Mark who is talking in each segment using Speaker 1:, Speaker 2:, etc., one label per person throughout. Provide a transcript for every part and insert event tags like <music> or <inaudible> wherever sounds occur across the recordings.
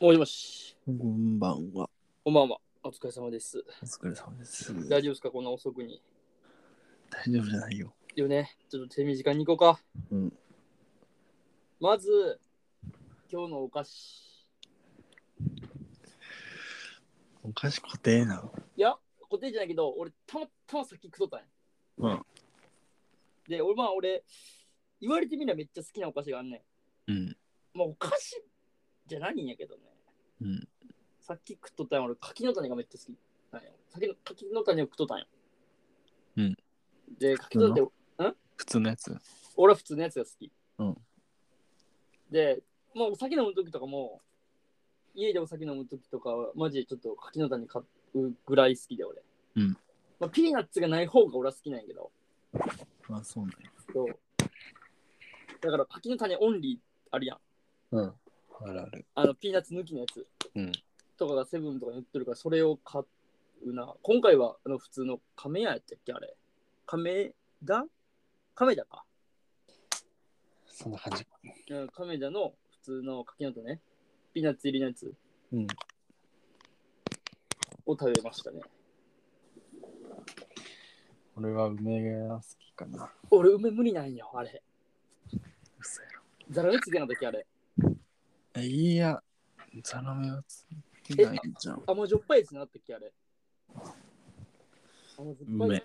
Speaker 1: もしもし、
Speaker 2: こんばんは。
Speaker 1: こんばんは。お疲れ様です。
Speaker 2: お疲れ様です。
Speaker 1: 大丈夫ですかこんな遅くに。
Speaker 2: 大丈夫じゃないよ。
Speaker 1: よね。ちょっと手短に行こうか。
Speaker 2: うん。
Speaker 1: まず、今日のお菓子。
Speaker 2: お菓子固定なの。
Speaker 1: いや、固定じゃないけど、俺、たまたまさっき食っとったんや。
Speaker 2: うん。
Speaker 1: で、俺、まあ俺、言われてみればめっちゃ好きなお菓子があんね
Speaker 2: うん。
Speaker 1: ん。まあお菓子じゃないんやけどね。
Speaker 2: うん。
Speaker 1: さっき食っとったんや。俺、柿の種がめっちゃ好きなんや。柿の柿の種を食っとったんや。
Speaker 2: うん。
Speaker 1: で、柿の種を
Speaker 2: 普通のやつ。
Speaker 1: 俺は普通のやつが好き。
Speaker 2: うん
Speaker 1: で、まあお酒飲む時とかも、家でお酒飲む時とかは、マジでちょっと柿の種買うぐらい好きで俺。
Speaker 2: うん
Speaker 1: まあ、ピーナッツがない方が俺は好きなんやけど、
Speaker 2: あ、そうね。
Speaker 1: そうだから柿の種オンリーあるやん。
Speaker 2: うん。あるある。
Speaker 1: あのピーナッツ抜きのやつ
Speaker 2: うん。
Speaker 1: とかがセブンとかに売ってるから、それを買うな。今回はあの普通の亀屋やったっけあれ。亀田亀田か。
Speaker 2: そんな感じ。
Speaker 1: うん亀田の普通の柿の種、ピーナッツ入りのやつ。
Speaker 2: うん。
Speaker 1: を食べましたね。
Speaker 2: 俺は梅が好きかな。
Speaker 1: 俺、梅無理なんよ、あれ。
Speaker 2: 嘘や
Speaker 1: ザラメついてなかったっけ、あれ。
Speaker 2: ろ。いや、ザラメはついてないじゃん。
Speaker 1: 甘じょっぱいやつなかったっけ、あれ。甘じょっぱいや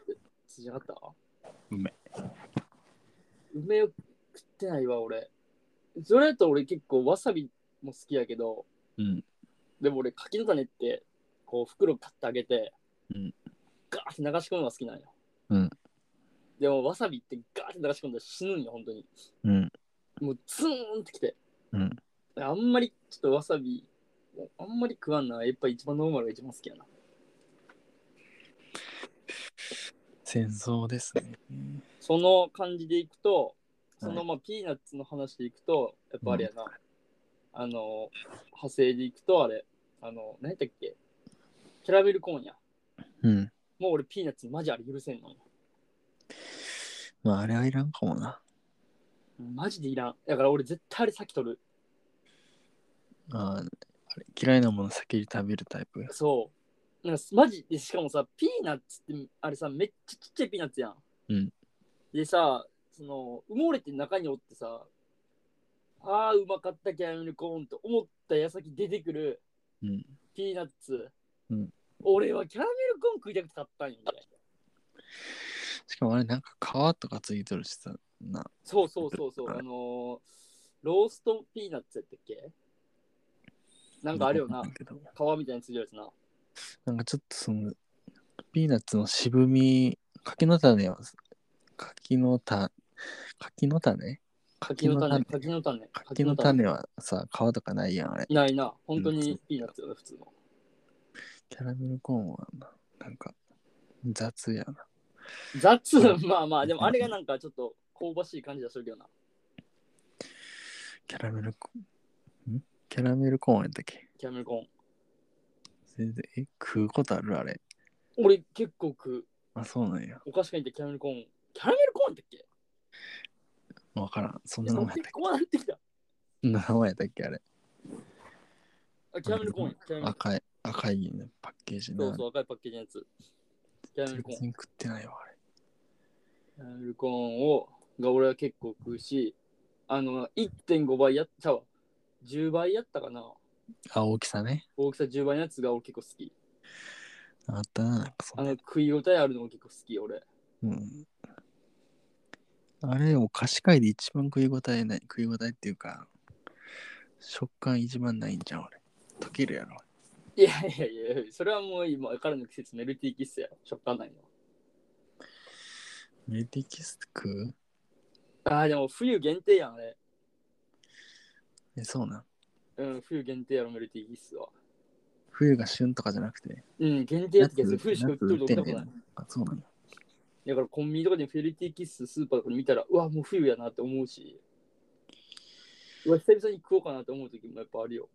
Speaker 1: つじゃなかった
Speaker 2: 梅。
Speaker 1: 梅を食ってないわ、俺。それだと俺結構わさびも好きやけど、
Speaker 2: うん。
Speaker 1: でも俺、柿の種って、こう、袋買ってあげて、
Speaker 2: うん
Speaker 1: ガーって流し込むのが好きなんよ。
Speaker 2: うん
Speaker 1: でも、わさびってガーって流し込んだら死ぬんよ、本当に。
Speaker 2: うん。
Speaker 1: もう、ツーンってきて。
Speaker 2: うん。
Speaker 1: あんまりちょっとわさび、あんまり食わんな。やっぱり一番ノーマルが一番好きやな。
Speaker 2: 戦争ですね。
Speaker 1: その感じでいくと、そ
Speaker 2: は
Speaker 1: のまあピーナッツの話でいくと、やっぱあれやな。あの、派生でいくとあれ、あの、何やったっけキャラメルコーンや。
Speaker 2: うん。
Speaker 1: もう俺ピーナッツマジあれ許せんのよ。
Speaker 2: まあ、あれはいらんかもな。
Speaker 1: マジでいらん。だから俺絶対あれ先取る。
Speaker 2: あーあれ嫌いなもの先に食べるタイプ。
Speaker 1: そう。なんかマジでしかもさ、ピーナッツってあれさ、めっちゃちっちゃいピーナッツやん。
Speaker 2: うん
Speaker 1: でさ、その埋もれて中におってさ、ああ、うまかったキャラメルコーンと思った矢先出てくる
Speaker 2: うん。
Speaker 1: ピーナッツ。
Speaker 2: うん
Speaker 1: 俺はキャラメルコーン食いたくて買ったんよ、ね。
Speaker 2: しかもあれなんか皮とかついてるしさな
Speaker 1: そうそうそう
Speaker 2: <laughs>
Speaker 1: そう、あのーローストピーナッツやったっけなんかあるよな、
Speaker 2: <laughs> わ
Speaker 1: 皮
Speaker 2: んいけど
Speaker 1: みたいについてるやつな。
Speaker 2: なんかちょっとそのピーナッツの渋み柿の種は柿の種柿の種
Speaker 1: 柿の種、柿の種、
Speaker 2: 柿の種はさ皮とかないやんあれ
Speaker 1: ないな、本当にピーナッツよね、普通の。
Speaker 2: キャラメルコーンはななんか雑やな
Speaker 1: 雑、
Speaker 2: う
Speaker 1: <laughs> まあまあ、でもあれがなんかちょっと香ばしい感じがするけどな。
Speaker 2: キャラメルコーンんキャラメルコーンやったっけ
Speaker 1: キャラメルコーン。
Speaker 2: 全然え食うことあるあれ
Speaker 1: 俺結構食う。
Speaker 2: あそうなんや
Speaker 1: お菓子買いに行ってキャラメルコーン。キャラメルコーンだっけ
Speaker 2: わからんそん
Speaker 1: い
Speaker 2: な
Speaker 1: や
Speaker 2: 名
Speaker 1: もう
Speaker 2: 前やったっ
Speaker 1: 結構なってきた。
Speaker 2: け名前やったっけあれ
Speaker 1: あ、キャラメルコーンや。キャラメル
Speaker 2: 赤い赤いねパッケージな
Speaker 1: そうそう、赤いパッケージのやつ。キャラメルコーン。
Speaker 2: 全
Speaker 1: キ
Speaker 2: 然食ってないわあれ
Speaker 1: ャラメルコーンを、が俺は結構食うし、あの、1.5倍やっちゃうわ。10倍やったかな。
Speaker 2: あ大きさね
Speaker 1: 大きさ10倍のやつが俺結構好き。
Speaker 2: あったな、なんかそ
Speaker 1: あ
Speaker 2: ん
Speaker 1: の、
Speaker 2: な。
Speaker 1: 食い応えあるのも結構好き、俺。
Speaker 2: うん。あれ、お菓子界で一番食い応えない、食い応えっていうか、食感一番ないんじゃん、俺。溶けるやろ。
Speaker 1: いやいやいや、それはもう今からの季節メルティーキッスや。食感ないの。
Speaker 2: メディキス食う
Speaker 1: ああ、でも冬限定やん、あれ。
Speaker 2: え、そうなん。
Speaker 1: うん、冬限定やろ、メルティーキッスは。
Speaker 2: 冬が旬とかじゃなくて。
Speaker 1: うん、限定やったけど、
Speaker 2: 夏
Speaker 1: 冬しか売ってるとこ
Speaker 2: 夏
Speaker 1: な
Speaker 2: 売
Speaker 1: く
Speaker 2: ん
Speaker 1: な
Speaker 2: ね
Speaker 1: い。
Speaker 2: んあ、そうなんや。
Speaker 1: だからコンビニとかでメルティーキッス、スーパーとかで見たら、うわ、もう冬やなって思うし。うわ、久々に食おうかなって思う時もやっぱあるよ。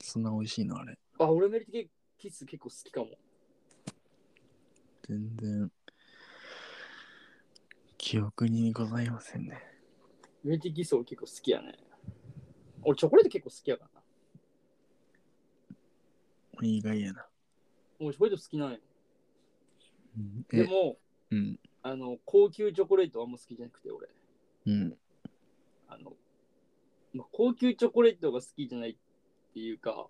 Speaker 2: そんな美味しいの、あれ。
Speaker 1: あ、俺メルティーキッス結構好きかも。
Speaker 2: 全然、記憶にございませんね。
Speaker 1: メルティーキッス俺結構好きやね。俺チョコレート結構好きやからな。
Speaker 2: 意外やな。
Speaker 1: もうチョコレート好きなんよ。
Speaker 2: うん
Speaker 1: で
Speaker 2: え、
Speaker 1: も、
Speaker 2: うん。
Speaker 1: あの、高級チョコレートはあんま好きじゃなくて、俺。
Speaker 2: うん。
Speaker 1: あの、まあ、高級チョコレートが好きじゃないっていうか、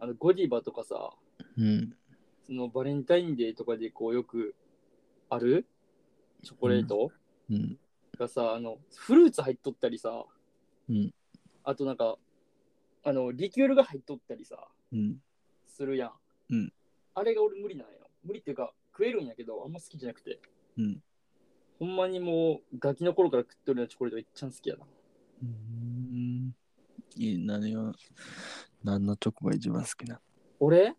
Speaker 1: あの、ゴディバとかさ、
Speaker 2: うん。
Speaker 1: そのバレンタインデーとかでこうよくあるチョコレート
Speaker 2: うん。
Speaker 1: がさ、あの、フルーツ入っとったりさ、
Speaker 2: うん
Speaker 1: あとなんか、あの、リキュールが入っとったりさ、
Speaker 2: うん。
Speaker 1: するやん。
Speaker 2: うん
Speaker 1: あれが俺無理なんよ。無理っていうか、食えるんやけど、あんま好きじゃなくて。
Speaker 2: うん
Speaker 1: ほんまにもう、ガキの頃から食っとるようなチョコレートがいっちゃん好きやな。
Speaker 2: うん。え、何が、何のチョコが一番好きな
Speaker 1: 俺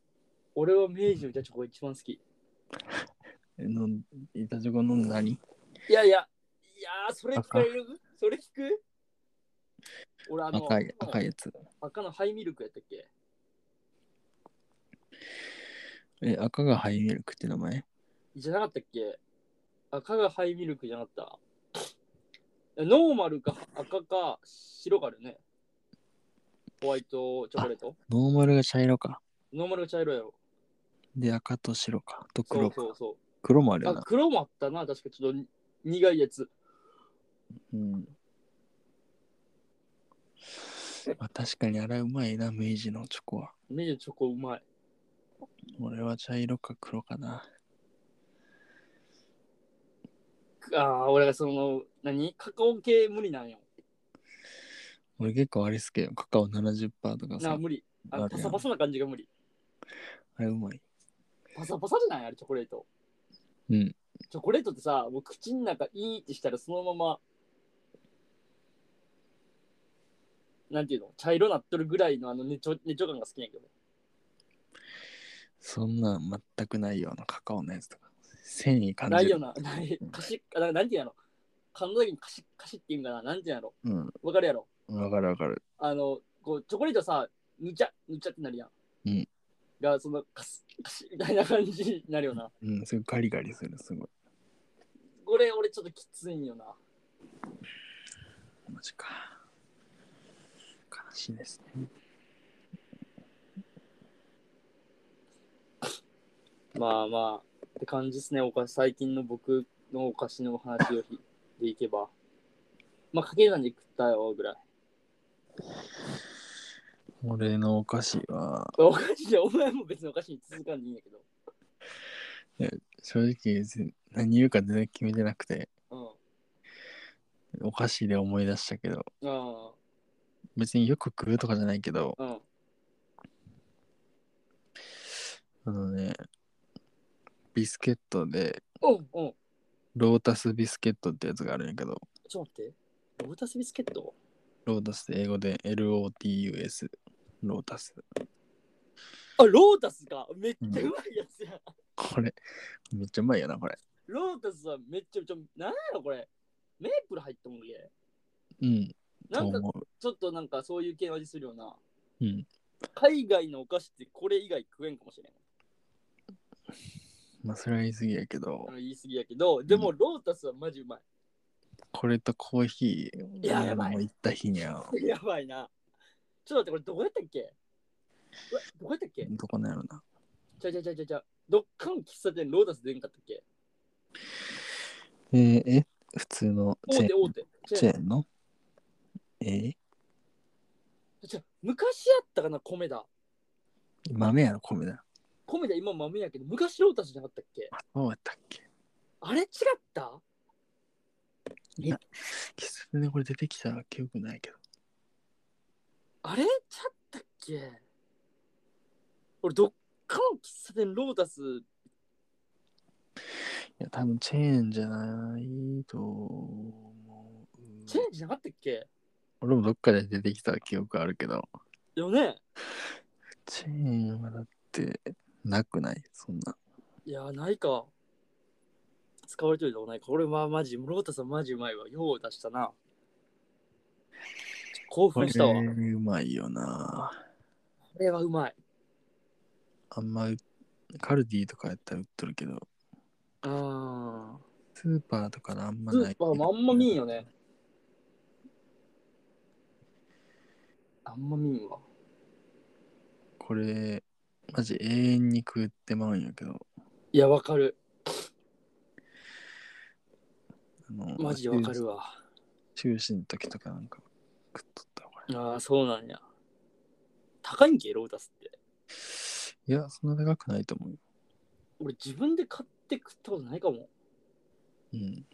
Speaker 1: 俺は明治のじゃチョコが一番好き。い
Speaker 2: えの、板チョコの何
Speaker 1: やいや、いやー、それ聞かれるそれ聞く俺あの
Speaker 2: 赤い、赤いやつ。
Speaker 1: 赤のハイミルクやったっけ
Speaker 2: え、赤がハイミルクって名前
Speaker 1: じゃなかったっけ赤がハイミルクじゃなかった。ノーマルか赤か白かあるね。ホワイトチョコレート
Speaker 2: ノーマルが茶色か。
Speaker 1: ノーマルが茶色やろ。
Speaker 2: で、赤と白か。と
Speaker 1: そ
Speaker 2: 黒
Speaker 1: う
Speaker 2: か。
Speaker 1: そうそ
Speaker 2: 黒もある
Speaker 1: う。
Speaker 2: よ
Speaker 1: あ
Speaker 2: な、。
Speaker 1: 黒もあったな、確かちょっとに苦いやつ。
Speaker 2: うん。まあ、確かにあれはうまいな、明治のチョコは。
Speaker 1: メジチョコうまい。
Speaker 2: 俺は茶色か黒かな。
Speaker 1: ああ、俺がその、何カカオ系無理なんよ。
Speaker 2: 俺結構あれ好きよ。カカオ70%とか
Speaker 1: な
Speaker 2: さ
Speaker 1: あ、。無理。あ
Speaker 2: あ
Speaker 1: の
Speaker 2: る
Speaker 1: パ
Speaker 2: やん
Speaker 1: サパサな感じが無理。
Speaker 2: あれうまい。
Speaker 1: パサパサじゃないあれチョコレート。
Speaker 2: うん。
Speaker 1: チョコレートってさ、もう口の中いいってしたらそのまま、なんていうの茶色なっとるぐらいのあのねちょねちょ感が好きなんやけど。
Speaker 2: そんなん全くないようなカカオのやつとか。繊維感
Speaker 1: な
Speaker 2: じ
Speaker 1: いよ
Speaker 2: る。
Speaker 1: な。ない。かしあななんていうの感動的にカシッカシッっていうんかななんていうの
Speaker 2: うん。
Speaker 1: わかるやろ
Speaker 2: わかるわかる。
Speaker 1: あの、こう、チョコレートさ、ぬちゃ、ぬちゃってなるやん。
Speaker 2: うん。
Speaker 1: が、その、カスカシッみたいな感じになるよな。
Speaker 2: うん。すごいガリガリする。すごい。
Speaker 1: これ、俺ちょっときついんよな。
Speaker 2: マジか。悲しいですね。
Speaker 1: まあまあ、って感じですね、お菓子最近の僕のお菓子の話をひでいけば。まあ、かけ算で食ったよ、ぐらい。
Speaker 2: 俺のお菓子は、
Speaker 1: お菓子じゃ、お前も別にお菓子に続かんでいいんやけど。
Speaker 2: 正直別に何言うか全然決めてなくて、
Speaker 1: うん。あ
Speaker 2: お菓子で思い出したけど、
Speaker 1: あ
Speaker 2: 別によく食うとかじゃないけど、
Speaker 1: うん。うん。
Speaker 2: あのね、ビスケットで、
Speaker 1: うん。うん。
Speaker 2: ロータスビスケットってやつがあるんやけど、
Speaker 1: ちょっと待って。ロータスビスケット
Speaker 2: ロータスって英語で LOTUS、ロータス。
Speaker 1: あ、ロータスか。めっちゃうまいやつや。
Speaker 2: これ、めっちゃうまいよな、これ。
Speaker 1: ロータスはめっちゃめちゃ、なんやろ、これ。メープル入ったもんげ。
Speaker 2: うん、
Speaker 1: な
Speaker 2: と
Speaker 1: んか、
Speaker 2: 思う。
Speaker 1: ちょっとなんかそういう系の味するよな。
Speaker 2: うん。
Speaker 1: 海外のお菓子ってこれ以外食えんかもしれん。
Speaker 2: まあ、それは言い過ぎやけど
Speaker 1: あ、の言い過ぎやけど、でもロータスはマジうまい。
Speaker 2: これとコーヒー、
Speaker 1: いややばい
Speaker 2: もう行った日には、
Speaker 1: やばい <laughs> な。ちょっと待って、これどこやったっけうわどこやったっけ
Speaker 2: どこなんやろな。
Speaker 1: ちゃうちゃうちゃうちゃうちゃう。どっかの喫茶店ロータス出んかったっけ
Speaker 2: えーえ、普通のチ
Speaker 1: 大
Speaker 2: ェ
Speaker 1: 手
Speaker 2: ー
Speaker 1: 大
Speaker 2: ン
Speaker 1: 手。
Speaker 2: チ
Speaker 1: 違
Speaker 2: ェーンのえー
Speaker 1: う違う昔やったかな、米だ。
Speaker 2: 豆やろ、米だ。
Speaker 1: 米だ今豆やけど、昔ロータスじゃなかったっけ
Speaker 2: あそうやったっけ
Speaker 1: あれ違った
Speaker 2: 喫茶店でこれ出てきた記憶ないけど。
Speaker 1: あれちゃったっけ俺どっかの喫茶店ロータス、
Speaker 2: いや、多分チェーンじゃないと思う。
Speaker 1: チェーンじゃなかったっけ
Speaker 2: 俺もどっかで出てきた記憶あるけど、
Speaker 1: よね
Speaker 2: チェーンはだってなくないそんな。
Speaker 1: いや、ないか。使われてるでもないか。これはマジ、ロータスはマジうまいわ。よう出したな。興
Speaker 2: こ
Speaker 1: 奮
Speaker 2: れ
Speaker 1: したわ。こ
Speaker 2: うまいよな。
Speaker 1: れはうまい。
Speaker 2: あんま売っカルディとかやったら売っとるけど、
Speaker 1: あ
Speaker 2: スーパーとかのあん
Speaker 1: あ。
Speaker 2: ま
Speaker 1: ス
Speaker 2: ない。
Speaker 1: ーパーもあんま見んよね。あんま見んわ。
Speaker 2: これ、マジ永遠に食ってまうんやけど、
Speaker 1: いや、わかる。
Speaker 2: あの
Speaker 1: マジでわかるわ。
Speaker 2: 中止の時とかなんか食っとったわこれ
Speaker 1: ああ、そうなんや。高いんけ、ロータスって。
Speaker 2: いや、そんな高くないと思うよ。
Speaker 1: 俺、自分で買って食ったことないかも。
Speaker 2: うん。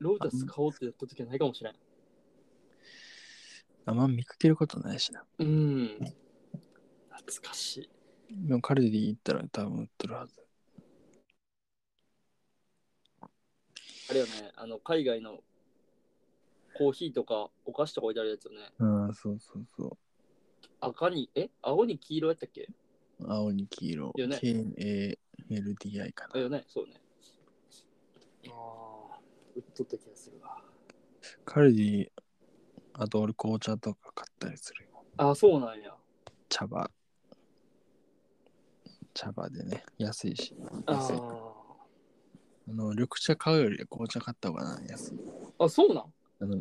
Speaker 1: ロータス買おうってやった時はないかもしれん。
Speaker 2: あんま見かけることないしな。
Speaker 1: うん。懐かしい。
Speaker 2: でもカルディ行ったら多分売ってるはず。
Speaker 1: あれよね、あの、海外のコーヒーとかお菓子とか置いてあるやつよね。
Speaker 2: ああ、そうそうそ
Speaker 1: 赤に、え青に黄色やったっけ
Speaker 2: う。青に黄色。
Speaker 1: よね
Speaker 2: KALDI か
Speaker 1: あ
Speaker 2: な。
Speaker 1: よね、そうね。ああ、売っとった気がするわ。
Speaker 2: カルディ、あと俺紅茶とか買ったりするよ。
Speaker 1: ああ、そうなんや。
Speaker 2: 茶葉。茶葉でね、安いし。
Speaker 1: あ
Speaker 2: 安いあの、緑茶買うより紅茶買った方がな安い。
Speaker 1: あ、あ、そうなん
Speaker 2: あの、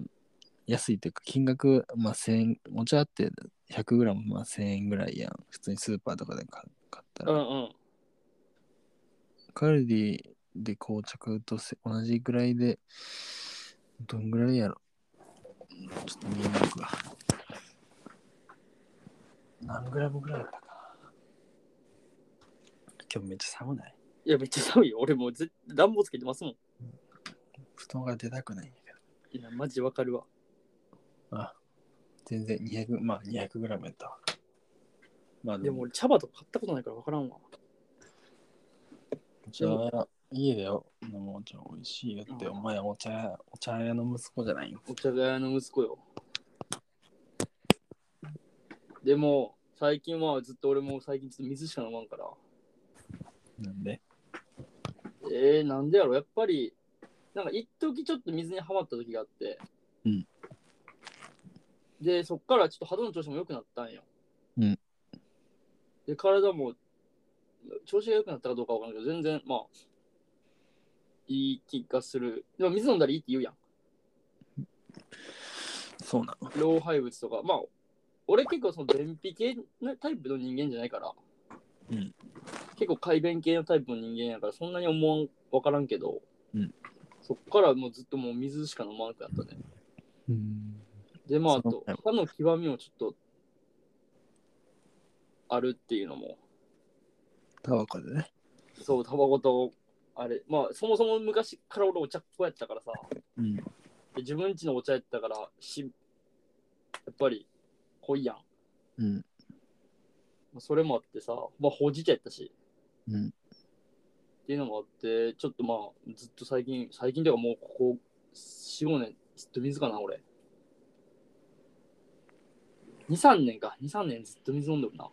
Speaker 2: 安いというか、金額、まあ1000円、お茶って 100g、まあ1000円ぐらいやん。普通にスーパーとかで買買った
Speaker 1: う
Speaker 2: ら。
Speaker 1: んうん。
Speaker 2: カルディで紅茶買うとせ同じぐらいで、どんぐらいやろちょっと見えないわ。何グラムぐらいだったかな今日めっちゃ寒ない
Speaker 1: いや、めっちゃ寒いよ。俺もうぜ暖房つけてますもん。
Speaker 2: 布団が出たくないんやけど。
Speaker 1: いや、マジわかるわ。
Speaker 2: あ、全然200、まあ200グラムやったわ。まあ
Speaker 1: でも、俺、茶葉とか買ったことないからわからんわ。
Speaker 2: お茶屋、家で飲むお茶美味しいよって、
Speaker 1: うん
Speaker 2: お前お茶屋、お茶屋の息子じゃないよ。
Speaker 1: お茶が屋の息子よ。でも、最近はずっと俺も最近ちょっと水しか飲まんから。
Speaker 2: なんで。
Speaker 1: えー、なんでやろやっぱり、なんか一時ちょっと水にはまった時があって。
Speaker 2: うん
Speaker 1: で、そっからちょっと肌の調子も良くなったんよ。
Speaker 2: うん
Speaker 1: で、体も、調子が良くなったかどうかわからんけど、全然、まあ、いい気がする。でも水飲んだらいいって言うやん。
Speaker 2: そうなの。
Speaker 1: 老廃物とかまあ俺結構その便秘系のタイプの人間じゃないから、
Speaker 2: うん
Speaker 1: 結構快便系のタイプの人間やからそんなに思わん分からんけど、
Speaker 2: うん
Speaker 1: そっからもうずっともう水しか飲まなくなったね、
Speaker 2: うん。
Speaker 1: でまああ
Speaker 2: その
Speaker 1: と歯の極みもちょっとあるっていうのも
Speaker 2: タバコでね。
Speaker 1: そうタバコとあれまあそもそも昔から俺お茶っ子やったからさ
Speaker 2: うん。
Speaker 1: で自分家のお茶やったからしやっぱり濃いやん
Speaker 2: うん。
Speaker 1: まあそれもあってさ、まあ、ほうじ茶やったし、
Speaker 2: うん。
Speaker 1: っていうのもあって、ちょっとまあ、ずっと最近、最近ではもうここ4、5年、ずっと水かな、俺。2、3年か、2、3年ずっと水飲んでるな。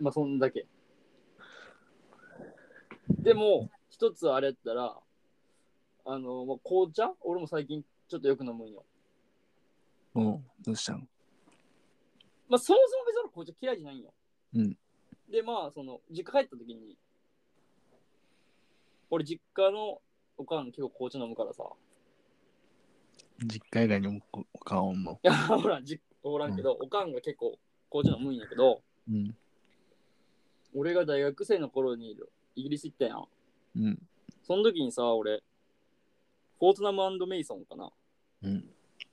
Speaker 1: まあ、そんだけ。でも、一つあれやったら、あの、まあ、紅茶俺も最近ちょっとよく飲むんよ。
Speaker 2: おうどうしたの
Speaker 1: まあ、そもそも別に俺紅茶嫌いじゃないんよ。
Speaker 2: うん
Speaker 1: で、まあ、その、実家帰った時に、俺、実家のおかん結構紅茶飲むからさ。 <laughs>
Speaker 2: 実家以外にもおお顔も。
Speaker 1: いや、ほらん、実おらんけど、おかんが結構紅茶飲むんやけど、
Speaker 2: うん。
Speaker 1: 俺が大学生の頃にイギリス行ったやん。
Speaker 2: うん。
Speaker 1: その時にさ、俺、フォートナムメイソンかなっ
Speaker 2: うん。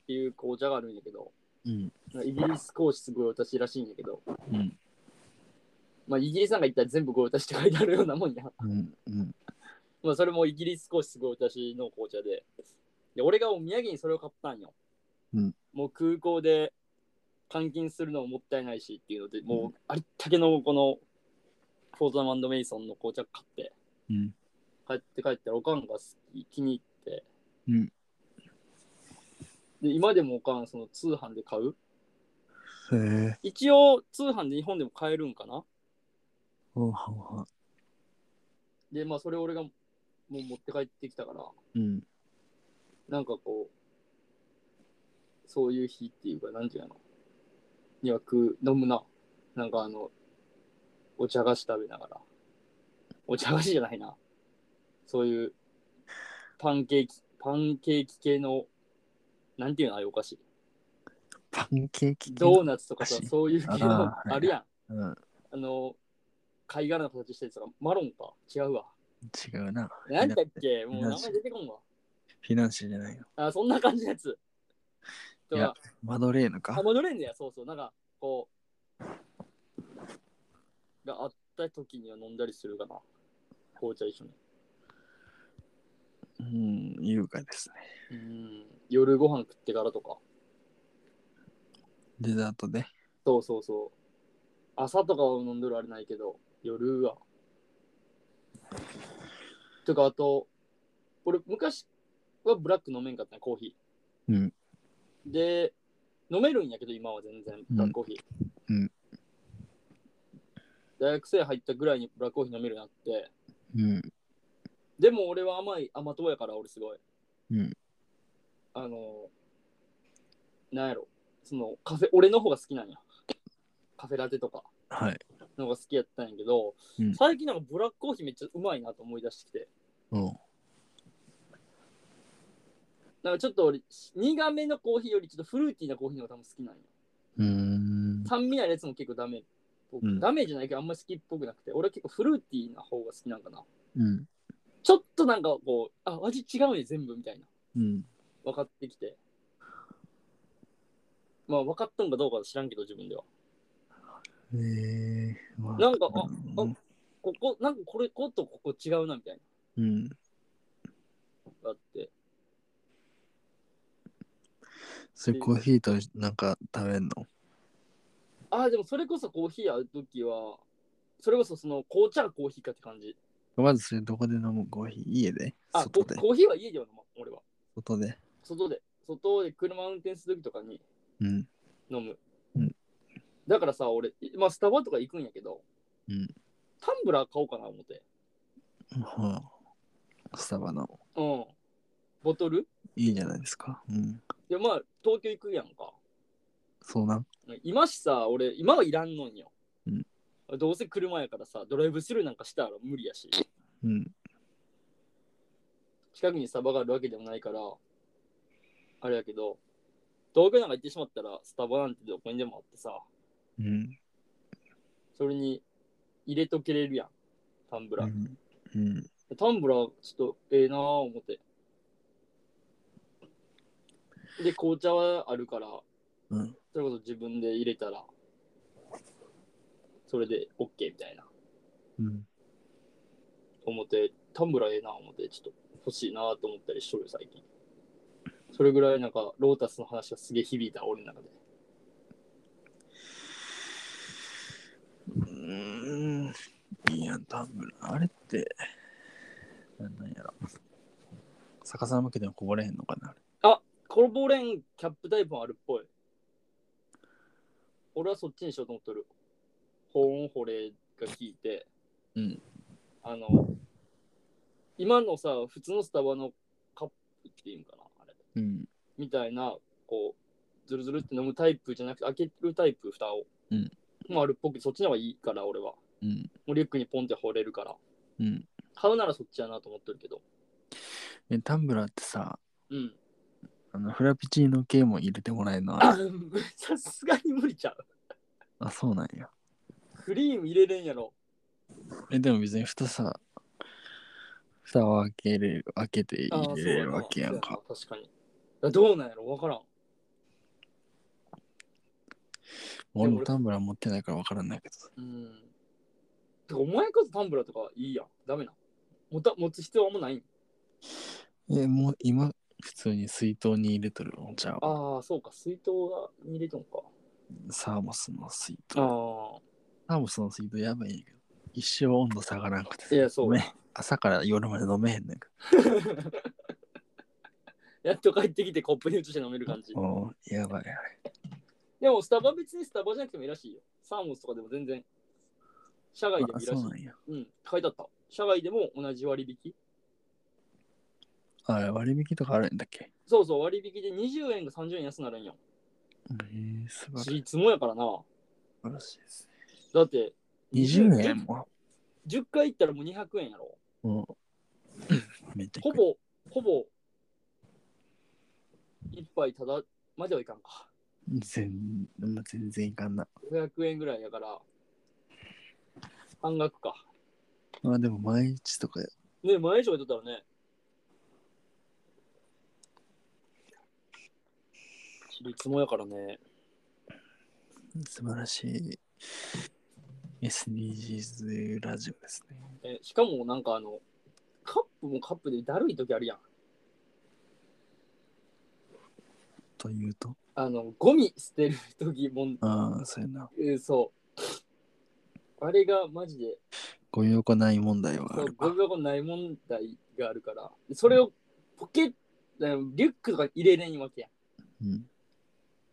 Speaker 1: ていう紅茶があるんやけど、
Speaker 2: うん。
Speaker 1: イギリス講師すごい私らしいんやけど、
Speaker 2: うん。
Speaker 1: まあ、イギリスなんか行ったら全部ご私って書いてあるようなもんや。
Speaker 2: うん。うん。
Speaker 1: まあそれもイギリス少しすごい私の紅茶で。で、俺がお土産にそれを買ったんよ。
Speaker 2: うん
Speaker 1: もう空港で換金するのももったいないしっていうので、もうありったけのこのフォートナムメイソンの紅茶買って、
Speaker 2: うん。
Speaker 1: 帰って帰ったらおかんが好き気に入って。
Speaker 2: うん
Speaker 1: で、今でもおかんその通販で買う
Speaker 2: へえ。
Speaker 1: 一応通販で日本でも買えるんかな
Speaker 2: おうはんはん
Speaker 1: で、まあそれ俺がもう持って帰ってきたから、
Speaker 2: うん。
Speaker 1: なんかこう、そういう日っていうか、なんていうのにはく飲むな。なんかあの、お茶菓子食べながら。お茶菓子じゃないな。そういう、パンケーキ、パンケーキ系の、なんていうのああいうお菓子。
Speaker 2: パンケーキ系
Speaker 1: ドーナツとかさ
Speaker 2: お菓、子
Speaker 1: そういう系の
Speaker 2: あー
Speaker 1: あるやん。
Speaker 2: うん、
Speaker 1: あの、貝殻の形してるやつが、マロンか。違うわ。
Speaker 2: 違うな。
Speaker 1: なんだっけもう
Speaker 2: フィナ
Speaker 1: 名
Speaker 2: ンシェ
Speaker 1: 前出てこんわ。
Speaker 2: フィナンシェじゃないよ。
Speaker 1: あ、そんな感じのやつ。と
Speaker 2: いや
Speaker 1: か、
Speaker 2: マドレーヌ
Speaker 1: あ、
Speaker 2: か。
Speaker 1: 戻れんねや、そうそう。なんか、こう、があった時には飲んだりするかな。紅茶一緒に。
Speaker 2: うん、優雅ですね。
Speaker 1: うん。夜ご飯食ってからとか。
Speaker 2: デザートで。
Speaker 1: そうそうそう。朝とかは飲んでるあれないけど、夜は。とか、あと、俺、昔はブラック飲めんかったね、コーヒー。
Speaker 2: うん
Speaker 1: で、飲めるんやけど、今は全然、ブラックコーヒー。
Speaker 2: うん
Speaker 1: 大学生入ったぐらいにブラックコーヒー飲めるようになって、
Speaker 2: うん、
Speaker 1: でも俺は甘い、甘党やから、俺すごい。
Speaker 2: うん、
Speaker 1: あの、なんやろ、その、カフェ、俺の方が好きなんや。カフェラテとか。
Speaker 2: はい。
Speaker 1: のが好きやったんやけど、
Speaker 2: うん
Speaker 1: 最近なんかブラックコーヒーめっちゃうまいなと思い出してきて
Speaker 2: おう
Speaker 1: なんかちょっと俺苦めのコーヒーよりちょっとフルーティーなコーヒーの方が多分好きなんよ
Speaker 2: うーん。
Speaker 1: 酸味あるやつも結構ダメっぽく、
Speaker 2: うん
Speaker 1: ダメじゃないけどあんまり好きっぽくなくて俺は結構フルーティーな方が好きなんかな
Speaker 2: うん。
Speaker 1: ちょっとなんかこうあ味違うね全部みたいな
Speaker 2: うん。
Speaker 1: 分かってきてまあ分かったんかどうかは知らんけど自分では
Speaker 2: えー、まあ
Speaker 1: なんかあ
Speaker 2: うん
Speaker 1: ここなんかこれこことここ違うなみたいな
Speaker 2: うん。
Speaker 1: のがあって
Speaker 2: それコーヒーとなんか食べんの
Speaker 1: ああ、でもそれこそコーヒー合うときは、それこそその紅茶かコーヒーかって感じ。
Speaker 2: まずそれどこで飲むコーヒー家で
Speaker 1: あ、
Speaker 2: 外
Speaker 1: コ
Speaker 2: で
Speaker 1: コーヒーは家では飲まん、俺は。
Speaker 2: 外で。
Speaker 1: 外で、外で車運転するときとかに
Speaker 2: うん。
Speaker 1: 飲む。
Speaker 2: うん
Speaker 1: だからさ、俺、いまあスタバとか行くんやけど、
Speaker 2: うん
Speaker 1: タンブラー買おうかな思って。
Speaker 2: はあ、スタバの。
Speaker 1: うん。ボトル
Speaker 2: いいじゃないですか。うん。
Speaker 1: で、まあ、東京行くやんか。
Speaker 2: そうなん。
Speaker 1: 今しさ、俺、今はいらんのんよ。
Speaker 2: うん
Speaker 1: どうせ車やからさ、ドライブスルーなんかしたら無理やし。
Speaker 2: うん。
Speaker 1: 近くにサバがあるわけでもないから、あれやけど、東京なんか行ってしまったら、スタバなんてどこにでもあってさ、
Speaker 2: うん。
Speaker 1: それに入れとけれるやん、タンブ
Speaker 2: う
Speaker 1: ラー。
Speaker 2: ん。うん。
Speaker 1: タンブラー、ちょっとええなぁ思って。で、紅茶はあるから、
Speaker 2: うん
Speaker 1: それこそ自分で入れたら、それで OK みたいな
Speaker 2: うん。
Speaker 1: 思って、タンブラーええなぁ思って、ちょっと欲しいなぁと思ったりしとるよ、最近。それぐらいなんか、ロータスの話がすげえ響いた、俺の中で。
Speaker 2: うーん。いや、多分あれって、なんなんやろ。逆さ向けてもこぼれへんのかなあれ
Speaker 1: コロボレンキャップタイプもあるっぽい。俺はそっちにしようと思っとる。保温保冷が効いて、
Speaker 2: うん。
Speaker 1: あの、今のさ、普通のスタバのカップっていうんかな、あれ。
Speaker 2: うん。
Speaker 1: みたいな、こう、ズルズルって飲むタイプじゃなくて、開けるタイプ、蓋を。
Speaker 2: うん。
Speaker 1: もあるっぽくて、そっちの方がいいから、俺は。も
Speaker 2: うん。
Speaker 1: うリュックにポンって放れるから。
Speaker 2: うん。
Speaker 1: 買うならそっちやなと思ってるけど。
Speaker 2: え、タンブラーってさ、
Speaker 1: うん。
Speaker 2: あの、フラペチーノ系も入れてもらえるのあ
Speaker 1: あ
Speaker 2: <laughs> れ
Speaker 1: さすがに無理ちゃう。
Speaker 2: あ、そうなんや。
Speaker 1: クリーム入れれんやろ。
Speaker 2: え、でも別に蓋さ、蓋を開けれる、開けて
Speaker 1: ああ
Speaker 2: 入れれるわけやんか。。
Speaker 1: そうやなそうやな確かに。いやどうなんやろわからん。でも
Speaker 2: 俺も
Speaker 1: 俺
Speaker 2: タンブラー持ってないから分からないけど。
Speaker 1: うん。てかお前こそタンブラーとかいいやん。ダメな。持た持つ必要はあんまないん。
Speaker 2: え、もう今、普通に水筒に入れとるお茶を。
Speaker 1: ああ、そうか。水筒が入れとんか。
Speaker 2: サーモスの水筒。サ
Speaker 1: あ
Speaker 2: ーモスの水筒やばいんやけど。一生温度下がらんくて
Speaker 1: あ。
Speaker 2: さ。
Speaker 1: いや、そ
Speaker 2: ご
Speaker 1: う
Speaker 2: めん。朝から夜まで飲めへんねんけ
Speaker 1: やっと帰ってきてコップに移して飲める感じ。
Speaker 2: ど。おうやばいあれ。
Speaker 1: でもスタバ別にスタバじゃなくてもいいらしいよ。サーモスとかでも全然。社外で
Speaker 2: あ、
Speaker 1: もいい
Speaker 2: そ
Speaker 1: らし
Speaker 2: う
Speaker 1: い。
Speaker 2: なんや。
Speaker 1: うん。書いてあった。社外でも同じ割引
Speaker 2: あれ、割引とかあるんだっけ
Speaker 1: そうそう、割引で20円が30円安なるんよ。
Speaker 2: えー、素晴
Speaker 1: 私立もやからな。
Speaker 2: らしいですね。
Speaker 1: だって、
Speaker 2: 20円も。
Speaker 1: 10回行ったらもう200円やろ。
Speaker 2: うん。めっちゃ
Speaker 1: ほぼ、ほぼ、一杯ただまではいかんか。
Speaker 2: 全まあ全然いかんな。
Speaker 1: 500円ぐらいやから、半額か。
Speaker 2: まあでも毎日とかや
Speaker 1: ね前以上やっとったらね。私立もやからね。
Speaker 2: 素晴らしい SDGs ラジオですね。
Speaker 1: えしかもなんかあの、カップもカップでだるい時あるやん。
Speaker 2: というと、
Speaker 1: あの、ゴミ捨てる時もん、
Speaker 2: ああ、そうやな。
Speaker 1: えーそう。あれがマジで、
Speaker 2: ご用こない問題は
Speaker 1: そ
Speaker 2: あ
Speaker 1: う
Speaker 2: る
Speaker 1: ゴ
Speaker 2: か
Speaker 1: ミ。箱ない問題があるから、それをポケット、あのリュックとかに入れれんわけやん。
Speaker 2: うん。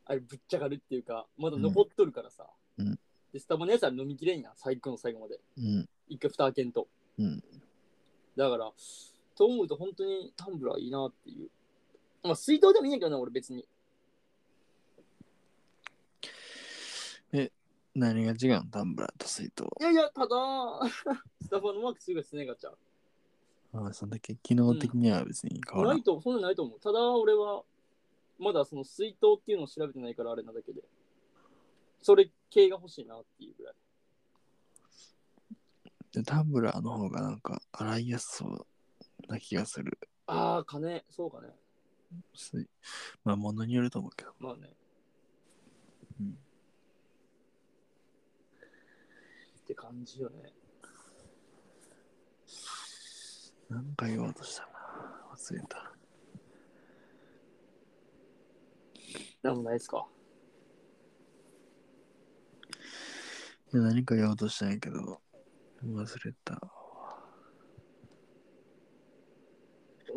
Speaker 1: あれぶっちゃかるっていうか、まだ残っとるからさ。
Speaker 2: うん
Speaker 1: で、スタバのやつは飲みきれんやん、最後の最後まで。
Speaker 2: うん。
Speaker 1: 一回蓋開けんと。
Speaker 2: うん。
Speaker 1: だから、と思うと本当にタンブラーいいなっていう。まあ、水筒でもいいんやけどな、俺別に。
Speaker 2: 何が違うんタンブラーと水筒。
Speaker 1: いやいや、ただ、 <laughs> スタバのマークすぐすねがちゃう。
Speaker 2: ああ、そんだけ機能的には別に変わら
Speaker 1: なんい。と、そんなにないと思う。ただ、俺は、まだその水筒っていうのを調べてないから、あれなだけで。それ系が欲しいなっていうぐらい。
Speaker 2: でタンブラーの方がなんか洗いやすそうな気がする。
Speaker 1: ああ、金、そうかね。
Speaker 2: 水まあ、ものによると思うけど。
Speaker 1: まあね。
Speaker 2: うん
Speaker 1: って感じよね。
Speaker 2: なんか言おうとしたな。忘れた。
Speaker 1: なんもないですか。
Speaker 2: いや何か言おうとしたんやけど、忘れた。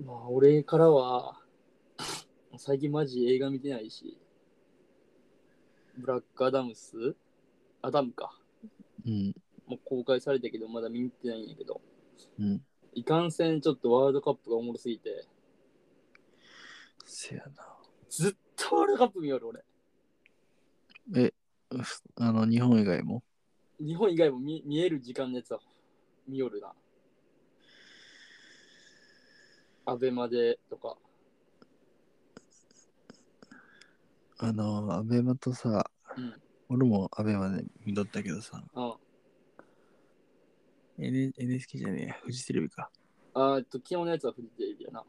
Speaker 1: まあ、俺からは、最近マジ映画見てないし、ブラックアダムスアダムか。
Speaker 2: うん。
Speaker 1: もう公開されたけど、まだ見に行ってないんやけど、
Speaker 2: うん。
Speaker 1: いかんせんちょっとワールドカップがおもろすぎて、
Speaker 2: せや
Speaker 1: ずっとワールドカップ見よる俺。
Speaker 2: な。え、ふあの、日本以外も
Speaker 1: 日本以外も見見える時間のやつは見よるな。アベマでとか、
Speaker 2: あの、アベマとさ、
Speaker 1: うん
Speaker 2: 俺もアベマで見とったけどさ、
Speaker 1: うん、
Speaker 2: N、NHK じゃねえや、フジテレビか。
Speaker 1: あーえっと昨日のやつはフジテレビやな。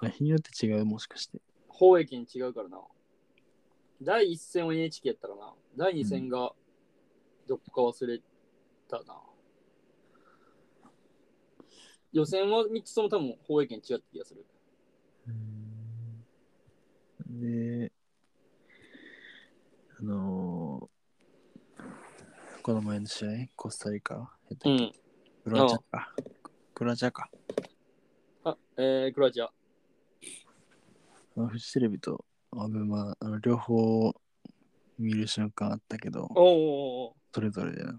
Speaker 2: あ日によって違う、もしかして。
Speaker 1: 放映権違うからな。第一戦は NHK やったかな。第二戦がどこか忘れたな。予選は3つとも多分放映権違った気がする。
Speaker 2: で、あのーこの前の試合、コスタリカ、えっと
Speaker 1: うん。
Speaker 2: クロアチアか。クロアチアか。
Speaker 1: あ、えー、クロアチア。
Speaker 2: あのフジテレビとアベマ、あの両方見る瞬間あったけど、
Speaker 1: おーおーおー
Speaker 2: それぞれでな。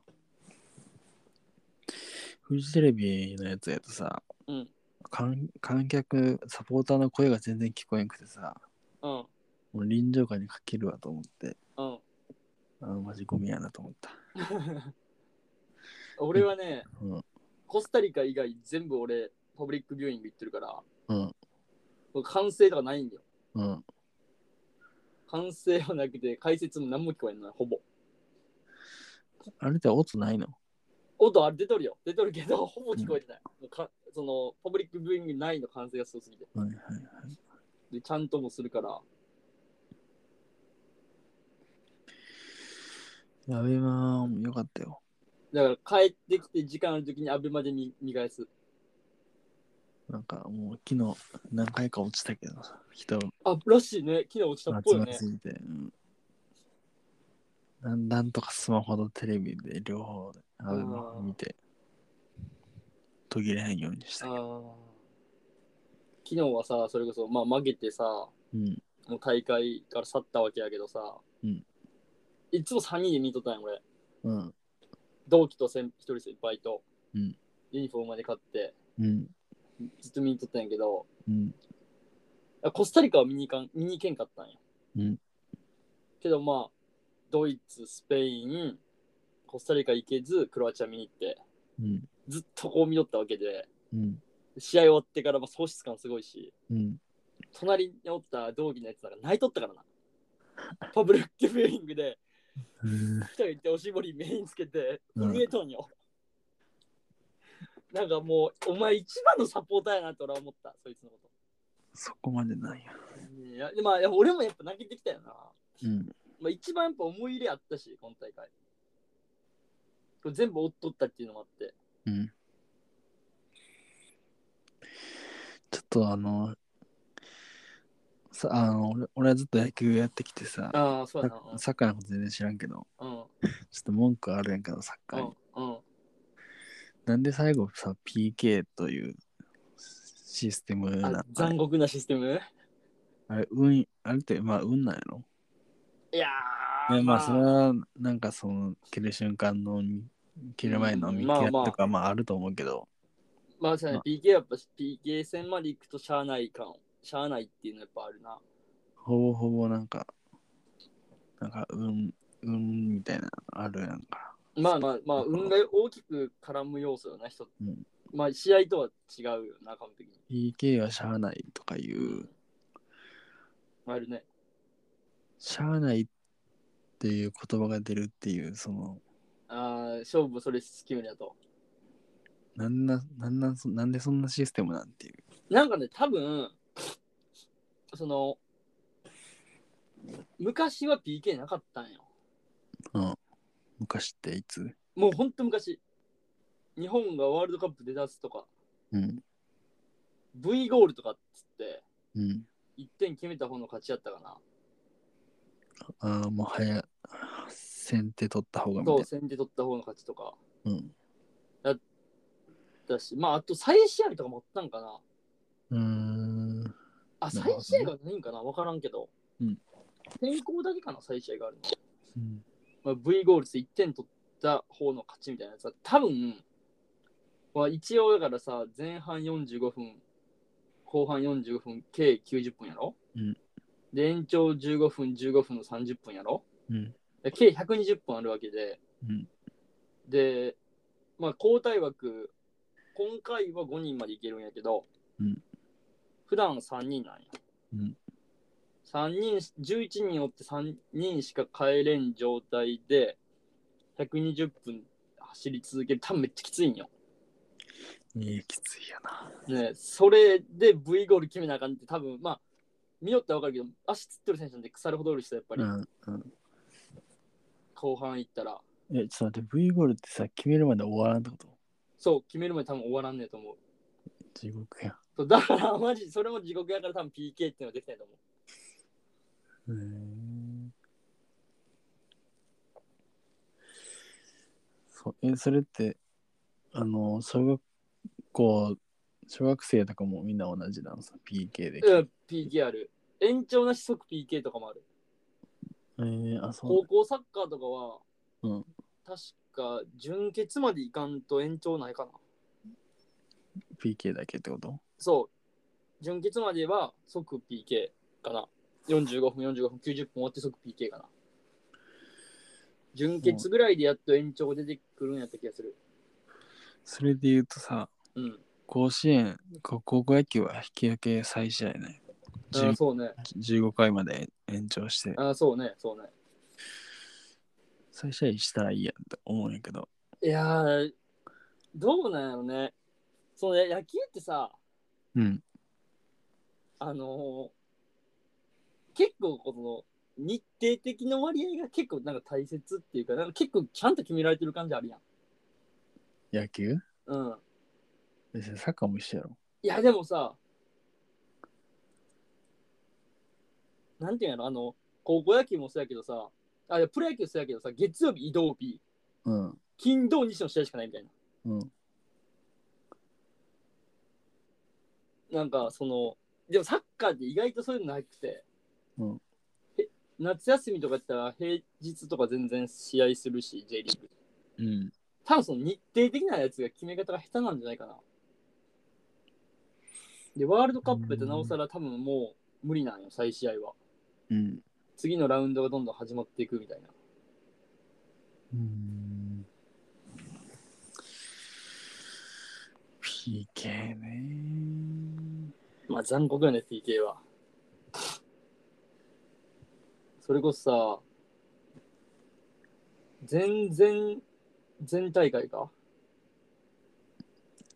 Speaker 2: フジテレビのやつやとさ、
Speaker 1: うん
Speaker 2: 観観客、サポーターの声が全然聞こえんくてさ、
Speaker 1: おー
Speaker 2: もう臨場感に欠けるわと思って、
Speaker 1: うん。うん。
Speaker 2: あのマジゴミやなと思った。
Speaker 1: 俺はね、
Speaker 2: うん
Speaker 1: コスタリカ以外全部俺、パブリックビューイング行ってるから、
Speaker 2: うん、
Speaker 1: 完成とかないんだよ。
Speaker 2: うん。
Speaker 1: 完成はなくて、解説も何も聞こえんの、ほぼ。
Speaker 2: あれって音ないの
Speaker 1: 音あれ出とるよ。出とるけ
Speaker 2: <laughs>
Speaker 1: ど、ほぼ聞こえてない。もうかその、パブリックビューイングないの完成がすごすぎて。
Speaker 2: はいはい。
Speaker 1: で、ちゃんともするから。
Speaker 2: やべえなーよかったよ。
Speaker 1: だから、帰ってきて時間あるときにアベまで見見返す。
Speaker 2: なんかもう昨日何回か落ちたけどさ、人
Speaker 1: あ、らしいね。昨日落ちたっぽい
Speaker 2: 集
Speaker 1: よ
Speaker 2: ま
Speaker 1: ね
Speaker 2: り。すぎて、うんなん。なんとかスマホとテレビで両方で、あ
Speaker 1: うん
Speaker 2: の見て、途切れへんようにし
Speaker 1: あ
Speaker 2: たけど。
Speaker 1: ー昨日はさ、それこそ、まあ、曲げてさ、
Speaker 2: うん。
Speaker 1: もう大会から去ったわけやけどさ、
Speaker 2: うん
Speaker 1: いつも3人で見とったんや、俺。
Speaker 2: うん。
Speaker 1: 同期と先一人先輩と、
Speaker 2: うん
Speaker 1: ユニフォームまで買って、
Speaker 2: うん。
Speaker 1: ずっと見に行っとったんやけど、
Speaker 2: うん。
Speaker 1: コスタリカは見に行かん見に行けんかったんや。
Speaker 2: うん
Speaker 1: けどまあ、ドイツ、スペイン、コスタリカ行けず、クロアチア見に行って、
Speaker 2: うん。
Speaker 1: ずっとこう見とったわけで、
Speaker 2: うん。
Speaker 1: 試合終わってからも喪失感すごいし、
Speaker 2: うん。
Speaker 1: 隣におった同期のやつなんか泣いとったから
Speaker 2: <laughs>
Speaker 1: な。パブリックビューイングで、
Speaker 2: うん
Speaker 1: 二人行っておしぼり目につけて、
Speaker 2: うん
Speaker 1: 震えとんよ。なんかもう、お前一番のサポーターやなって俺は思った、そいつのこ
Speaker 2: そこまでなんや。
Speaker 1: と。いや、でまあ、俺もやっぱ泣けてきたよな。
Speaker 2: うん。
Speaker 1: まあ、一番やっぱ思い入れあったし、今大会。これ全部追っとったっていうのもあって。
Speaker 2: うん。ちょっとあの、さあの俺俺はずっと野球やってきてさ、
Speaker 1: ああ、そうやな。
Speaker 2: ササッカーのこと全然知らんけど、
Speaker 1: うん。
Speaker 2: ちょっと文句あるやんけど、サッカーに。
Speaker 1: うん。うん。
Speaker 2: なんで最後さ、PK というシステムなの
Speaker 1: あ残酷なシステム
Speaker 2: あれ、運、あれって、まあ、運なんやろ
Speaker 1: いやー。
Speaker 2: ねまあ、それは、なんかその、蹴る瞬間の、蹴る前の見
Speaker 1: まあ
Speaker 2: 極め
Speaker 1: まあ
Speaker 2: とか、まあ、あると思うけど、
Speaker 1: まあそうやね、PK やっぱ PK 戦まで行くとしゃあない感、しゃあないっていうのやっぱあるな。
Speaker 2: ほぼほぼなんか、なんか、運、運みたいなのあるやんか。
Speaker 1: まあまあまあ、運が大きく絡む要素よな、人。
Speaker 2: うん
Speaker 1: まあ試合とは違うよな、完璧に。
Speaker 2: PK はしゃあないとかいう、
Speaker 1: あるね。
Speaker 2: しゃあないっていう言葉が出るっていう、その、
Speaker 1: ああ、勝負それ好きよりだと。
Speaker 2: なんな、なんなんそ、なんでそんなシステムなんていう。
Speaker 1: なんかね、多分、その、昔は PK なかったんよ。
Speaker 2: うん。昔っていつ
Speaker 1: もうほんと昔。日本がワールドカップ出だすとか、
Speaker 2: うん。
Speaker 1: V ゴールとかっつって、
Speaker 2: うん。
Speaker 1: 1点決めた方の勝ちやったかな。
Speaker 2: ああ、もう早、先手取った方がみたい
Speaker 1: そう、
Speaker 2: な。
Speaker 1: 先手取った方の勝ちとか
Speaker 2: うん。
Speaker 1: だし、まあ、あと再試合とかもあったんかな。
Speaker 2: うーん。
Speaker 1: あ、
Speaker 2: なるほどね
Speaker 1: 再試合がないんかなわからんけど。
Speaker 2: うん
Speaker 1: 先行だけかな、再試合があるの。
Speaker 2: うん。
Speaker 1: まあ、v ゴールで1点取った方の勝ちみたいなやつは、多分、まあ、一応だからさ、前半45分、後半45分、計90分やろ、
Speaker 2: うん
Speaker 1: で、延長15分、15分の30分やろ
Speaker 2: うん。
Speaker 1: で計120分あるわけで、
Speaker 2: うん。
Speaker 1: で、まあ、交代枠、今回は5人までいけるんやけど、
Speaker 2: うん
Speaker 1: 普段3人なんや。
Speaker 2: うん
Speaker 1: 3人し、11人おって3人しか帰れん状態で、120分走り続ける、多分めっちゃきついんよ。
Speaker 2: いや、きついよな。
Speaker 1: ねえそれで V ゴール決めなあかんって、多分まあ、見よったらわかるけど、足つってる選手なんて腐るほどおる人、やっぱり、
Speaker 2: うん。うん。
Speaker 1: 後半行ったら、
Speaker 2: え、ちょっと待って、V ゴールってさ、決めるまで終わらんってこと
Speaker 1: そう、決めるまで多分終わらんねえと思う。
Speaker 2: 地獄や。
Speaker 1: そうだから、 <laughs> マジ、それも地獄やから多分 PK っていうのはできないと思う。
Speaker 2: うーん。そえ、それって、あの、小学校、小学生とかもみんな同じなのさ、PK で。
Speaker 1: うん、PK ある。延長なし即 PK とかもある。
Speaker 2: えー、あ、そう
Speaker 1: 高校サッカーとかは、
Speaker 2: うん
Speaker 1: 確か準決までいかんと延長ないかな。
Speaker 2: PK だけってこと
Speaker 1: そう。準決までは即 PK かな。45分、45分、90分終わって即 PK かな。準決ぐらいでやっと延長出てくるんやった気がする。
Speaker 2: それで言うとさ、
Speaker 1: うん。
Speaker 2: 甲子園、こ高校野球は引き分け再試合ね。
Speaker 1: あ
Speaker 2: 10
Speaker 1: ーそうね。
Speaker 2: 15回まで延長して、
Speaker 1: あーそうね。そうね。
Speaker 2: 再試合したらいいやんって思うんやけど。
Speaker 1: いやー、どうなんやろね。そのね野球ってさ、
Speaker 2: うん。
Speaker 1: あのー結構この日程的な割合が結構なんか大切っていうか、なんか結構ちゃんと決められてる感じあるやん。
Speaker 2: 野球
Speaker 1: うん。
Speaker 2: 別にサッカーも一緒やろ。
Speaker 1: いや、でもさ、なんていうんやろ、あの、高校野球もそうやけどさ、あ、いやプロ野球もそうやけどさ、月曜日移動日、
Speaker 2: うん。
Speaker 1: 金土日の試合しかないみたいな。
Speaker 2: うん。
Speaker 1: なんかその、でもサッカーって意外とそういうのなくて、
Speaker 2: うん
Speaker 1: え夏休みとかやったら平日とか全然試合するし、J リーグ。
Speaker 2: うん。
Speaker 1: 多分その日程的なやつが決め方が下手なんじゃないかな。で、ワールドカップでなおさら多分もう無理なんよ、再試合は。
Speaker 2: うん。
Speaker 1: 次のラウンドがどんどん始まっていくみたいな。
Speaker 2: うーん TK ね。
Speaker 1: まあ残酷よね、TK は。それこそさ、全然、全大会か。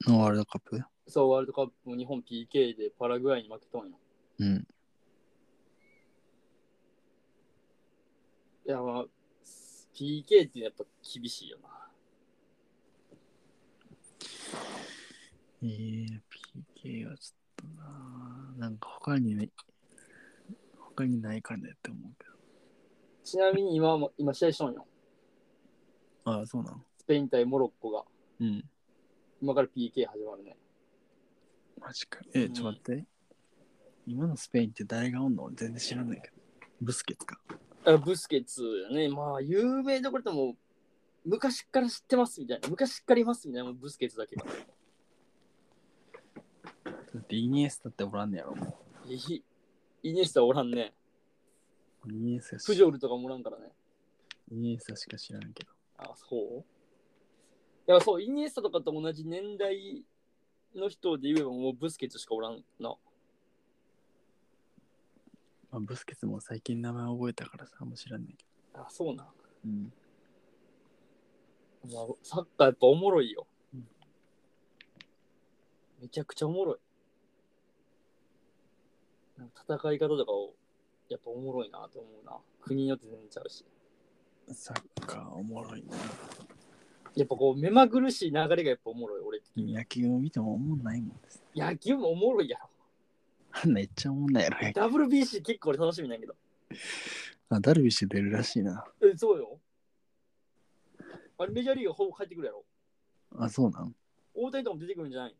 Speaker 2: のワールドカップ
Speaker 1: そう、ワールドカップも日本 PK でパラグアイに負けとんよ。
Speaker 2: うん。
Speaker 1: いや、まあ、PK ってやっぱ厳しいよな。
Speaker 2: えー、PK はちょっとな。なんか他にね、他にないかねって思うけ
Speaker 1: ちなみに今も、今試合しとんよ。
Speaker 2: ど。ああ、そうなの
Speaker 1: スペイン対モロッコが。
Speaker 2: うん。
Speaker 1: 今から PK 始まるね。
Speaker 2: マジか。え、ちょっと待って。今のスペインって誰がおんの俺全然知らないけど。ブスケツか。
Speaker 1: あブスケツやね。まあ、有名どころともう、昔から知ってますみたいな。昔からいますみたいな、もうブスケツ <laughs> だけが。
Speaker 2: だってイニエスタっておらんねやろ、も
Speaker 1: いいイニエスタおらんね。
Speaker 2: う。イニエスタし
Speaker 1: プジョルとかもおらんからね。
Speaker 2: イニエスタしか知らんけど。
Speaker 1: あ、そういや、そう、イニエスタとかと同じ年代の人で言えばもうブスケツしかおらんな。
Speaker 2: まあ、ブスケツも最近名前覚えたからさ、あんま知らんねんけ
Speaker 1: あ、そうな。
Speaker 2: ど。うん。
Speaker 1: まあサッカーやっぱおもろいよ
Speaker 2: うん。
Speaker 1: めちゃくちゃおもろい。なんか戦い方とかをやっぱおもろいなと思うな。国によって全然ちゃうし。
Speaker 2: サッカーおもろいな。
Speaker 1: やっぱこう目まぐるしい流れがやっぱおもろい、俺的に。
Speaker 2: 野球も見てもおもんないもんです。
Speaker 1: 野球もおもろいやろ。
Speaker 2: あ <laughs> んなめっちゃおもんないやろ。野球
Speaker 1: WBC 結構俺楽しみなんやけど。
Speaker 2: あ、ダルビッシュ出るらしいな。
Speaker 1: え、そうよ。あれメジャーリーガーほぼ帰ってくるやろ。
Speaker 2: あ、そうなん
Speaker 1: 大谷とかも出てくるんじゃない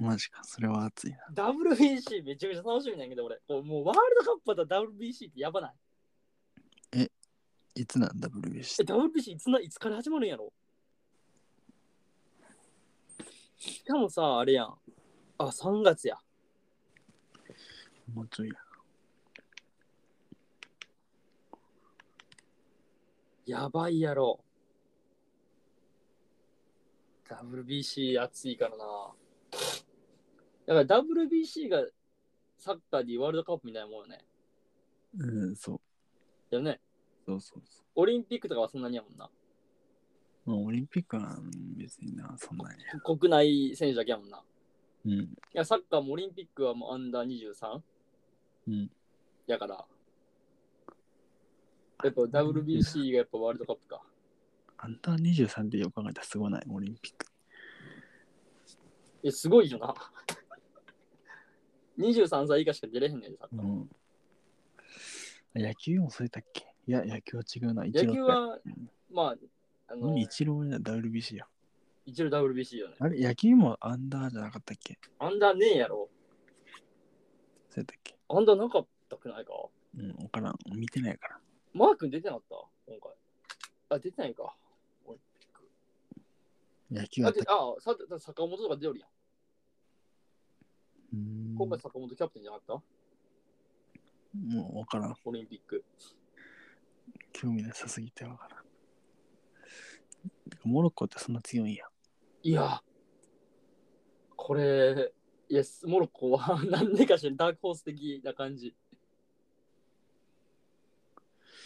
Speaker 2: マジか。それは熱いな。
Speaker 1: ?WBC めちゃくちゃ楽しみなんやけど俺。こうもうワールドカップだったら WBC ってやばない。
Speaker 2: いつなんだ、
Speaker 1: え、
Speaker 2: WBC。
Speaker 1: WBC いつないつから始まるんやろしかもさ、あれやん。あ、3月や。
Speaker 2: もうちょいや。
Speaker 1: やばいやろ。WBC 暑いからな。だから WBC がサッカーでワールドカップみたいなもんよね。
Speaker 2: うん、そう。
Speaker 1: だよね。
Speaker 2: そうそうそ
Speaker 1: オリンピックとかはそんなにやもんな。
Speaker 2: う。まあ、オリンピックはうん別にな、そんなに。
Speaker 1: 国内選手だけやもんな。い
Speaker 2: うん。
Speaker 1: や、サッカーもオリンピックはもうアンダー 23?
Speaker 2: うん。
Speaker 1: やから。やっぱ WBC がやっぱワールドカップか。
Speaker 2: アンダー23でよく考えたらすごない、オリンピック。
Speaker 1: え、すごいよな。23歳以下しか出れへんねん、サッカー。
Speaker 2: うん。野球もそうやったっけいや、野球は違うな。
Speaker 1: 野球は
Speaker 2: ん、
Speaker 1: まあ、あの、
Speaker 2: イチローや WBC や。
Speaker 1: 一応 WBC よね。
Speaker 2: あれ、野球もアンダーじゃなかったっけ
Speaker 1: アンダーねえやろ。
Speaker 2: そうやったっけ
Speaker 1: アンダーなかったくないか
Speaker 2: うん、わからん。見てないから。
Speaker 1: マー君出てなかった今回。あ、出てないか。オリンピック
Speaker 2: 野球
Speaker 1: だ
Speaker 2: は
Speaker 1: って、あ、さ坂本とか出よるやん。
Speaker 2: うん
Speaker 1: 今回坂本キャプテンじゃなかった
Speaker 2: もうわからん。
Speaker 1: オリンピック。
Speaker 2: 興味なさすぎてわからん。てかモロッコってそんな強いんや。
Speaker 1: いや、これ、イエス、モロッコは何でかしらダークホース的な感じ。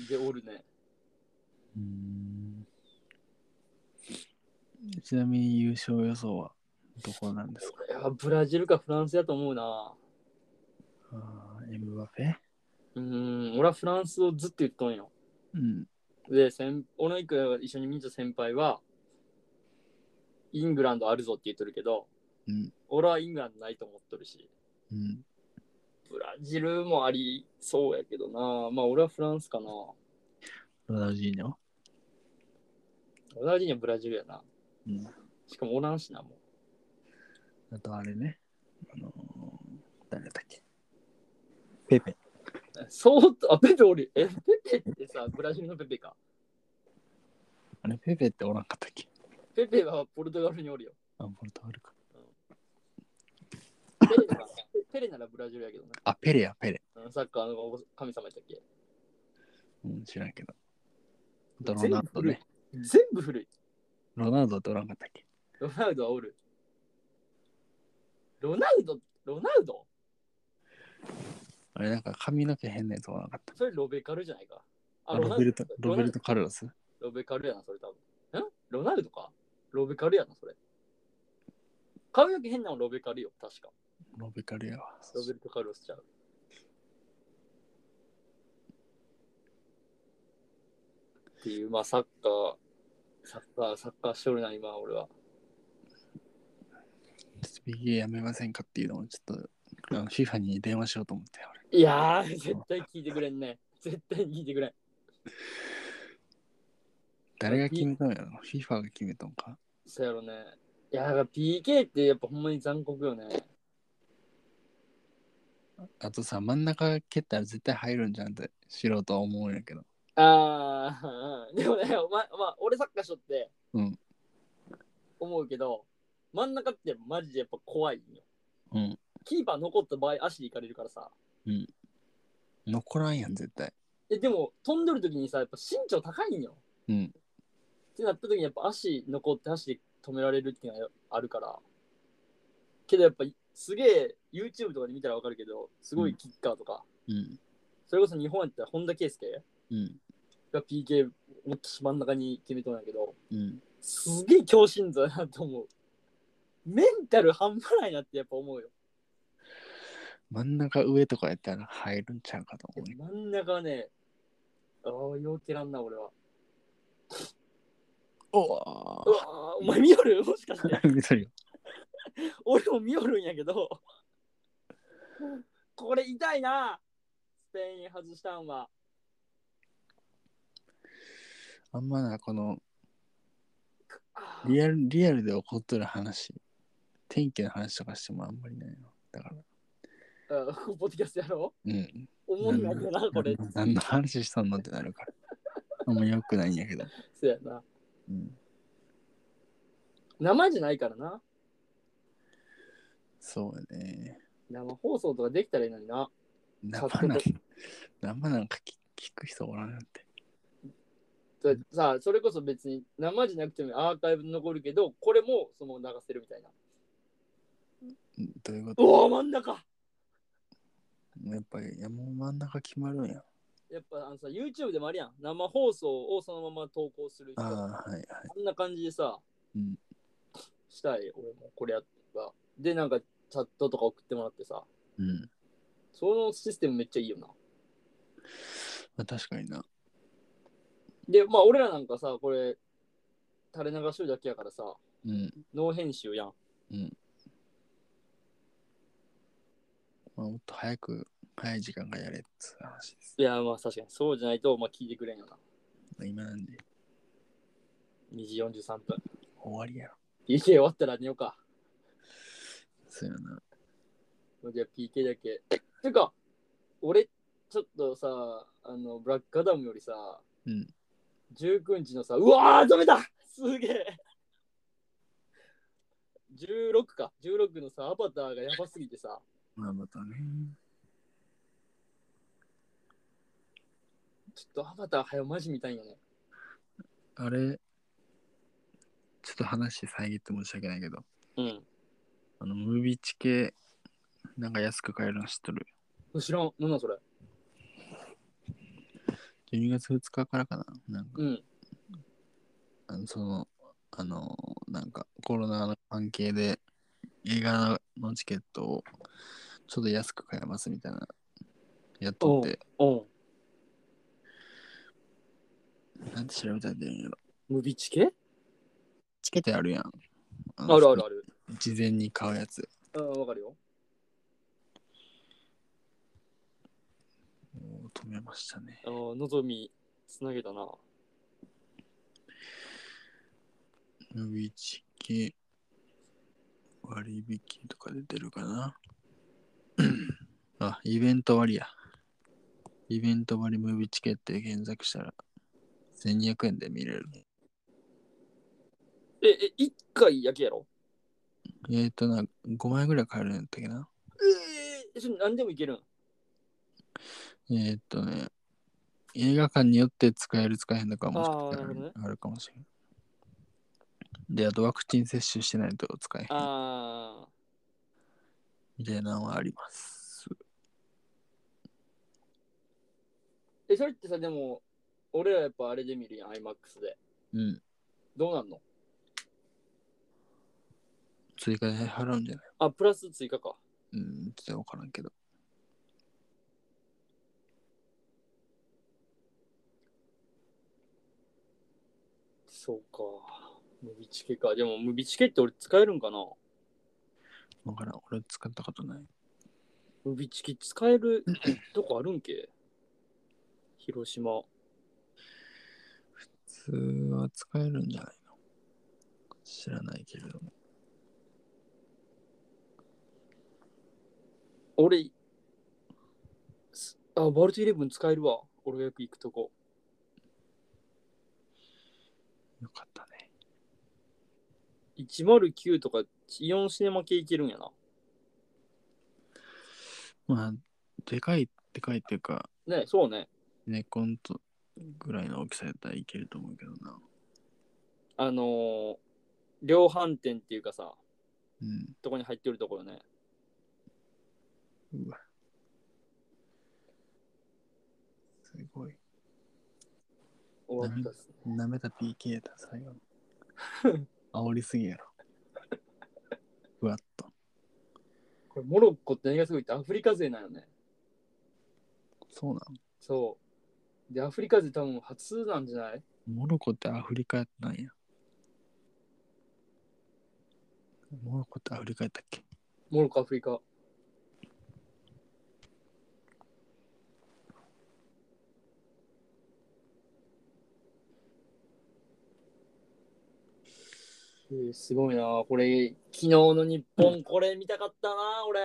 Speaker 1: で、おるね。
Speaker 2: うん。ちなみに優勝予想はどこなんですか
Speaker 1: これはブラジルかフランスやと思うな。
Speaker 2: あーエムバペ
Speaker 1: うーん、俺はフランスをずっと言っとんよ。
Speaker 2: うん。
Speaker 1: で、先俺の一個一緒に見た先輩は、イングランドあるぞって言っとるけど、
Speaker 2: うん。
Speaker 1: 俺はイングランドないと思っとるし、
Speaker 2: うん。
Speaker 1: ブラジルもありそうやけどな。まあ、俺はフランスかな。
Speaker 2: ロナウジーニョ
Speaker 1: 同じにはブラジルやな。
Speaker 2: うん。
Speaker 1: しかもおらんしな、もう。
Speaker 2: あとあれね。あのー、誰だったっけペペ。
Speaker 1: そうと、あ、ペペおる。え、ペペってさ、ブラジルのペペか。
Speaker 2: あれ、ペペっておらんかったっけ
Speaker 1: ペペはポルトガルにおるよ。
Speaker 2: あ、ポルトガルか。
Speaker 1: ペレならペレならブラジルやけどな
Speaker 2: あ、ペレや、ペレ。。
Speaker 1: うんサッカーの神様やったっけ
Speaker 2: うん、知らんけど。あとロナウドね。
Speaker 1: 全部古い。
Speaker 2: ロナウドっておらんかったっけ
Speaker 1: ロナウドはおる。ロナウド、ロナウド
Speaker 2: あれなんか髪の毛変なやつおらなかった。
Speaker 1: それロベカルじゃないか。
Speaker 2: あロベルト、ロベルト・カル
Speaker 1: ロ
Speaker 2: ロス。
Speaker 1: ロベカルやな、それ多分。んロナウドかロベカルやな、それ。髪の毛変なのロベカルよ、確か。
Speaker 2: ロベカルやわ。
Speaker 1: ロベルト・カルロスちゃう。っていう、まあ、サッカー、サッカー、サッカーしとるな、今、俺は。
Speaker 2: スピゲーやめませんかっていうのをちょっと、あの FIFA に電話しようと思って、俺。
Speaker 1: いやー、絶対聞いてくれんね。絶対聞いてくれん。
Speaker 2: 誰が決めたんやろ ?FIFA が決めたんか
Speaker 1: そうやろね。いや、だから PK ってやっぱほんまに残酷よね。
Speaker 2: あとさ、真ん中蹴ったら絶対入るんじゃんって素人は思うんやけど。
Speaker 1: ああ、でもね、ま、まあ、俺サッカーしとって
Speaker 2: うん
Speaker 1: 思うけど、真ん中ってマジでやっぱ怖いんよ。
Speaker 2: うん。
Speaker 1: キーパー残った場合、足でいかれるからさ。
Speaker 2: 残らんやん、絶対。
Speaker 1: え、でも、飛んでる時にさ、やっぱ身長高いんよ。
Speaker 2: うん。
Speaker 1: ってなった時にやっぱ足残って足で止められるっていうのはあるから。けどやっぱすげえ YouTube とかで見たらわかるけど、すごいキッカーとか、
Speaker 2: うん。
Speaker 1: それこそ日本やったら本田圭佑
Speaker 2: うん。
Speaker 1: が PK もっと真ん中に決めとんやけど、
Speaker 2: うん。
Speaker 1: すげえ強心臓やなと思う。メンタル半端ないなってやっぱ思うよ。
Speaker 2: 真ん中上とかやったら入るんちゃうかと思うね。
Speaker 1: 真ん中はね、ああ、ようけらんな俺は。う
Speaker 2: お
Speaker 1: わあ、お前見よるもしかして。
Speaker 2: <laughs> 見とるよ。
Speaker 1: 俺も見よるんやけど、これ痛いな。スペイン外したんは。
Speaker 2: あんまな、この
Speaker 1: あー
Speaker 2: リアル、リアルで起こっとる話、天気の話とかしてもあんまりないの。だから、
Speaker 1: あーポッドキャストやろ
Speaker 2: うん。
Speaker 1: う思うんやけどな、これ。
Speaker 2: 何の話したんのってなるから。 <laughs> あんま良くないんやけど。
Speaker 1: そうやな。
Speaker 2: うん。
Speaker 1: 生じゃないからな。
Speaker 2: そうやね。
Speaker 1: 生放送とかできたらいいのにな。
Speaker 2: 生なんか、生なんか聞聞く人おらんなんて。
Speaker 1: それさあそれこそ別に生じゃなくてもアーカイブに残るけどこれもその流せるみたいな
Speaker 2: うんどういうこと
Speaker 1: おお真ん中
Speaker 2: やっぱり、いやもう真ん中決まるんや。
Speaker 1: やっぱあのさ YouTube でもあるやん生放送をそのまま投稿する
Speaker 2: あ
Speaker 1: 人
Speaker 2: あ、
Speaker 1: こ
Speaker 2: はいはい。
Speaker 1: んな感じでさ、
Speaker 2: うん
Speaker 1: したい俺もこれやったらでなんかチャットとか送ってもらってさ
Speaker 2: うん。
Speaker 1: そのシステムめっちゃいいよな
Speaker 2: まあ、確かにな。
Speaker 1: でまあ俺らなんかさこれ垂れ流しるだけやからさ
Speaker 2: うん。
Speaker 1: ノー編集やん
Speaker 2: まあ、もっと早く、早い時間がやれっていう話です。
Speaker 1: いやまあ確かにそうじゃないとまあ聞いてくれんよな
Speaker 2: まあ、今なんで、
Speaker 1: 2時43分
Speaker 2: 終わりやろ。
Speaker 1: PK 終わったら寝ようか
Speaker 2: そうやな。
Speaker 1: じゃあ PK だけ。てか、俺、ちょっとさ、あの、ブラックアダムよりさ、
Speaker 2: うん
Speaker 1: 19日のさ、うわー止めた <laughs> すげえ !16 か、16のさ、アバターがやばすぎてさ、
Speaker 2: まあ、またね。
Speaker 1: ちょっとアバター早マジ見たいんよね。
Speaker 2: あれ、ちょっと話遮って申し訳ないけど、
Speaker 1: う
Speaker 2: あの、ムービーチ系、なんか安く買えるの知っとる。
Speaker 1: ん。知らん、なんなんそれ。
Speaker 2: 12月2日からかな。なんか、
Speaker 1: うん。
Speaker 2: あのその、あの、なんか、コロナの関係で、映画のチケットを、ちょっと安く買えますみたいな、やっとって、
Speaker 1: うん。
Speaker 2: なんて調べたら出るんやろ
Speaker 1: ムビチ系
Speaker 2: チケットあるやん。あ
Speaker 1: あ
Speaker 2: の
Speaker 1: るあるある。
Speaker 2: 事前に買うやつ。
Speaker 1: うん、わかるよ。
Speaker 2: もう止めましたね。
Speaker 1: あーのぞみ、つなげたな。
Speaker 2: ムビチケ割引とかで出るかな。 <clears throat> あ、イベント割や。イベント割ムービーチケットで検索したら1200円で見れる。
Speaker 1: え、え、1回だけやろ
Speaker 2: えっ、ー、とな、5枚ぐらい買えるんやったっけな。
Speaker 1: えー、それ何でもいけるん
Speaker 2: えっ、ー、とね、映画館によって使える使えへんのかもし
Speaker 1: あー
Speaker 2: かした
Speaker 1: なるほどね
Speaker 2: らあるかもしれない。で、あとワクチン接種してないと使えへん。
Speaker 1: あ
Speaker 2: みたいなのはあります。
Speaker 1: え、それってさ、でも、俺らやっぱあれで見るやん、IMAX で。
Speaker 2: うん。
Speaker 1: どうなんの
Speaker 2: 追加で払うんじゃない
Speaker 1: あ、プラス追加か。
Speaker 2: うん、ちょっとわからんけど。
Speaker 1: そうか。ムビチケか。でも、ムビチケって俺使えるんかな
Speaker 2: わからん。俺使ったことない。
Speaker 1: ムビチケ使え <laughs> るとこあるんけ広島。
Speaker 2: 普通は使えるんじゃないの知らないけれども。
Speaker 1: 俺、すあ、バルトイレブン使えるわ。俺がよく行くとこ。
Speaker 2: よかったね。
Speaker 1: 109とかイオンシネマ系行けるんやな。
Speaker 2: まあ、でかい、でかいっていうか、
Speaker 1: ねそうね。
Speaker 2: ネコンとぐらいの大きさやったらいけると思うけどな。
Speaker 1: あのー、量販店っていうかさ、
Speaker 2: うん。
Speaker 1: とこに入ってるところね。
Speaker 2: うわ。すごい。
Speaker 1: 終わったっすね。
Speaker 2: 舐めた PK だ、最後の。煽りすぎやろ。ふわっと。
Speaker 1: これ、モロッコって何がすごいってアフリカ勢なんよね。
Speaker 2: そうな
Speaker 1: そう。で、アフリカ勢多分初なんじゃない
Speaker 2: のモロコってアフリカやったんや。モロコってアフリカやったっけ
Speaker 1: モロッコ、アフリカ。えーすごいなこれ昨日の日本これ見たかったな俺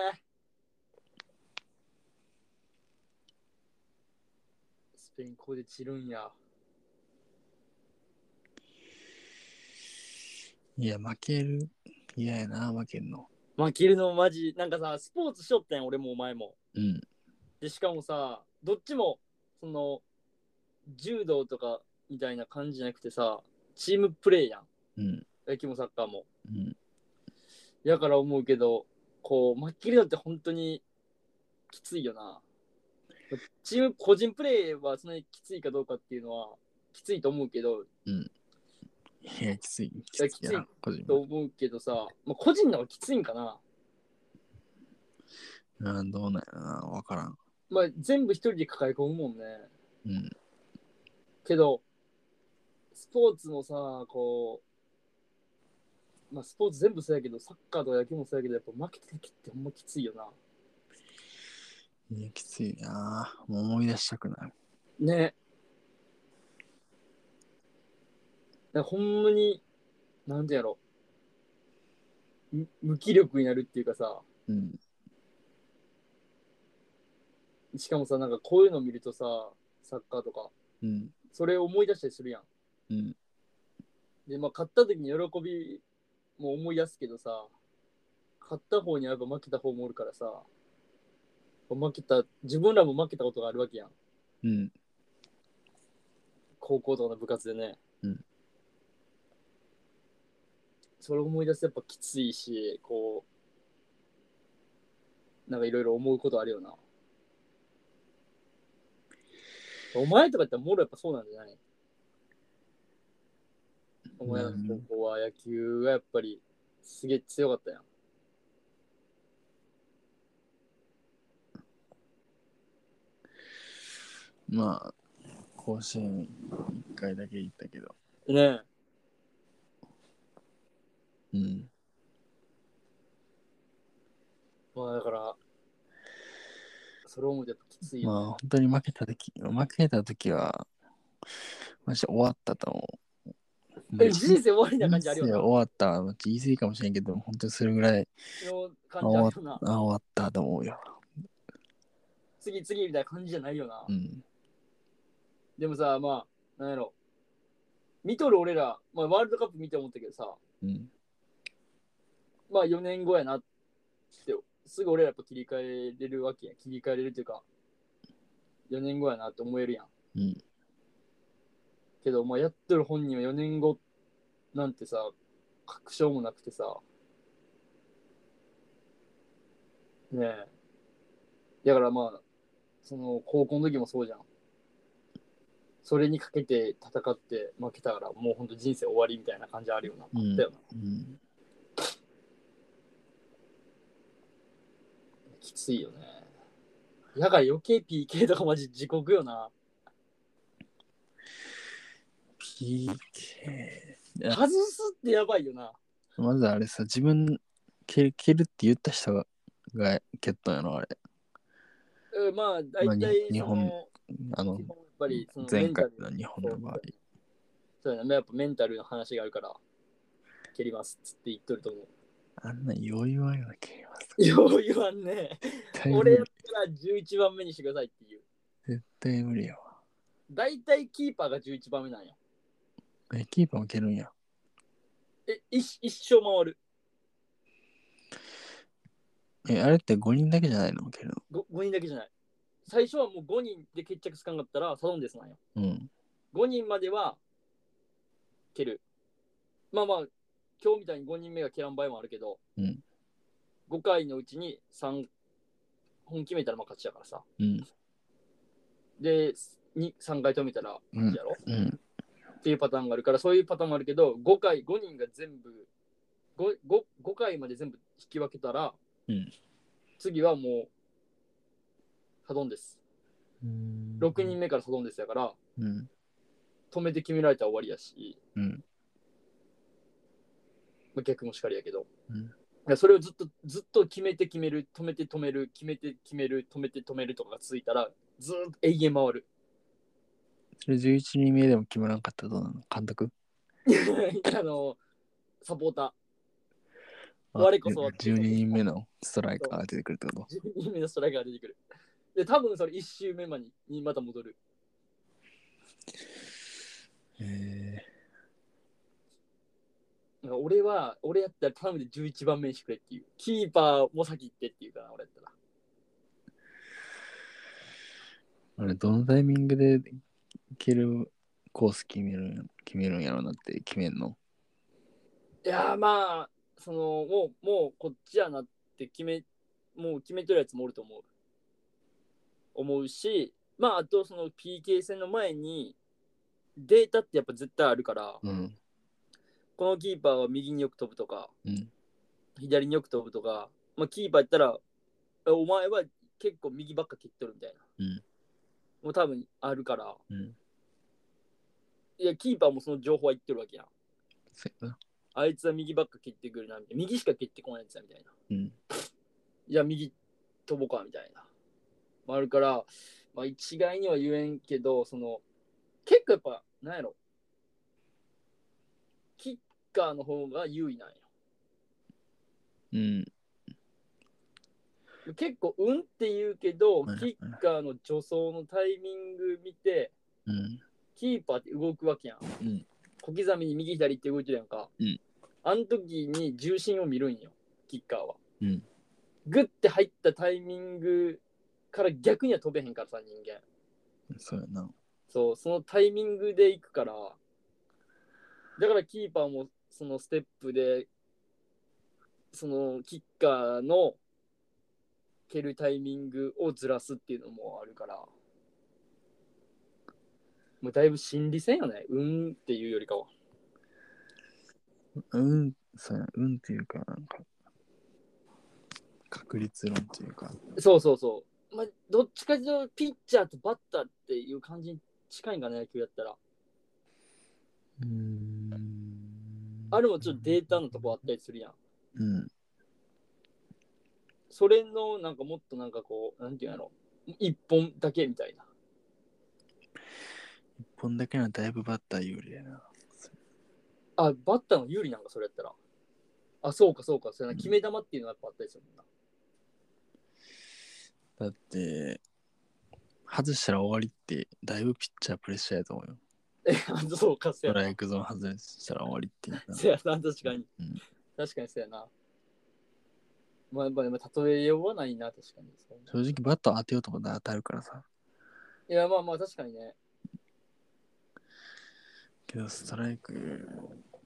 Speaker 1: スペインここで散るんや
Speaker 2: いや、負ける。嫌やな、負けんの。
Speaker 1: 負けるのマジなんかさスポーツしよったやん俺もお前も
Speaker 2: うん。
Speaker 1: でしかもさどっちもその柔道とかみたいな感じじゃなくてさチームプレーやん
Speaker 2: うん。
Speaker 1: 野球もサッカーも
Speaker 2: うん。
Speaker 1: やから思うけどこう負けるのって本当にきついよなチーム個人プレーはそんなにきついかどうかっていうのはきついと思うけど
Speaker 2: いや、きつい。き
Speaker 1: や
Speaker 2: ついやな。個人
Speaker 1: と思うけどさ、まあ、個人の方がきついんかな、
Speaker 2: うん、どうなんやろな、わからん。
Speaker 1: まあ、全部一人で抱え込むもんね
Speaker 2: うん。
Speaker 1: けどスポーツもさこうまあスポーツ全部そうやけどサッカーとか野球もそうやけどやっぱ負けた時ってほんまきついよない
Speaker 2: や、きついな。もう思い出したくない。
Speaker 1: ねだからほんまになんでやろむ無気力になるっていうかさ
Speaker 2: うん。
Speaker 1: しかもさなんかこういうの見るとさサッカーとか
Speaker 2: うん。
Speaker 1: それを思い出したりするやん
Speaker 2: うん。
Speaker 1: でまあ勝った時に喜びも思い出すけどさ勝った方にやっぱ負けた方もおるからさ負けた自分らも負けたことがあるわけやん
Speaker 2: うん。
Speaker 1: 高校とかの部活でね、
Speaker 2: うん
Speaker 1: それを思い出すとやっぱきついしこうなんかいろいろ思うことあるよなお前とかやってもろやっぱそうなんじゃないお前らの高校は野球がやっぱりすげえ強かったやん
Speaker 2: まあ、甲子園一回だけ行ったけど。
Speaker 1: ねえ
Speaker 2: うん。
Speaker 1: まあだからそれを思うとやっぱきつい
Speaker 2: まあ
Speaker 1: よ、、
Speaker 2: 本当に負けたとき、負けたときは、マジで終わったと思う。
Speaker 1: え人生終わりな感じあるよ
Speaker 2: 人
Speaker 1: な
Speaker 2: 生終わった。まあ言い過ぎかもしれんけど、本当にそれぐらい、
Speaker 1: の感じあるよな
Speaker 2: あ、終わったと思うよ。
Speaker 1: 次次みたいな感じじゃないよな、
Speaker 2: うん。
Speaker 1: でもさまあなんやろ見とる俺ら、まあ、ワールドカップ見て思ったけどさ
Speaker 2: うん。
Speaker 1: まあ4年後やなってすぐ俺らやっぱ切り替えれるわけや切り替えれるっていうか4年後やなって思えるやん
Speaker 2: うん。
Speaker 1: けど、まあ、やってる本人は4年後なんてさ確証もなくてさねえ。だからまあ、その高校の時もそうじゃん。それにかけて戦って負けたから、もう本当人生終わりみたいな感じあるよな。
Speaker 2: うん
Speaker 1: だよな
Speaker 2: うん。
Speaker 1: きついよね。だから余計 PK とかマジ地獄よな。
Speaker 2: PK。いや
Speaker 1: 外すってやばいよな。
Speaker 2: まずあれさ、自分蹴る蹴るって言った人がが蹴ったんやろ、あれ。
Speaker 1: うんまあ、大
Speaker 2: まあ
Speaker 1: 体
Speaker 2: に
Speaker 1: その、
Speaker 2: 日あの
Speaker 1: 基、本やっぱりそのメ
Speaker 2: 前
Speaker 1: ンタ
Speaker 2: 回
Speaker 1: ル
Speaker 2: の日本の場合。
Speaker 1: そうやな、やっぱメンタルの話があるから、蹴りますっつって言っとる
Speaker 2: <laughs>
Speaker 1: と思う。
Speaker 2: あんな余裕あるような蹴ります。
Speaker 1: よう言わんね。
Speaker 2: 絶対無
Speaker 1: 俺
Speaker 2: 理
Speaker 1: やったら11番目にしてくださいっていう。
Speaker 2: 絶対無理よ。
Speaker 1: 大体キーパーが11番目なんよ。
Speaker 2: え、キーパーも蹴るんや。
Speaker 1: え、一一生回る。
Speaker 2: え、あれって5人だけじゃないの蹴るの。
Speaker 1: 5, 人だけじゃない。最初はもう5人で決着つかんかったらサドンデスなんよ。
Speaker 2: うん。
Speaker 1: 5人までは蹴る。まあまあ、今日みたいに5人目が蹴らん場合もあるけど、
Speaker 2: うん
Speaker 1: 5回のうちに3本決めたらまあ勝ちだからさ。
Speaker 2: うん。
Speaker 1: で、に3回止めたら勝ちやろ、
Speaker 2: うん。
Speaker 1: っていうパターンがあるから、そういうパターンもあるけど、5回、5人が全部、5, 5, 5回まで全部引き分けたら、
Speaker 2: うん
Speaker 1: 次はもう、サドンデス。
Speaker 2: うん
Speaker 1: 6人目からサドンデスやから、
Speaker 2: うん。
Speaker 1: 止めて決められたら終わりやし、
Speaker 2: うん。
Speaker 1: まあ、逆もしかりやけど、
Speaker 2: うん
Speaker 1: だからそれをずっとずっと決めて決める止めて止める決めて決める止めて止めるとかがついたらずーっと永遠回る <laughs>
Speaker 2: それ11人目でも決まらんかったらどうなの監督
Speaker 1: あのサポータあ我こそは
Speaker 2: 12人目のストライカーが出てくるってこと
Speaker 1: ー12人目のストライカーが出てくるで多分それ1周目までにまた戻る
Speaker 2: へえ
Speaker 1: なんか俺は俺やったら頼むで11番目にしてくれっていうキーパーも先行ってっていうから俺やったら
Speaker 2: あれどのタイミングで蹴るコース決めるんや決めるんやろうなって決めんの
Speaker 1: いやーまあそのもうもうこっちやなって決めもう決めてるやつもおると思う思うしまああとその PK 戦の前にデータってやっぱ絶対あるから
Speaker 2: うん
Speaker 1: このキーパーは右によく飛ぶとか
Speaker 2: うん
Speaker 1: 左によく飛ぶとか、まあ、キーパーやったらえお前は結構右ばっか蹴っとるみたいな、
Speaker 2: うん
Speaker 1: もう多分あるから
Speaker 2: うん
Speaker 1: いやキーパーもその情報は言ってるわけやん
Speaker 2: そうやな
Speaker 1: あいつは右ばっか蹴ってくるなみたいな右しか蹴ってこないやつだみたいな
Speaker 2: うん
Speaker 1: じゃあ右飛ぼうかみたいな。まあ、あるから、まあ、一概には言えんけど、その、結構やっぱ、なんやろ。キッカーの方が優位なんよ。
Speaker 2: うん
Speaker 1: 結構、うんって言うけど
Speaker 2: はい、
Speaker 1: キッカーの助走のタイミング見て、
Speaker 2: うん
Speaker 1: キーパーって動くわけやん。
Speaker 2: ん
Speaker 1: 小刻みに右左って動いてるやんか。
Speaker 2: うん
Speaker 1: あの時に重心を見るんよ、キッカーは。
Speaker 2: うん
Speaker 1: グッて入ったタイミングから逆には飛べへんからさ、人間。
Speaker 2: そうやな
Speaker 1: そう、そのタイミングで行くから、だからキーパーもそのステップで、そのキッカーの蹴るタイミングをずらすっていうのもあるから、もうだいぶ心理戦よね。うんっていうよりかは。
Speaker 2: うんそうやうんっていうかなんか確率論というか
Speaker 1: そうそうそう。まあ、どっちかというと、ピッチャーとバッターっていう感じに近いんかな、野球やったら。
Speaker 2: うん
Speaker 1: あれもちょっとデータのとこあったりするやん。
Speaker 2: うん
Speaker 1: それのなんかもっとなんかこうなんていうんやろ一本だけみたいな
Speaker 2: 一本だけならだいぶバッター有利やな
Speaker 1: あバッターの有利なんかそれやったらあそうかそうかそれな
Speaker 2: うん
Speaker 1: 決め球っていうのはやっぱあったりするもんな、
Speaker 2: だって、外したら終わりって、だいぶピッチャープレッシャーやと思うよ。
Speaker 1: えそうか
Speaker 2: ス
Speaker 1: そう
Speaker 2: ト
Speaker 1: や
Speaker 2: ラ
Speaker 1: な <laughs>
Speaker 2: イクゾーン外したら終わりっていう
Speaker 1: そうやな確かに、
Speaker 2: うん
Speaker 1: 確かにそうやなまあやっぱでも例えようはないな確かにそうね
Speaker 2: 正直、バット当てようと思ったら当たるからさ。
Speaker 1: いやまあまあ確かにね
Speaker 2: けど、ストライク、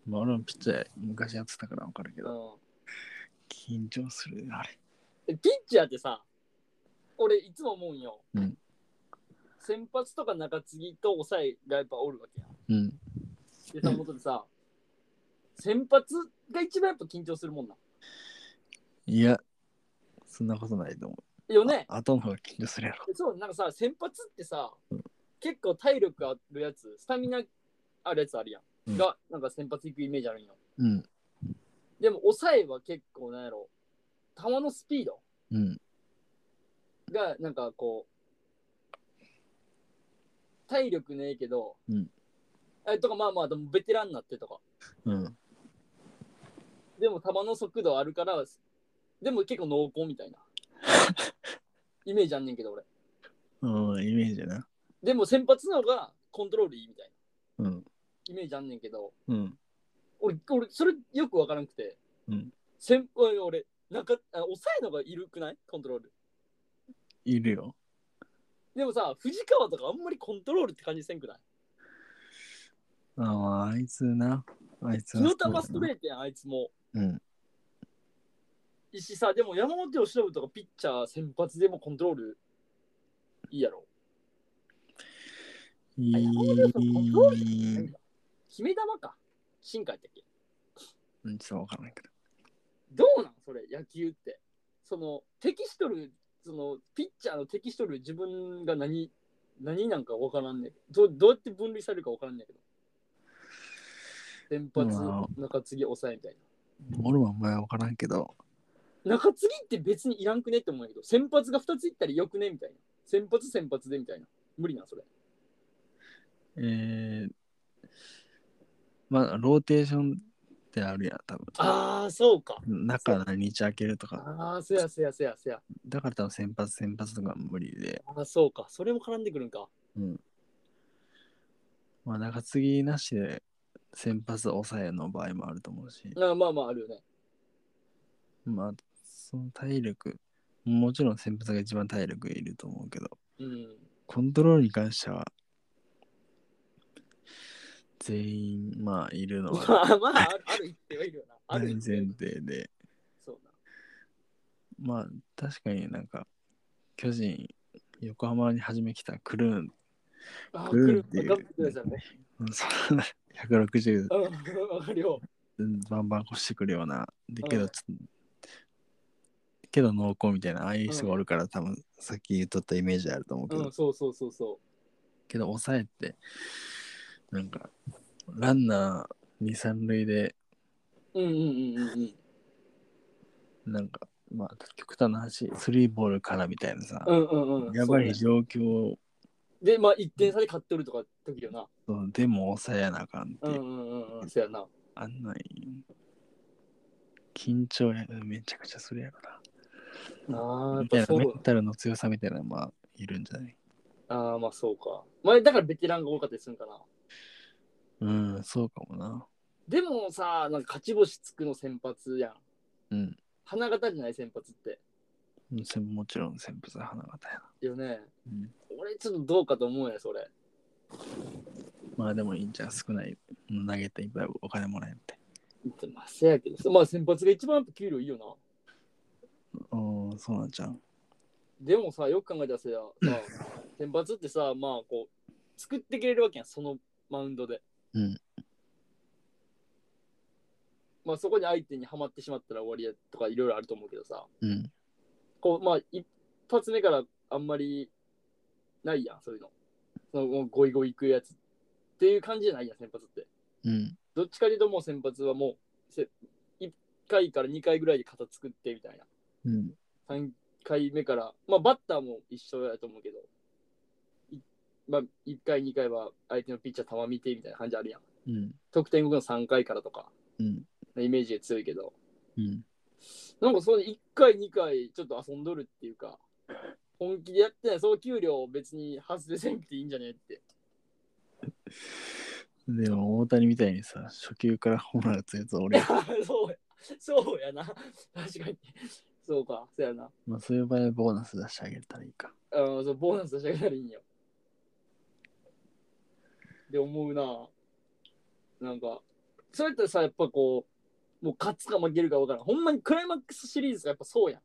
Speaker 2: まあ、俺もピッチャー昔やってたから分かるけ
Speaker 1: うん
Speaker 2: ど、緊張する、あれ。
Speaker 1: えピッチャーってさ、俺いつも思うんよ。
Speaker 2: うん
Speaker 1: 先発とか中継ぎと抑えがやっぱおるわけやん。
Speaker 2: うん。
Speaker 1: で、そのことでさ、先発が一番やっぱ緊張するもんな。
Speaker 2: いや、そんなことないと思
Speaker 1: よ
Speaker 2: う。
Speaker 1: ね。
Speaker 2: あ後の方が緊張するやろ。
Speaker 1: そう、なんかさ、先発ってさ、結構体力あるやつ、スタミナあるやつあるやん。
Speaker 2: うん
Speaker 1: が、なんか先発行くイメージあるんよ。
Speaker 2: うん。
Speaker 1: でも、抑えは結構なんやろ。球のスピード
Speaker 2: うん。
Speaker 1: が、なんかこう、体力ねえけど、
Speaker 2: うん
Speaker 1: えとか、まあまあ、でもベテランになってとか。
Speaker 2: うん。
Speaker 1: でも、球の速度あるから、でも結構濃厚みたいな。イメージあんねんけど、俺。
Speaker 2: うん、イメージやな。
Speaker 1: でも、先発の方がコントロールいいみたいな。
Speaker 2: うん。
Speaker 1: イメージあんねんけど、
Speaker 2: うん。
Speaker 1: 俺、俺それよくわからなくて、
Speaker 2: うん
Speaker 1: 先輩俺、なんか、あ抑えのがいるくないコントロール。
Speaker 2: いるよ。
Speaker 1: でもさ、藤川とかあんまりコントロールって感じせんくない
Speaker 2: ああ、あいつな。あいつ
Speaker 1: 火の玉スト
Speaker 2: ー
Speaker 1: レートやん、あいつも。
Speaker 2: うん。
Speaker 1: 石さ、でも山本由伸とかピッチャー先発でもコントロールいいやろ。
Speaker 2: い
Speaker 1: あ
Speaker 2: い
Speaker 1: 山本由伸コントロールってないんだ決め球か。進化やったっけ
Speaker 2: うん、ちょっとわからないけど。
Speaker 1: どうなんそれ、野球って。その、敵しとる、その、ピッチャーの敵しとる自分が何、何なんか分からんねんど。どうやって分類されるか分からんねんけど。先発、
Speaker 2: う
Speaker 1: 中継ぎ、抑えみたい
Speaker 2: 俺もあんまりわからんけど。
Speaker 1: な。中継ぎって別にいらんくねって思うんやけど、先発が2ついったらよくねみたいな。先発、先発でみたいな。無理なん、それ。
Speaker 2: えー、まあ、ローテーションってあるやん、多分。
Speaker 1: ああ、そうか。
Speaker 2: 中何日開けるとか。
Speaker 1: ああ、せやせやせやせや。
Speaker 2: だから多分先発先発とか無理で。
Speaker 1: ああ、そうか。それも絡んでくるんか。
Speaker 2: まあ、中継ぎなしで先発抑えの場合もあると思うし。
Speaker 1: あーまあまあ、あるよね。
Speaker 2: まあ、その体力、もちろん先発が一番体力いると思うけど、
Speaker 1: うん。
Speaker 2: コントロールに関しては、全員、まあ、いるの
Speaker 1: ま
Speaker 2: は
Speaker 1: あまあ、あるある一定はいるよな。 <laughs> ある
Speaker 2: 大
Speaker 1: 一
Speaker 2: 前
Speaker 1: 定
Speaker 2: 提で、
Speaker 1: そうな。
Speaker 2: まあ、確かになんか、巨人、横浜に初め来たクルーン、
Speaker 1: あー、
Speaker 2: 来る
Speaker 1: 来
Speaker 2: っ
Speaker 1: る
Speaker 2: ていう
Speaker 1: 頑張ってくださいね。
Speaker 2: そんな160
Speaker 1: うん、わかるよ。
Speaker 2: バンバン越してくるような、で
Speaker 1: うん
Speaker 2: けど、ちょっとけど濃厚みたいな、ああいう人がおるから、多分さっき言っとったイメージあると思うけど、
Speaker 1: うん、そうそうそうそ
Speaker 2: けど抑えってなんかランナー二三塁で
Speaker 1: う。うんうんうんうんうん。
Speaker 2: なんかまあ極端な話スリーボールからみたいなさ、
Speaker 1: うんうんうん。
Speaker 2: やばい
Speaker 1: そうね
Speaker 2: 状況
Speaker 1: で、まあ、1点差で勝ってるとか時よな。
Speaker 2: でも抑えやなあかんって、
Speaker 1: うんうんうんうん。そうやな。
Speaker 2: あんない緊張やめちゃくちゃするやろ
Speaker 1: あ
Speaker 2: な
Speaker 1: あ、
Speaker 2: みた
Speaker 1: や
Speaker 2: い
Speaker 1: っぱそ
Speaker 2: なメ
Speaker 1: う
Speaker 2: ン。タルの強さみたいなのまあいるんじゃない
Speaker 1: ああ、まあそうか。まあ、だからベテランが多かったりするんかな。
Speaker 2: うんそうかもな
Speaker 1: でもさ、なんか勝ち星つくの先発やん。
Speaker 2: うん
Speaker 1: 花形じゃない先発って。
Speaker 2: せんもちろん先発は花形やな
Speaker 1: よね。
Speaker 2: うん
Speaker 1: 俺ちょっとどうかと思うね、それ。
Speaker 2: まあでもいいんじゃん少ない投げていっぱいお金もらえるって
Speaker 1: まあ、せやけどさ。まあ先発が一番やっぱ給料いいよな。
Speaker 2: うんそうなんじゃん
Speaker 1: でもさ、よく考えたらさ、さ先発ってさ、まあこう、作ってくれるわけやん、そのマウンドで。
Speaker 2: うん
Speaker 1: まあそこに相手にはまってしまったら終わりやとかいろいろあると思うけどさ、
Speaker 2: うん
Speaker 1: こう、まあ一発目からあんまりないやん、そういうの。そのもうゴイゴイ行くやつっていう感じじゃないやん、先発って。
Speaker 2: うん
Speaker 1: どっちかというともう先発はもうせ、1回から2回ぐらいで型作ってみたいな。
Speaker 2: うん。
Speaker 1: 3回目から、まあ、バッターも一緒やと思うけど、いまあ、1回、2回は相手のピッチャー球見てみたいな感じあるやん。
Speaker 2: うん。
Speaker 1: 得点動くの3回からとか、
Speaker 2: うん。
Speaker 1: イメージが強いけど、
Speaker 2: うん。
Speaker 1: なんかその1回、2回ちょっと遊んどるっていうか、本気でやってない、その給料別に外れせんくていいんじゃねって。
Speaker 2: でも、大谷みたいにさ、初級からホームラン打つやつは俺、
Speaker 1: <laughs> そうや、そうやな。確かに。そうか、そうやな。
Speaker 2: まあそういう場合はボーナス出してあげたらいいか。
Speaker 1: あのそうボーナス出してあげたらいいんよ。で、思うな。なんか、そうやったらさ、やっぱこう、もう勝つか負けるか分からん。ほんまにクライマックスシリーズがやっぱそうや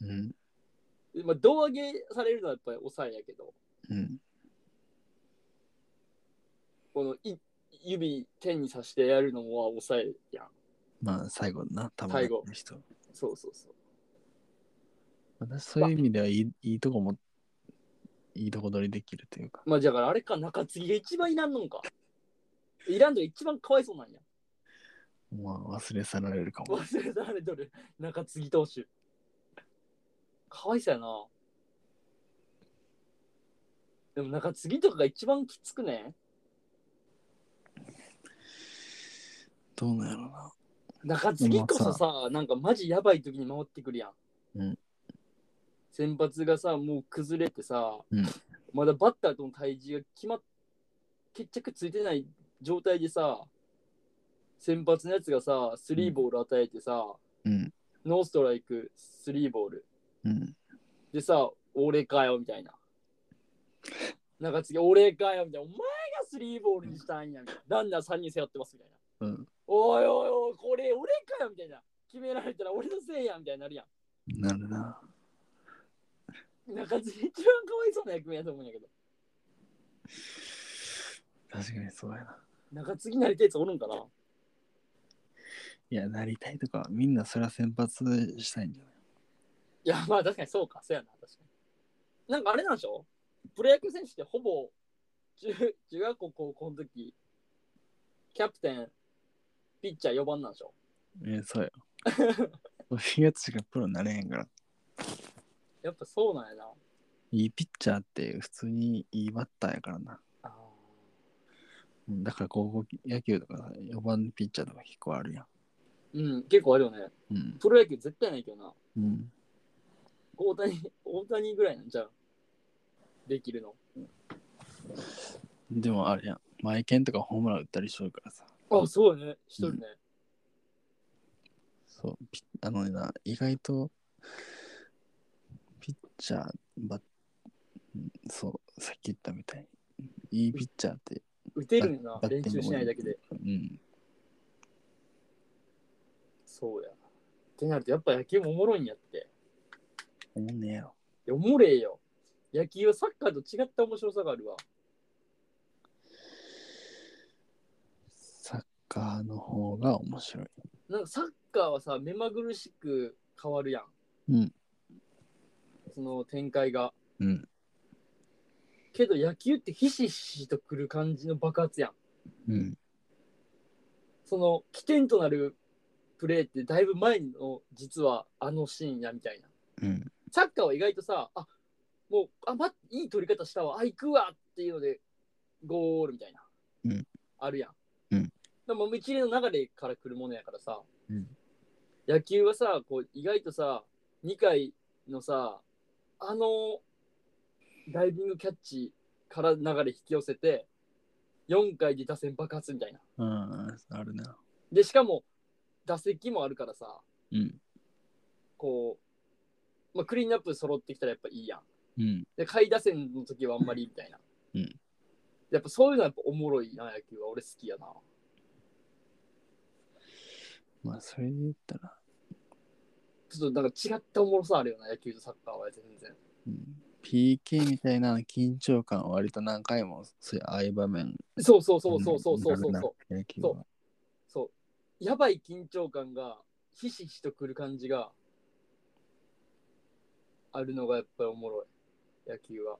Speaker 1: ん。
Speaker 2: うん。
Speaker 1: でまあ、胴上げされるのはやっぱり抑えやけど、
Speaker 2: うん。
Speaker 1: このい指天に刺してやるのは抑えやん。
Speaker 2: まあ、最後な、たま
Speaker 1: 最
Speaker 2: に
Speaker 1: 後
Speaker 2: の人。
Speaker 1: そうそうそう。
Speaker 2: 私、そういう意味ではいいいいとこも、いいとこ取りできるというか。
Speaker 1: まあだからあれか、中継ぎが一番いらんのんか。いらんのが一番かわいそうなんや。
Speaker 2: まあ、忘れ去られるかも。
Speaker 1: 忘れられとる、中継ぎ投手。かわいそうやな。でも中継ぎとかが一番きつくね。
Speaker 2: どうなんやろうな。
Speaker 1: 中継ぎこそさ、なんかマジやばい時に回ってくるやん。
Speaker 2: うん
Speaker 1: 先発がさ、もう崩れてさ、
Speaker 2: うん
Speaker 1: まだバッターとの対峙が決まっ、決着ついてない状態でさ、先発のやつがさ、スリーボール与えてさ、
Speaker 2: うん。
Speaker 1: ノーストライク、スリーボール。
Speaker 2: うん。
Speaker 1: でさ、俺かよ、みたいな。中継ぎ、俺かよ、みたいな。お前がスリーボールにしたんや、みたいな。ランナー3人背負ってます、みたいな。
Speaker 2: うん。
Speaker 1: おいおいおい、これ俺かよみたいな。決められたら俺のせいやみたいになるや
Speaker 2: なるな。
Speaker 1: ん。中津一番かわいそうな役目やと思うんやけど。
Speaker 2: 確かにそうやな。
Speaker 1: 中継ぎなりたいやつおるんかない
Speaker 2: や、なりたいとか、みんなそれは先発したいんじゃない
Speaker 1: いや、まあ確かにそうか、そうやな、確かに。なんかあれなんでしょプロ野球選手ってほぼ中中学校、高校の時、キャプテン、ピッチャー4番なんでしょ <laughs>
Speaker 2: えそうよ。4月しかプロになれへんから。
Speaker 1: やっぱそうなんやな。
Speaker 2: いいピッチャーって普通にいいバッターやからな。
Speaker 1: あ
Speaker 2: うんだから高校野球とかさ4番ピッチャーとか結構あるや
Speaker 1: うん、結構あるよね。
Speaker 2: ん。うん。
Speaker 1: プロ野球絶対ないけどな。
Speaker 2: うん。
Speaker 1: 大谷、 <laughs> 大谷ぐらいなんじゃん。できるの。
Speaker 2: でもあれやん。マイケンとかホームラン打ったりしとるからさ。
Speaker 1: あ、そうやね。一人ね。
Speaker 2: そう。ピッあのねな、意外とピッチャー、バッ、うんそう、さっき言ったみたいに。いいピッチャーって、
Speaker 1: 打てるんやな、
Speaker 2: バッティ
Speaker 1: 練
Speaker 2: ングも
Speaker 1: 習しないだけで。
Speaker 2: うん。
Speaker 1: そうやな。ってなると、やっぱ野球もおもろいんやって。
Speaker 2: 思うねやろ。
Speaker 1: いやおもれえよ。野球はサッカーと違った面白さがあるわ。
Speaker 2: サッカーの方が面白い。
Speaker 1: なんかサッカーはさ、目まぐるしく変わるやん。
Speaker 2: うん。
Speaker 1: その展開が。
Speaker 2: うん。
Speaker 1: けど野球ってひしひしとくる感じの爆発やん。
Speaker 2: うん。
Speaker 1: その起点となるプレーってだいぶ前の実はあのシーンやみたいな。
Speaker 2: うん。
Speaker 1: サッカーは意外とさ、あもう、あ、ま、いい取り方したわ、あ、行くわっていうので、ゴールみたいな、
Speaker 2: うん
Speaker 1: あるやん。
Speaker 2: うん
Speaker 1: でも、一連の流れから来るものやからさ、
Speaker 2: うん
Speaker 1: 野球はさ、こう意外とさ、2回のさ、あのダイビングキャッチから流れ引き寄せて、4回で打線爆発みたいな。
Speaker 2: ああ、あるな。
Speaker 1: で、しかも、打席もあるからさ、
Speaker 2: うん。
Speaker 1: こう、まあ、クリーンナップ揃ってきたらやっぱいいやん。
Speaker 2: うん。
Speaker 1: で下位打線の時はあんまりみたいな。
Speaker 2: うん
Speaker 1: やっぱそういうのはやっぱおもろいな、野球は。俺好きやな。
Speaker 2: まあ、それで言ったら、
Speaker 1: ちょっとなんか違ったおもろさあるよな、野球とサッカーは全然。
Speaker 2: うん、PK みたいな緊張感は割と何回も、そういうああいう場面。
Speaker 1: そうそうそうそうそうそうそ
Speaker 2: うん
Speaker 1: う
Speaker 2: なる
Speaker 1: そう。
Speaker 2: な野球は。
Speaker 1: そう。やばい緊張感が、ひしひしとくる感じがあるのがやっぱりおもろい、野球は。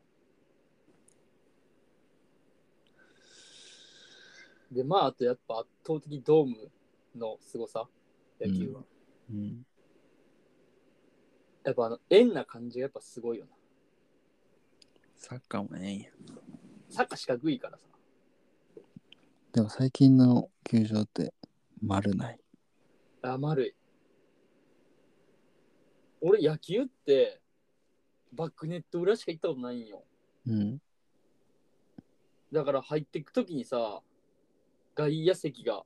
Speaker 1: で、まあ、あとやっぱ圧倒的ドームの凄さ、野球は。
Speaker 2: うん。
Speaker 1: やっぱあの円な感じがやっぱすごいよな。
Speaker 2: サッカーもええんや。
Speaker 1: サッカー四角いからさ。
Speaker 2: でも最近の球場って、丸ない。
Speaker 1: あ、丸い。俺野球ってバックネット裏しか行ったことないんよ。
Speaker 2: うん。
Speaker 1: だから入ってくときにさ、外野席が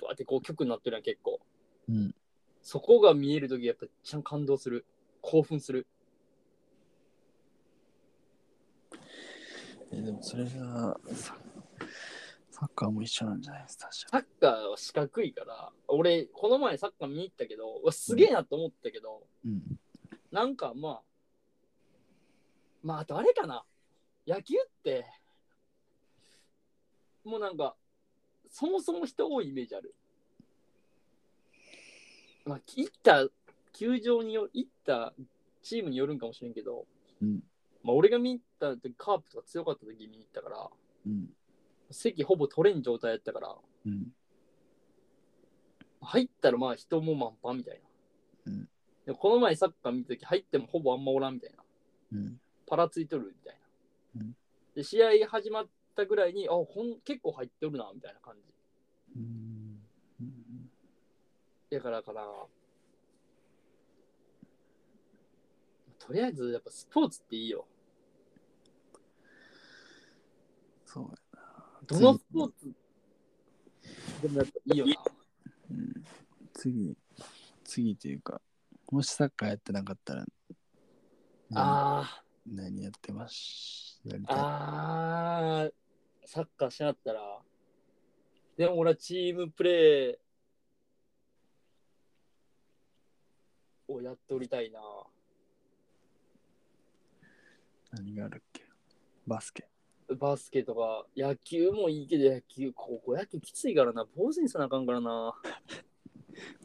Speaker 1: ぶわってこう曲になってるやん結構。
Speaker 2: うん。
Speaker 1: そこが見えるときやっぱちゃん感動する。興奮する。
Speaker 2: えでもそれがサッ、サッカーも一緒なんじゃないですか、確か
Speaker 1: サッカーは四角いから、俺この前サッカー見に行ったけど、うわすげえなと思ったけど、
Speaker 2: うん。
Speaker 1: なんかまあ、まああとあれかな。野球って、もうなんか、そもそも人多いイメージある。まあ、行った球場によ、行ったチームによるんかもしれんけど、
Speaker 2: うん
Speaker 1: まあ俺が見た時、カープとか強かった時見に行ったから、
Speaker 2: うん
Speaker 1: 席ほぼ取れん状態やったから、
Speaker 2: うん
Speaker 1: 入ったらまあ人も満帆みたいな。
Speaker 2: うん
Speaker 1: でこの前サッカー見た時入ってもほぼあんまおらんみたいな。
Speaker 2: うん
Speaker 1: パラついとるみたいな。
Speaker 2: うん
Speaker 1: で試合始まったぐらいにあほん結構入っとるなみたいな感じ。
Speaker 2: うんうん
Speaker 1: だからかな。とりあえずやっぱスポーツっていいよ。
Speaker 2: そうや
Speaker 1: どのスポーツでもやっぱいいよな。
Speaker 2: うん次、次というか、もしサッカーやってなかったら、何
Speaker 1: あ
Speaker 2: 何やってますしやり
Speaker 1: あ、
Speaker 2: た
Speaker 1: ああ、サッカーしなかったら。でも俺はチームプレーをやっておりたいな。
Speaker 2: い何があるっけバスケ。
Speaker 1: バスケとか、野球もいいけど、野球、高校野球きついからな。坊主にせなあかんからな。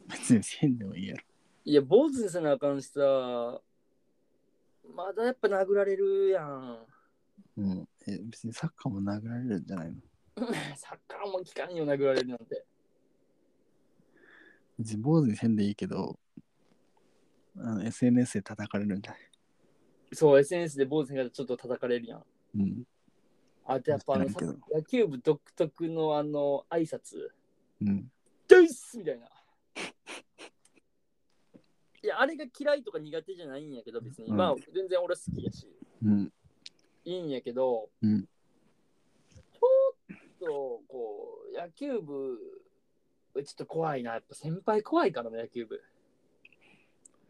Speaker 2: 別にせんでもいいやろ。
Speaker 1: いや、坊主にせなあかんしさ、まだやっぱ殴られるやん。
Speaker 2: うん、え別にサッカーも殴られるんじゃないの
Speaker 1: サッカーも期間よ、殴られるなんて。
Speaker 2: 別に坊主にせんでいいけど、あの SNS で叩かれるんじゃない
Speaker 1: そう、SNS で坊主にせなあかんしちょっと叩かれるやん。
Speaker 2: うん。
Speaker 1: あとやっぱあの
Speaker 2: 知らんけど
Speaker 1: 野球部独特のあの挨拶、
Speaker 2: うん。
Speaker 1: ドイスみたいな。いや、あれが嫌いとか苦手じゃないんやけど、別に。
Speaker 2: うん
Speaker 1: まあ、全然俺好きやし、
Speaker 2: うん。
Speaker 1: いいんやけど、
Speaker 2: うん
Speaker 1: ちょっとこう、野球部、ちょっと怖いな。やっぱ先輩怖いからね、野球部。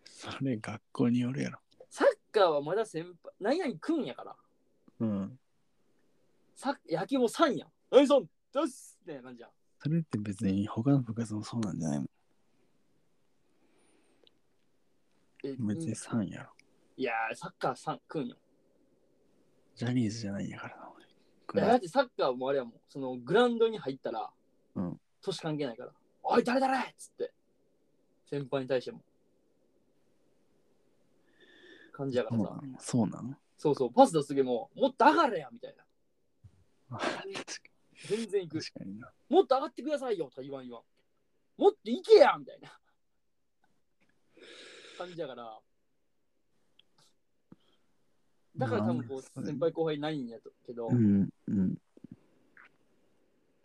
Speaker 2: それ学校によるやろ。
Speaker 1: サッカーはまだ先輩、何々くんやから。
Speaker 2: うん。
Speaker 1: サッ野球もさんやん。何さん、ドイスみたいな感じやん。
Speaker 2: それって別に他の部活もそうなんじゃないの
Speaker 1: え
Speaker 2: 別に3やろ。
Speaker 1: いやー、サッカーさんくんよ。
Speaker 2: ジャニーズじゃないんやからな、俺
Speaker 1: いやだってサッカーもあれやもん、そのグラウンドに入ったら、
Speaker 2: うん
Speaker 1: 年関係ないから、おい、誰誰っつって、先輩に対しても。感じやからさ、
Speaker 2: そうなの
Speaker 1: そうそう、パス出す時も、もっと上がれやみたいな。
Speaker 2: そうなの <laughs> 確か
Speaker 1: 全然行
Speaker 2: に
Speaker 1: く。
Speaker 2: 確かにな。
Speaker 1: もっと上がってくださいよとは言わん言わん。もっと行けやみたいな。感じやから。だから多分こ
Speaker 2: まあ
Speaker 1: う、先輩後輩ないんやとけど、
Speaker 2: うんうん。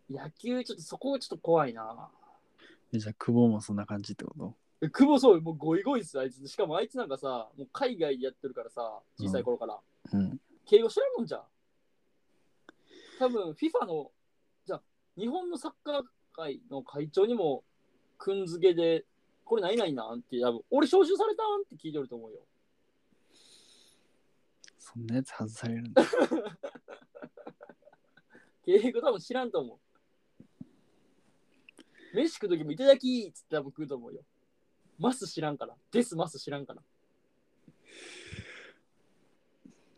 Speaker 1: 野球ちょっとそこちょっと怖いな。
Speaker 2: えじゃあ、久保もそんな感じってこと
Speaker 1: え久保そう、もうゴイゴイっす、あいつ。しかもあいつなんかさ、もう海外でやってるからさ、小さい頃から。
Speaker 2: うん。
Speaker 1: 敬語知らんもんじゃん。多分 FIFA の、じゃあ日本のサッカー界の会長にも、くんづけで、これないないなんって、多分俺招集されたんって聞いてると思うよ。
Speaker 2: そんなやつ外されるんだ。
Speaker 1: 敬語多分知らんと思う。飯食う時もいただきーっつって多分食うと思うよ。マス知らんから。ですマス知らんから。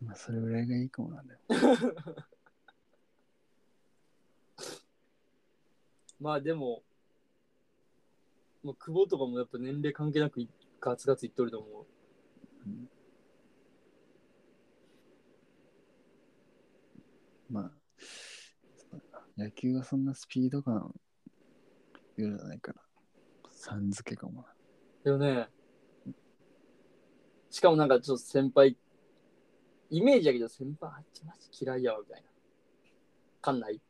Speaker 2: まあ、それぐらいがいいかもなんだよ。
Speaker 1: まあでも、まあ、久保とかもやっぱ年齢関係なくガツガツいっとると思う。
Speaker 2: まあ、そうだな野球はそんなスピード感、言うじゃないから。さん付けかもな。
Speaker 1: だよね。しかもなんかちょっと先輩、イメージやけど先輩、あっちマジ嫌いやわみたいな。かんない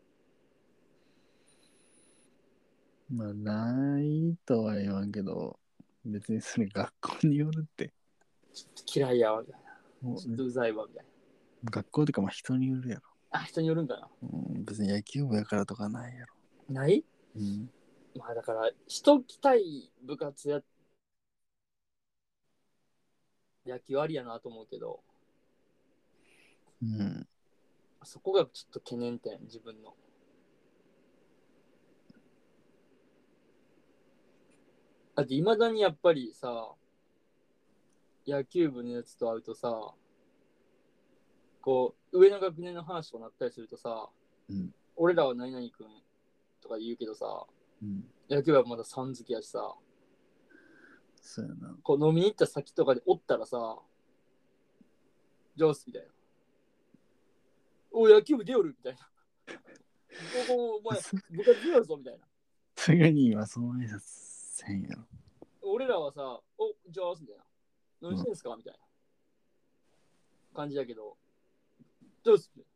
Speaker 2: まあ、ないとは言わんけど、別にそれ学校によるって。
Speaker 1: 嫌いやわみたい
Speaker 2: も
Speaker 1: な。ちょっ
Speaker 2: う
Speaker 1: とうざいわみたい
Speaker 2: 学校とかまあ人によるやろ。
Speaker 1: な。あ、人によるんかな。
Speaker 2: うん、別に野球部やからとかないやろ。
Speaker 1: ない
Speaker 2: うん
Speaker 1: まあだから、人来たい部活や、野球ありやなと思うけど、
Speaker 2: うん、
Speaker 1: そこがちょっと懸念点、自分の。だって、いまだにやっぱりさ、野球部のやつと会うとさ、こう、上の学年の話とかなったりするとさ、
Speaker 2: うん
Speaker 1: 俺らは何々くんとか言うけどさ、
Speaker 2: うん。
Speaker 1: 野球部はまださん付けやしさ、
Speaker 2: そうやな。
Speaker 1: こう飲みに行った先とかでおったらさ、上手みたいな。おい、野球部出よるみたいな。 <laughs> おおお前、部活出よるぞみたいな。
Speaker 2: すぐに今その挨拶せんやろ。
Speaker 1: 俺らはさ、お、上手みたいな。何してんすか、みたいな感じだけど、どうする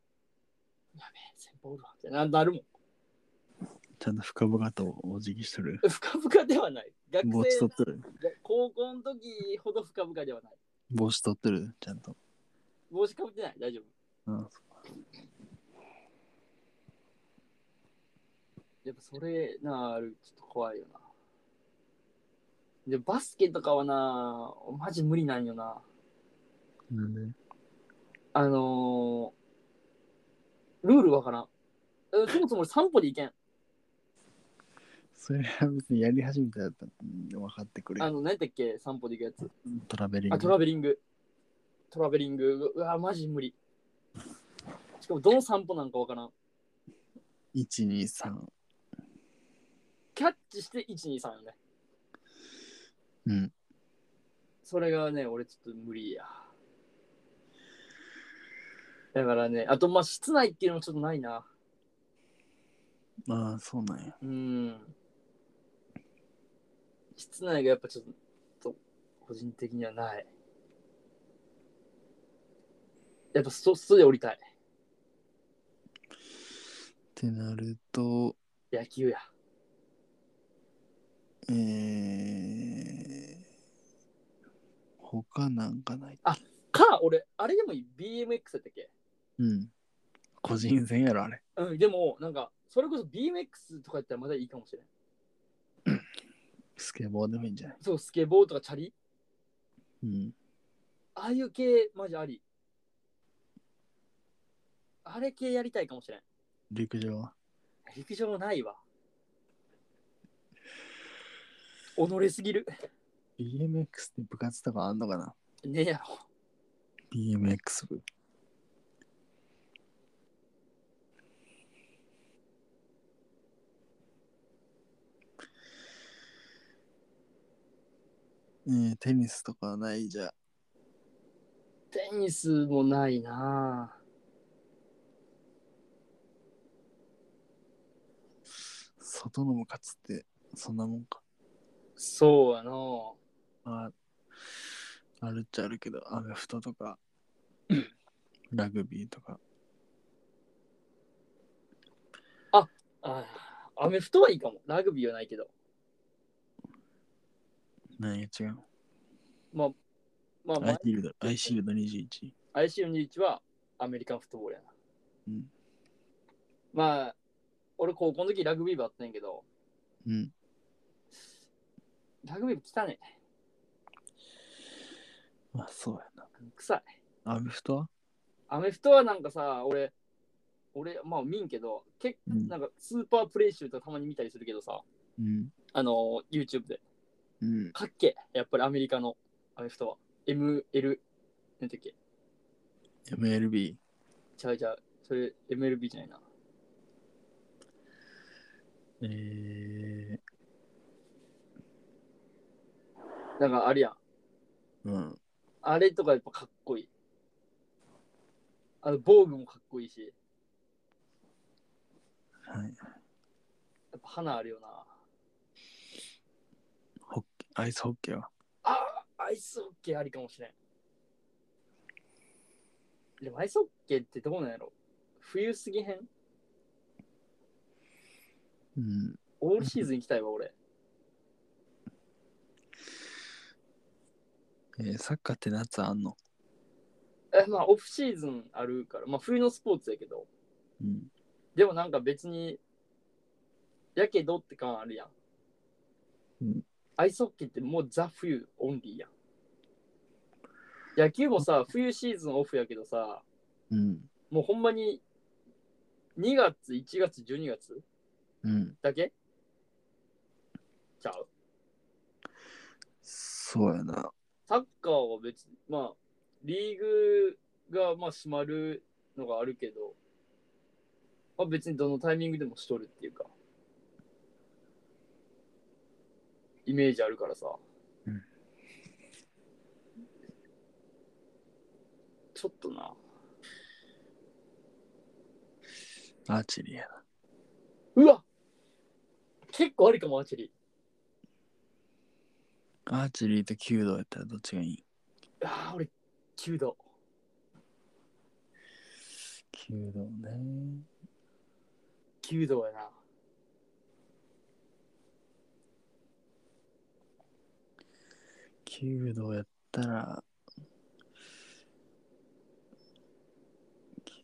Speaker 1: やべえ、先輩おるわ。みたいな、なるもん。 <laughs>
Speaker 2: ちゃんと深々とお辞儀しとる。
Speaker 1: 深々ではない。学
Speaker 2: 帽子
Speaker 1: 生
Speaker 2: 取っとる。
Speaker 1: 高校の時ほど深々ではない。
Speaker 2: 帽子取っとる。ちゃんと。
Speaker 1: 帽子かぶってない、大丈夫。
Speaker 2: うん。
Speaker 1: やっぱそれなあるちょっと怖いよな。で、バスケとかはな、マジ無理なんよな。
Speaker 2: なんで
Speaker 1: あのー、ルールわからん。えそもそも俺散歩で行けん。
Speaker 2: それは別にやり始めたらうん分かってくれ
Speaker 1: あ。の、何やったっけ散歩で行くやつ。
Speaker 2: トラベリン
Speaker 1: あ、ト
Speaker 2: グ。
Speaker 1: ラベリング。トラベリング。うわ、マジ無理。しかも、どの散歩なんかわからん。
Speaker 2: 1、2、3。
Speaker 1: キャッチして1、2、3よね。
Speaker 2: うん。
Speaker 1: それがね、俺ちょっと無理や。だからね、あと、まあ、室内っていうのもちょっとないな。
Speaker 2: まあ、そうなんや。
Speaker 1: うん。室内がやっぱちょっと、個人的にはない。やっぱ外、外で降りたい。
Speaker 2: ってなると、
Speaker 1: 野球や。
Speaker 2: えー、他なんかない。
Speaker 1: か、俺、あれでもいい。BMX やったっけ
Speaker 2: うん。個人戦やろ、あれ。
Speaker 1: うん、でも、なんか、それこそ BMX とかやったらまだいいかもしれん。
Speaker 2: スケボーでもいいんじゃない
Speaker 1: そう、スケボーとかチャリ
Speaker 2: うん。
Speaker 1: ああいう系、マジあり。あれ系やりたいかもしれん。
Speaker 2: 陸上は。
Speaker 1: 陸上ないわ。己れすぎる。
Speaker 2: BMX って部活とかあんのかな
Speaker 1: ねえやろ。
Speaker 2: ?BMX 部。えー、テニスとかはないじゃあ
Speaker 1: テニスもないな
Speaker 2: 外の部活ってそんなもんか
Speaker 1: そうやな
Speaker 2: まあ、あるっちゃあるけど、アメフトとか、ラグビーとか、
Speaker 1: ああ、アメフトはいいかも。ラグビーはないけど。
Speaker 2: 何が違う
Speaker 1: まあ、まあ、ま
Speaker 2: アイ
Speaker 1: あ、
Speaker 2: シールド、アイシールド21。
Speaker 1: ICM21 はアメリカンフットボールやな。
Speaker 2: うん。
Speaker 1: まあ、俺高校の時ラグビー部あったんやけど、
Speaker 2: うん。
Speaker 1: ラグビー部汚ね。
Speaker 2: まあ、そうやな。
Speaker 1: 臭い。
Speaker 2: アメフトは
Speaker 1: アメフトはなんかさ、俺、俺、まあ見んけど、結
Speaker 2: うん
Speaker 1: なんかスーパープレイ集とかたまに見たりするけどさ、
Speaker 2: うん。
Speaker 1: あの、YouTube で。
Speaker 2: うん。
Speaker 1: かっけえやっぱりアメリカのアメフトは。ML、なんてっけ
Speaker 2: MLB。
Speaker 1: ちゃうちゃう。それ MLB じゃないな。
Speaker 2: えー、
Speaker 1: なんかあれやん。
Speaker 2: うん。
Speaker 1: あれとかやっぱかっこいい。あの防具もかっこいいし、
Speaker 2: はい。
Speaker 1: やっぱ花あるよな。
Speaker 2: ホッケーアイスホッケーは。
Speaker 1: アイスホッケーありかもしれん。でもアイスホッケーってどうなんやろ冬過ぎへん
Speaker 2: うん。
Speaker 1: オールシーズン行きたいわ、俺。
Speaker 2: えー、サッカーって夏あんの
Speaker 1: え、まあ、オフシーズンあるから、まあ、冬のスポーツやけど、
Speaker 2: うん。
Speaker 1: でもなんか別に、やけどって感あるやん。
Speaker 2: うん
Speaker 1: アイスホッケーってもうザ・冬オンリーやん。野球もさ、冬シーズンオフやけどさ、
Speaker 2: うん。
Speaker 1: もうほんまに2月、1月、12月
Speaker 2: うん。
Speaker 1: だけちゃう
Speaker 2: そうやな。
Speaker 1: サッカーは別に、まあ、リーグがまあ閉まるのがあるけど、まあ、別にどのタイミングでもしとるっていうか、イメージあるからさ。
Speaker 2: うん
Speaker 1: ちょっとな。
Speaker 2: アーチェリーやな。
Speaker 1: うわ結構ありかも、アーチェリー。
Speaker 2: アーチェリーと弓道やったらどっちがいい
Speaker 1: ああ、俺、弓道。
Speaker 2: 弓道ね。
Speaker 1: 弓道やな。
Speaker 2: 弓道やったら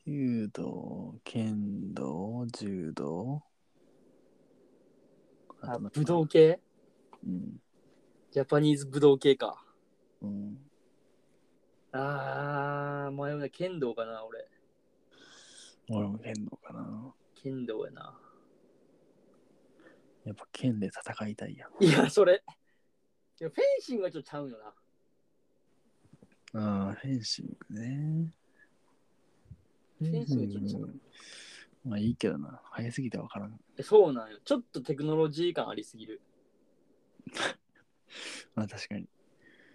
Speaker 2: 弓道剣道柔道
Speaker 1: あ
Speaker 2: となんか
Speaker 1: 武道系
Speaker 2: うん、
Speaker 1: ジャパニーズ武道系か。
Speaker 2: うん、
Speaker 1: ああ、迷うな。剣道かな、俺。
Speaker 2: 俺も剣道かな
Speaker 1: 剣道やな。
Speaker 2: やっぱ剣で戦いたいやん
Speaker 1: いや、それ。いや、フェンシングはちょっとちゃうよな。
Speaker 2: ああフェンシングね
Speaker 1: フェンシングちょっと違う
Speaker 2: うんまあいいけどな早すぎてわからん
Speaker 1: えそうなんよ。ちょっとテクノロジー感ありすぎる。
Speaker 2: まあ確かに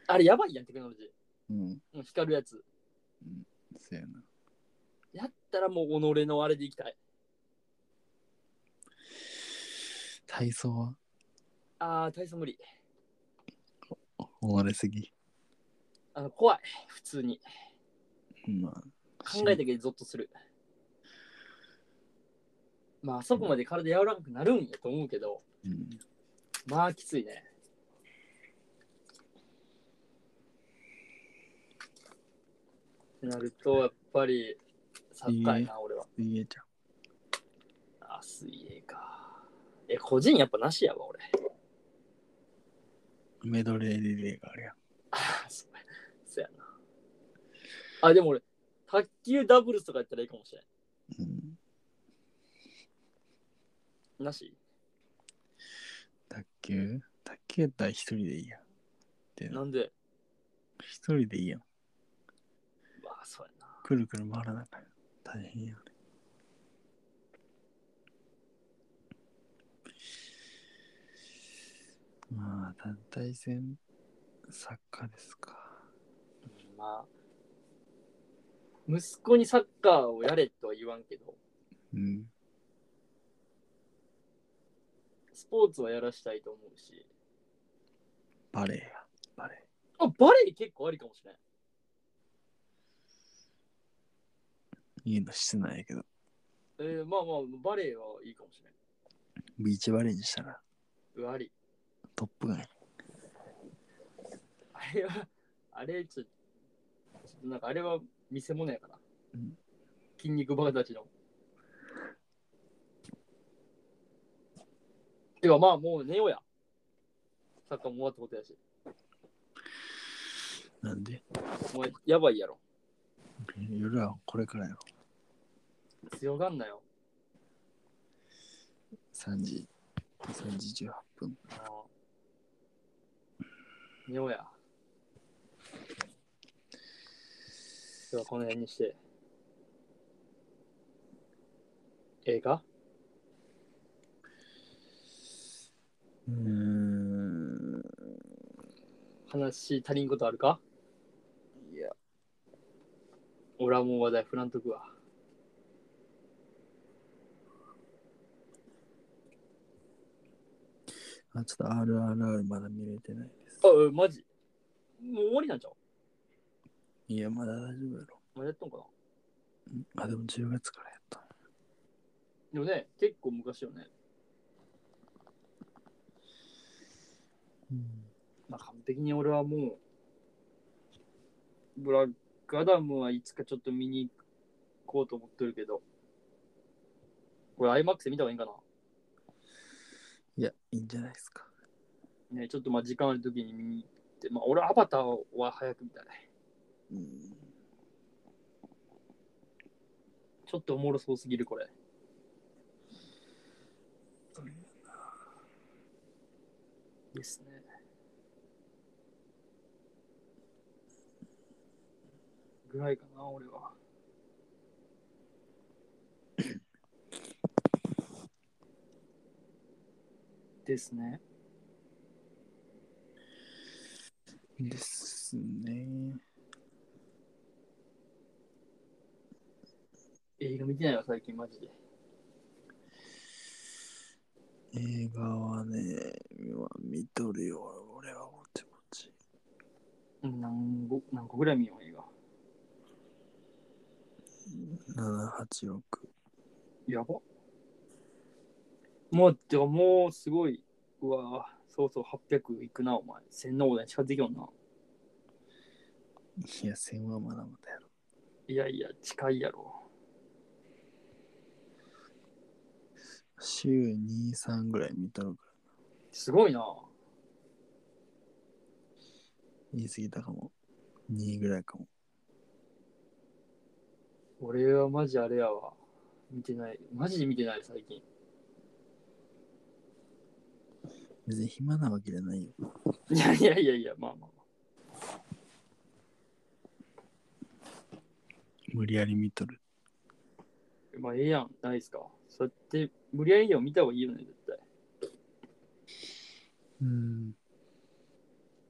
Speaker 1: あれ、やばいやん、テクノロジ
Speaker 2: うん
Speaker 1: ー。もう光るやつ。
Speaker 2: そうやな
Speaker 1: やったらもう己のあれでいきたい。
Speaker 2: 体操は
Speaker 1: ああ、体操無理。
Speaker 2: 追われすぎ
Speaker 1: あの、怖い。普通に。
Speaker 2: まあ
Speaker 1: 考えたけどゾッとする。まあ、あそこまで体柔らかくなるんやと思うけど、
Speaker 2: うん
Speaker 1: まあ、きついね。ってなると、やっぱり、サッカーやな、俺は。
Speaker 2: 言えちゃ
Speaker 1: あ、水泳か。え、個人やっぱなしやわ、俺。
Speaker 2: うメドレーリレーがあるやん
Speaker 1: あ <laughs> そうやそうやな。あ、でも俺、卓球ダブルスとかやったらいいかもしれ
Speaker 2: うん
Speaker 1: ん。なし
Speaker 2: 卓球卓球やったら一人でいいやん。で、
Speaker 1: なんで
Speaker 2: 一人でいいやん。
Speaker 1: まあ、そうやな。
Speaker 2: くるくる回らなきゃ大変やね。まあ、団体戦、サッカーですか。
Speaker 1: まあ、息子にサッカーをやれとは言わんけど、
Speaker 2: うん。
Speaker 1: スポーツはやらしたいと思うし、
Speaker 2: バレーや。バレ
Speaker 1: あ、バレエ結構ありかもしれん。
Speaker 2: ー。いいのしてないやけど、
Speaker 1: えーまあまあ、バレエはいいかもし
Speaker 2: ビーチバレーにしたら
Speaker 1: れん。うわ、あり。
Speaker 2: トップガンや。
Speaker 1: あれは、あれちょ、ちょっとなんかあれは見せ物やから。
Speaker 2: うん
Speaker 1: 筋肉バカたちの。てかまあもう寝ようや。サッカーも終わったことやし。
Speaker 2: なんで
Speaker 1: お前やばいやろ。
Speaker 2: 夜はこれからやろ。
Speaker 1: 強がんなよ。
Speaker 2: 3時、3時18分。
Speaker 1: あー寝ようや。ではこの辺にして。ええか
Speaker 2: うーん。
Speaker 1: 話足りんことあるか
Speaker 2: いや、
Speaker 1: 俺はもう話題振らんとくわ。
Speaker 2: あちょっと RRR まだ見れてないです。
Speaker 1: あ、えマジもう終わりなんちゃう
Speaker 2: いや、まだ大丈夫やろ。
Speaker 1: まだやっとんかな
Speaker 2: うんあ、でも10月からやった。
Speaker 1: でもね、結構昔よね。
Speaker 2: うん。
Speaker 1: まあ完璧に俺はもう、ブラックアダムはいつかちょっと見に行こうと思ってるけど、これ IMAX で見た方がいいんか
Speaker 2: いや、いいんじゃないですか。
Speaker 1: なね、ちょっとまあ時間ある時に見に行って、まあ俺はアバターは早く見たい。
Speaker 2: うん。
Speaker 1: ちょっとおもろそうすぎるこれ。ですね。ぐらいかな、俺は。ですね。
Speaker 2: ですね。
Speaker 1: 映画見てないわ、最近マジで。
Speaker 2: 映画はね、まあ見とるよ。俺はぼちぼち。
Speaker 1: うん何個何個ぐらい見よう、映画。
Speaker 2: 7、8、6。
Speaker 1: やば。もう、てかもうすごい。うわそうそう、800いくな、お前。1000のお題近づいてきよんな。
Speaker 2: いや、1000はまだまだやろ。
Speaker 1: いやいや、近いやろ。
Speaker 2: 週2、3ぐらい見とるから。
Speaker 1: すごいな。
Speaker 2: 言い過ぎたかも。2ぐらいかも。
Speaker 1: 俺はマジあれやわ。見てない。マジで見てない、最近。 <laughs>
Speaker 2: 別に暇なわけじゃないよ。
Speaker 1: いやいやいやいや、まあまあまあ。
Speaker 2: 無理やり見とる。
Speaker 1: まあ、ええやん、ないっすか。そうやって、無理やりでも見た方がいいよね、絶対。
Speaker 2: うん。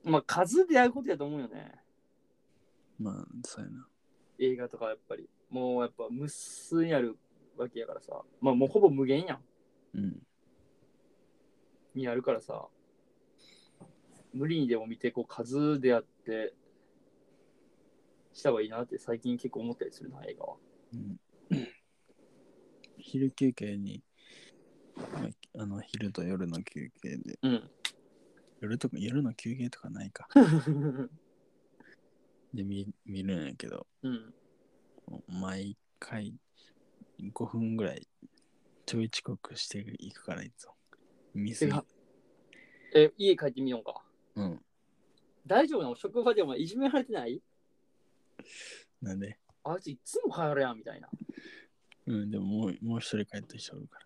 Speaker 1: まあ、数でやることやと思うよね。
Speaker 2: まあ、そうやな。
Speaker 1: 映画とかやっぱり。もうやっぱ無数にあるわけやからさ。まあ、もうほぼ無限やん。
Speaker 2: うん。
Speaker 1: にあるからさ無理にでも見てこう数であってした方がいいなって最近結構思ったりするな映画は
Speaker 2: うん、昼休憩に、まあ、あの昼と夜の休憩で
Speaker 1: う
Speaker 2: 夜とか夜の休憩とかないか
Speaker 1: ん
Speaker 2: で見見るんやけど
Speaker 1: <laughs> うん
Speaker 2: もう毎回5分ぐらいちょい遅刻していくからいつも見すぎ
Speaker 1: てかえ家帰ってみようか
Speaker 2: うん
Speaker 1: 大丈夫なの職場でお前いじめられてない
Speaker 2: なんで
Speaker 1: あいついつも帰るやんみたいな
Speaker 2: うんでももうもう一人帰った人おるか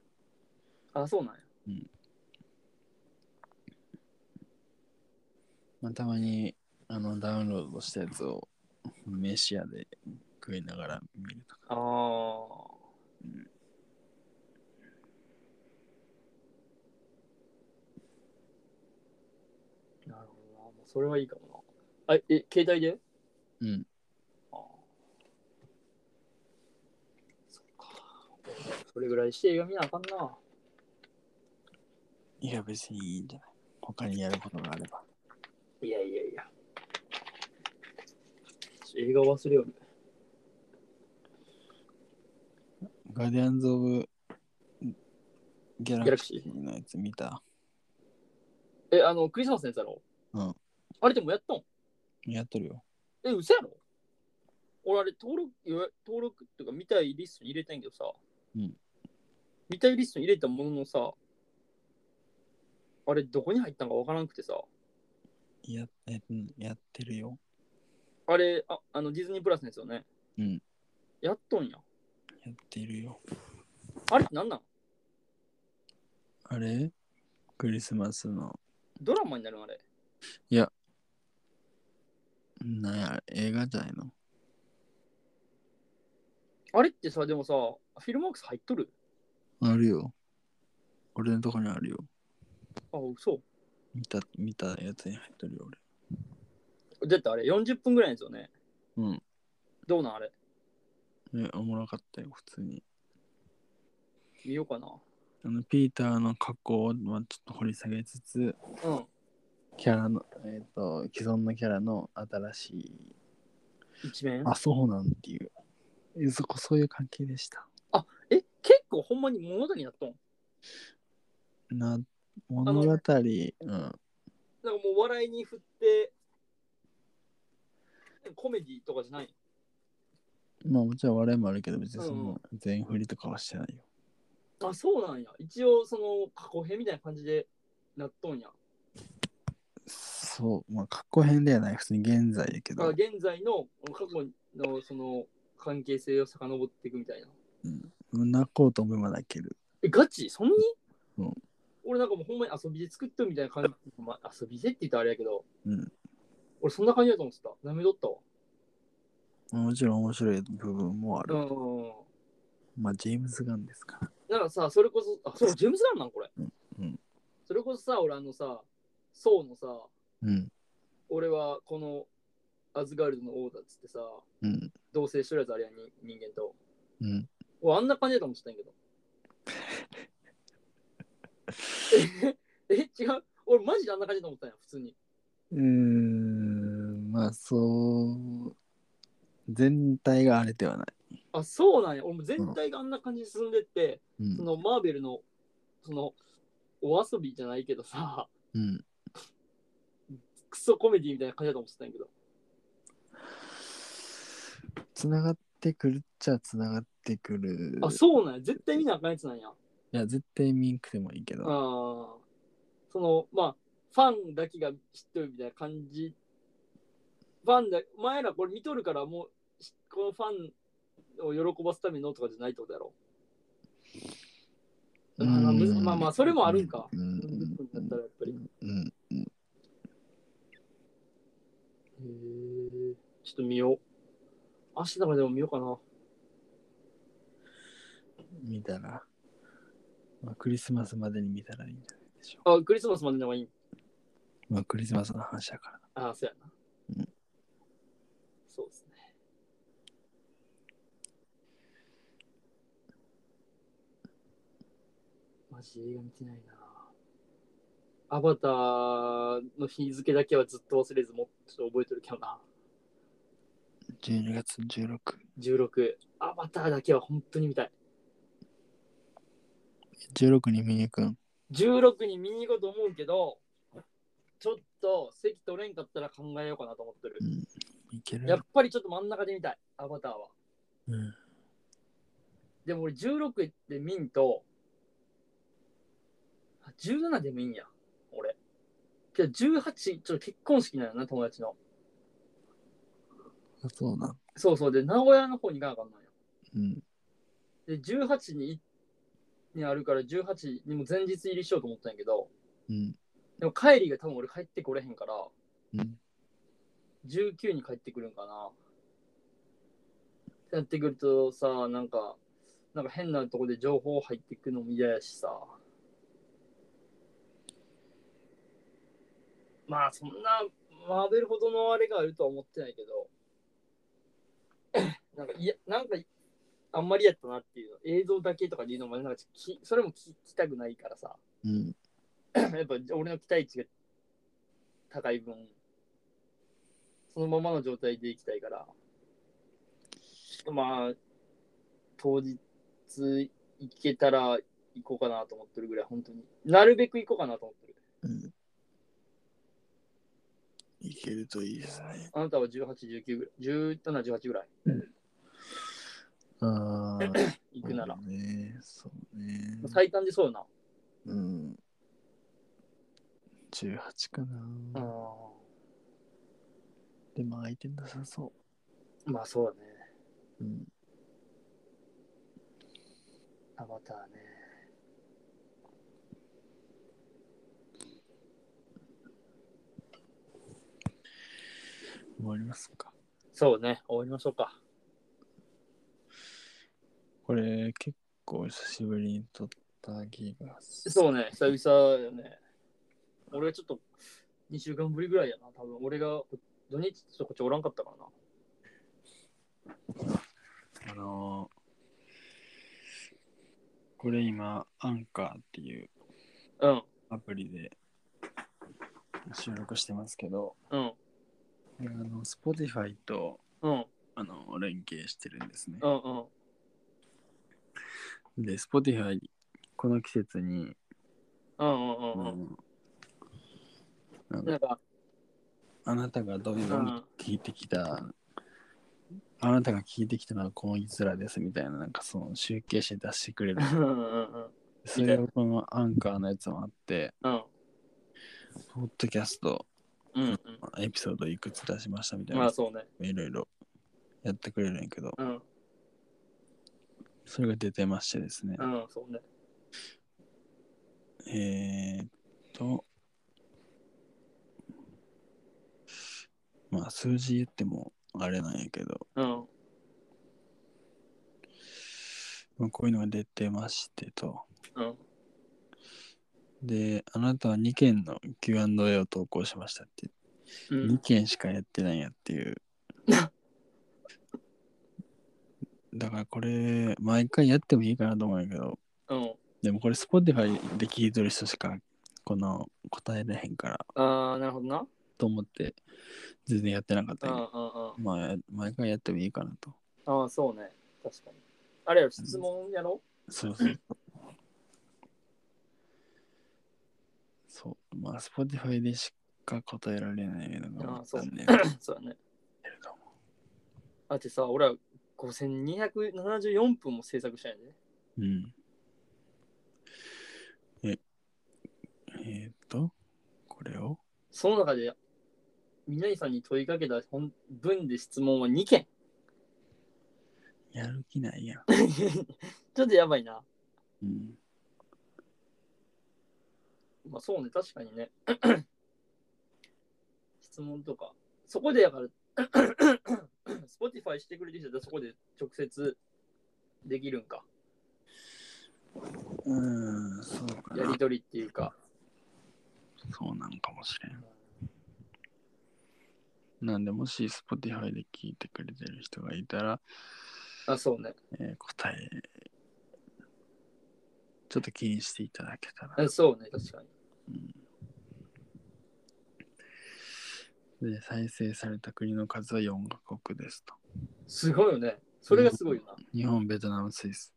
Speaker 2: ら
Speaker 1: あそうなんや
Speaker 2: まあたまにあのダウンロードしたやつを飯屋で食いながら見るとか
Speaker 1: あーなるほどなもうそれはいいかもなあえ携帯で
Speaker 2: うん
Speaker 1: ああそっかそれぐらいして映画見なあかんない
Speaker 2: や別にいいんじゃない他にやることがあれば
Speaker 1: いやいやいや。映画忘れよる。
Speaker 2: ガーディアンズ・オブ・ギャ
Speaker 1: ギャ
Speaker 2: ラ
Speaker 1: ラ
Speaker 2: ク
Speaker 1: ク
Speaker 2: シ
Speaker 1: シ
Speaker 2: ーのやつ見た
Speaker 1: え、あの、クリスマスのやつだろ
Speaker 2: うん。
Speaker 1: あれでもやったん
Speaker 2: やっとるよ。
Speaker 1: え、嘘やろ俺あれ登録、予約登録っていうか見たいリストに入れたんやけどさ。
Speaker 2: うん。
Speaker 1: 見たいリストに入れたもののさ、あれどこに入ったんかわからなくてさ。
Speaker 2: やえうんやってるよ。
Speaker 1: あれ、ああのディズニープラスのやつよね。
Speaker 2: うん。
Speaker 1: やっとんや。
Speaker 2: やってるよ。
Speaker 1: あれってなんなん
Speaker 2: あれクリスマスの。
Speaker 1: ドラマになるんあれ。
Speaker 2: なんや、映画じゃないの
Speaker 1: あれってさ、でもさ、フィルマークス入っとる
Speaker 2: あるよ。俺のとこにあるよ。
Speaker 1: あ、嘘。
Speaker 2: 見た、見たやつに入ってるよ、
Speaker 1: だってあれ40分ぐらいなんですよね。
Speaker 2: 俺。
Speaker 1: どうなんあれ
Speaker 2: うん。ね、おもろかったよ、普通に。
Speaker 1: 見ようかな。
Speaker 2: あの、ピーターの過去を、まあ、ちょっと掘り下げつつ、
Speaker 1: うん。
Speaker 2: キャラの、えっ、と、既存のキャラの新しい
Speaker 1: 一面
Speaker 2: あ、そうなんていう。えそこ、そういう関係でした。
Speaker 1: え、結構ほんまに物語になっとん。
Speaker 2: な、物語、うん。
Speaker 1: なんかもう笑いに振って、コメディとかじゃない。
Speaker 2: まあ、もちろん笑いもあるけど、別にそ
Speaker 1: うんうん
Speaker 2: の、全振りとかはしてないよ。
Speaker 1: あ、そうなんや。一応その過去編みたいな感じでなっとんや。
Speaker 2: そう、まあ、格好編ではない、普通に現在やけ
Speaker 1: だから
Speaker 2: ど、
Speaker 1: 現在の過去のその関係性を遡っていくみたいな。
Speaker 2: 泣こうと思えば泣ける。
Speaker 1: え、ガチそんなに、
Speaker 2: うん
Speaker 1: 俺なんかもうほんまに遊びで作っとるみたいな感じ。まあ、遊びでって言ったらあれやけど、
Speaker 2: うん。
Speaker 1: 俺そんな感じだと思ってた。なめとったわ。
Speaker 2: もちろん面白い部分もあ
Speaker 1: う
Speaker 2: る。
Speaker 1: ん。
Speaker 2: まあ、ジェームズ・ガンですから。
Speaker 1: なんかさ、それこそ、あ、そう、ジェームズガンなんこれ。
Speaker 2: うん
Speaker 1: それこそさ、俺あのさ、ソーのさ、
Speaker 2: うん。
Speaker 1: 俺はこのアズガルドの王だっつってさ、
Speaker 2: うん。
Speaker 1: 同棲してるやつあれやん、に人間と。
Speaker 2: うん。
Speaker 1: 俺あんな感じだと思ってたんやけど。え、違う俺マジであんな感じだと思ってたんや、普通に。
Speaker 2: うーん。まあ、そう。全体があれではない。
Speaker 1: あ、そうなんや。俺も全体があんな感じに進んでって、
Speaker 2: うん
Speaker 1: そ。のマーベルの、その、お遊びじゃないけどさ、
Speaker 2: うん、
Speaker 1: クソコメディみたいな感じだと思ってたんやけど。
Speaker 2: つながってくるっちゃつながってくる。
Speaker 1: あ、そうなんや。絶対見なあかんやつなんや。
Speaker 2: いや、絶対ミンクでもいいけど。
Speaker 1: あーそのまあファンだけが知ってるみたいな感じファンだお前らこれ見とるからもうしこのファンを喜ばすためのとかじゃないってことやろあ
Speaker 2: うん
Speaker 1: ーむずまあまあそれもあるんか、
Speaker 2: うん
Speaker 1: うだったらやっぱりへ
Speaker 2: うん。
Speaker 1: えちょっと見よう明日とかでも見ようかな
Speaker 2: 見たら、まあ、クリスマスまでに見たらいいんじゃないでしょう
Speaker 1: あクリスマスまででもいい
Speaker 2: か。まあ、クリスマスの話だから。
Speaker 1: ああそうやな、
Speaker 2: うん
Speaker 1: そうですねマジ映画見てないなアバターの日付だけはずっと忘れずもちょっと覚えてるけどな
Speaker 2: 12月16。
Speaker 1: 16アバターだけは本当に見たい
Speaker 2: 16に見に行くん。
Speaker 1: 16に見に行こうと思うけどちょっと席取れんかったら考えようかなと思ってる
Speaker 2: 行け
Speaker 1: や
Speaker 2: る
Speaker 1: っぱりちょっと真ん中で見たいアバターは
Speaker 2: うん。
Speaker 1: でも俺16で見んと、あ17で見んや、俺。けど18、ちょっと結婚式なんやな、友達の。
Speaker 2: あそうなん。
Speaker 1: そうそう、で、名古屋の方に行かなあかんのよ。
Speaker 2: うん。
Speaker 1: で、18ににあるから、18にも前日入りしようと思ったんやけど、
Speaker 2: うん。
Speaker 1: でも帰りが多分俺帰ってこれへんから、
Speaker 2: うん
Speaker 1: 19に帰ってくるんかな。ってなってくるとさ、なんか、なんか変なとこで情報入ってくのも嫌やしさ。まあそんな、マーベルほどのあれがあるとは思ってないけど、 <coughs> なんか、いや、なんか、あんまりやったなっていうの。映像だけとかで言うのも、なんかき、それも聞きたくないからさ。
Speaker 2: うん。
Speaker 1: <laughs> やっぱ俺の期待値が高い分、そのままの状態でいきたいから、ちょっとまあ、当日行けたら行こうかなと思ってるぐらい、本当に。なるべく行こうかなと思ってる。
Speaker 2: うん。行けるといいですね。
Speaker 1: あなたは18、19ぐらい、17、18ぐらい
Speaker 2: ああ。
Speaker 1: 行くなら
Speaker 2: そ。うね。そうね。
Speaker 1: 最短でそうよな。
Speaker 2: うん。18かな。でも空いてなさそ
Speaker 1: まあそうだね。
Speaker 2: う。うん。
Speaker 1: アバターね。
Speaker 2: 終わりますか。
Speaker 1: そうね、終わりましょうか。
Speaker 2: これ結構久しぶりに撮った気がする。
Speaker 1: そうね、久々よね。俺はちょっと2週間ぶりぐらいやな、多分俺が土日ちょっとこっちおらんかったからな。
Speaker 2: あのーこれ今、アンカーっていう
Speaker 1: うん、
Speaker 2: アプリで収録してますけど、
Speaker 1: うん、
Speaker 2: あの Spotify と
Speaker 1: うん、
Speaker 2: あの連携してるんですね。
Speaker 1: うん、うん。
Speaker 2: で、Spotify、この季節に、
Speaker 1: うんうん
Speaker 2: あ
Speaker 1: うんう
Speaker 2: の
Speaker 1: ん。
Speaker 2: なん
Speaker 1: な
Speaker 2: か
Speaker 1: んか、
Speaker 2: あなたがどういう
Speaker 1: う
Speaker 2: 音楽
Speaker 1: ん、
Speaker 2: 聴いてきた、あなたが聴いてきたのはこのいつらですみたいな、なんかその集計して出してくれる
Speaker 1: うん、うん、
Speaker 2: それがこのアンカーのやつもあって、
Speaker 1: うん、
Speaker 2: ポッドキャスト、
Speaker 1: うん、
Speaker 2: エピソードいくつ出しましたみた
Speaker 1: うん。
Speaker 2: い
Speaker 1: ま
Speaker 2: な
Speaker 1: あ、そうね。
Speaker 2: いろいろやってくれるんやけど、
Speaker 1: うん、
Speaker 2: それが出てましてですね
Speaker 1: う。ん、そうね。
Speaker 2: えー、っと、まあ数字言っても、ああれなんやけど、
Speaker 1: うん。
Speaker 2: まあこういうのが出てましてと。
Speaker 1: うん。
Speaker 2: で、あなたは2件の Q&A を投稿しましたって。
Speaker 1: う
Speaker 2: 2
Speaker 1: ん。
Speaker 2: 件しかやってないんやっ
Speaker 1: <laughs>
Speaker 2: ていう。だからこれ、毎回やってもいいかなと思うんやけど、
Speaker 1: うん、
Speaker 2: でもこれ Spotify で聞いてる人しかこの答えれへんから
Speaker 1: ああ、なるほどな。
Speaker 2: と思って全然やってなかった
Speaker 1: うん
Speaker 2: ん
Speaker 1: うんう
Speaker 2: や
Speaker 1: ん。
Speaker 2: まあ、毎回やってもいいかなと。
Speaker 1: ああ、そうね。確かに。あれやろ、質問やろ
Speaker 2: そうそうそう。そう。まあ、Spotify でしか答えられないのが
Speaker 1: ああそう
Speaker 2: 残念だけ
Speaker 1: そうだね。
Speaker 2: れども。
Speaker 1: だってさ、俺は5274分も制作したんやね。
Speaker 2: うん。え、えーっと、これを
Speaker 1: その中で、みなりさんに問いかけた本文で質問は2件。 <laughs>
Speaker 2: やる気ないやん。
Speaker 1: ちょっとやばいな。
Speaker 2: うん。
Speaker 1: まあそうね、確かにね。 <clears throat> 質問とか。そこでやから、Spotify してくれる人はそこで直接できるんか。
Speaker 2: うーん、そうか
Speaker 1: や
Speaker 2: な
Speaker 1: り。とりっていうか。
Speaker 2: そうなんかもしれん。なんで、もし Spotify で聞いてくれてる人がいたら、
Speaker 1: あ、そうね。
Speaker 2: えー答え、ちょっと気にしていただけたら。
Speaker 1: あそうね、確かに。
Speaker 2: で、再生された国の数は4カ国ですと。
Speaker 1: すごいよね。それがすごいよな。
Speaker 2: 日本、ベトナム、スイス。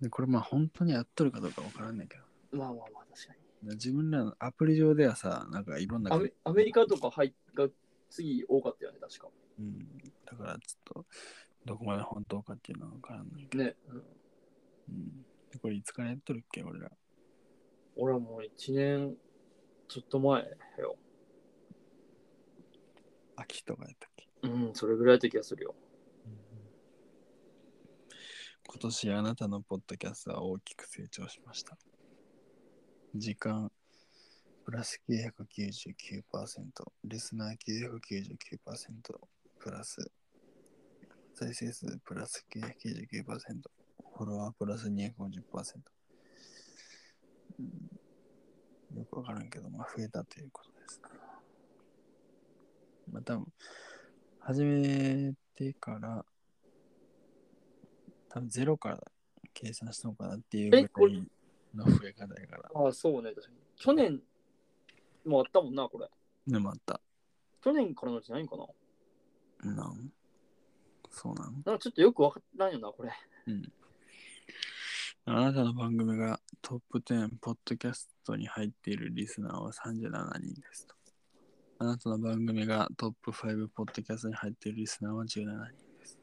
Speaker 2: で、これまあ本当にやっとるかどうかわからんねんけど。
Speaker 1: まあまあまあ、確かに。
Speaker 2: 自分らのアプリ上ではさ、なんかいろんな
Speaker 1: アメ
Speaker 2: 国、
Speaker 1: アメリカとか入が次多かったよね、確か。
Speaker 2: うん、だからちょっと、どこまで本当かっていうのはわからんないけど。
Speaker 1: ね。うん、
Speaker 2: うん、でこれいつからやっとるっけ、俺ら。
Speaker 1: 俺はもう1年ちょっと前よ。
Speaker 2: 秋とかやったっけ。
Speaker 1: うん、それぐらいだった気がするよ。
Speaker 2: 今年あなたのポッドキャストは大きく成長しました。時間プラス999%、リスナー999%、プラス再生数プラス999%、フォロワープラス250%。うんよくわからんけど、まあ増えたということですね。まあ多分、始めてから多分ゼロから計算したのかなっていうぐらい
Speaker 1: えこれ
Speaker 2: の増え方やから。
Speaker 1: ああ、そうね、確かに。去年もあったもんな、これ。
Speaker 2: でもあった。
Speaker 1: 去年からのじゃないんかな。
Speaker 2: なんそうなん
Speaker 1: なんかちょっとよくわからんよな、これ。
Speaker 2: あなたの番組がトップ10、ポッドキャストに入っているリスナーは37人ですと。あなたの番組がトップ5、ポッドキャストに入っているリスナーは17人。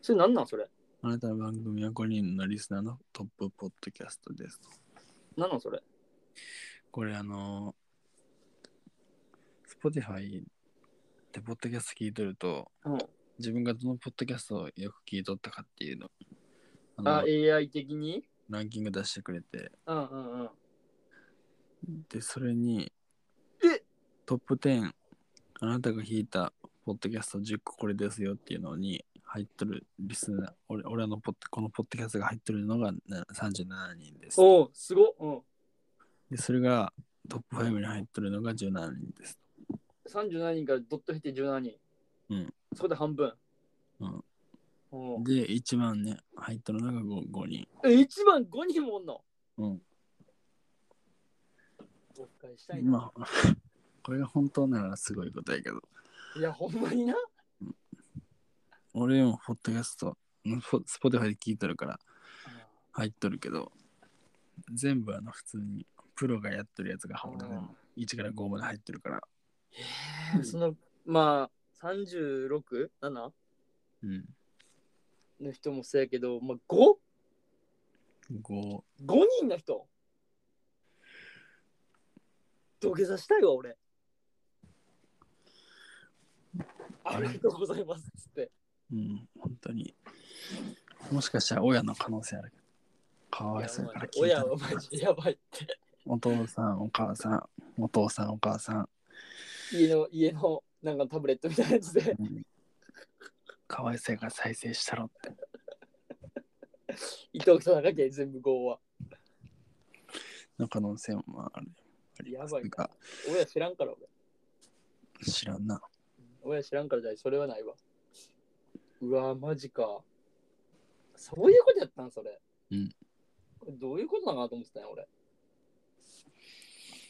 Speaker 1: それなんなん、それ。
Speaker 2: あなたの番組は5人のリスナーのトップポッドキャストですと。
Speaker 1: なんなん、それ。
Speaker 2: これあのー、Spotify でポッドキャスト聞いとると、
Speaker 1: うん、
Speaker 2: 自分がどのポッドキャストをよく聞いとったかっていうのあの
Speaker 1: あ、AI 的に
Speaker 2: ランキング出してくれて
Speaker 1: うんうんうん。
Speaker 2: でそれに
Speaker 1: え
Speaker 2: トップ10あなたが聞いたポッドキャスト10個これですよっていうのに入っとるリスナー俺俺のポッドこのポッドキャストが入っとるのがな37人です
Speaker 1: おお、すごっ。うん。
Speaker 2: でそれがトップ5に入っとるのが17人です
Speaker 1: 37人からドット減って17人。
Speaker 2: うん。
Speaker 1: そこで半分。
Speaker 2: うん
Speaker 1: おう。
Speaker 2: で一番ね入っとるのが 5, 5人
Speaker 1: え、1番5人もおんの
Speaker 2: うん
Speaker 1: 誤解したいな。
Speaker 2: まあ <laughs> これが本当ならすごいことやけど
Speaker 1: いや、ほんまにな。
Speaker 2: 俺もポッドキャスト、スポティファイで聞いとるから入っとるけど、全部あの普通にプロがやってるやつが
Speaker 1: うん
Speaker 2: 1から5まで入ってるから、
Speaker 1: えーその、まあ、36?7? の
Speaker 2: うん、
Speaker 1: 人もそうやけど、まあ、5?5
Speaker 2: 5、
Speaker 1: 人の人土下座したいわ、俺。ありがとうございます。つって。
Speaker 2: うん、本当に。もしかしたら親の可能性あるけど、か
Speaker 1: い
Speaker 2: わ
Speaker 1: や
Speaker 2: いそうやから聞い
Speaker 1: 親
Speaker 2: と
Speaker 1: は
Speaker 2: る
Speaker 1: マジでやばいって。
Speaker 2: お父さん、お母さん、お父さん、お母さん、
Speaker 1: 家の、家の、なんかタブレットみたいなやつで。
Speaker 2: うん河合さんが再生したろって。
Speaker 1: 伊藤さんだけ全部5は。
Speaker 2: 中野線はある。あります
Speaker 1: やばい
Speaker 2: が、
Speaker 1: 親知らんから俺。
Speaker 2: 知らんな。
Speaker 1: 親知らんからじゃないそれはないわ。うわマジか。そういうことやったんそれ。
Speaker 2: うん
Speaker 1: これどういうことなのかなと思ってたんや俺。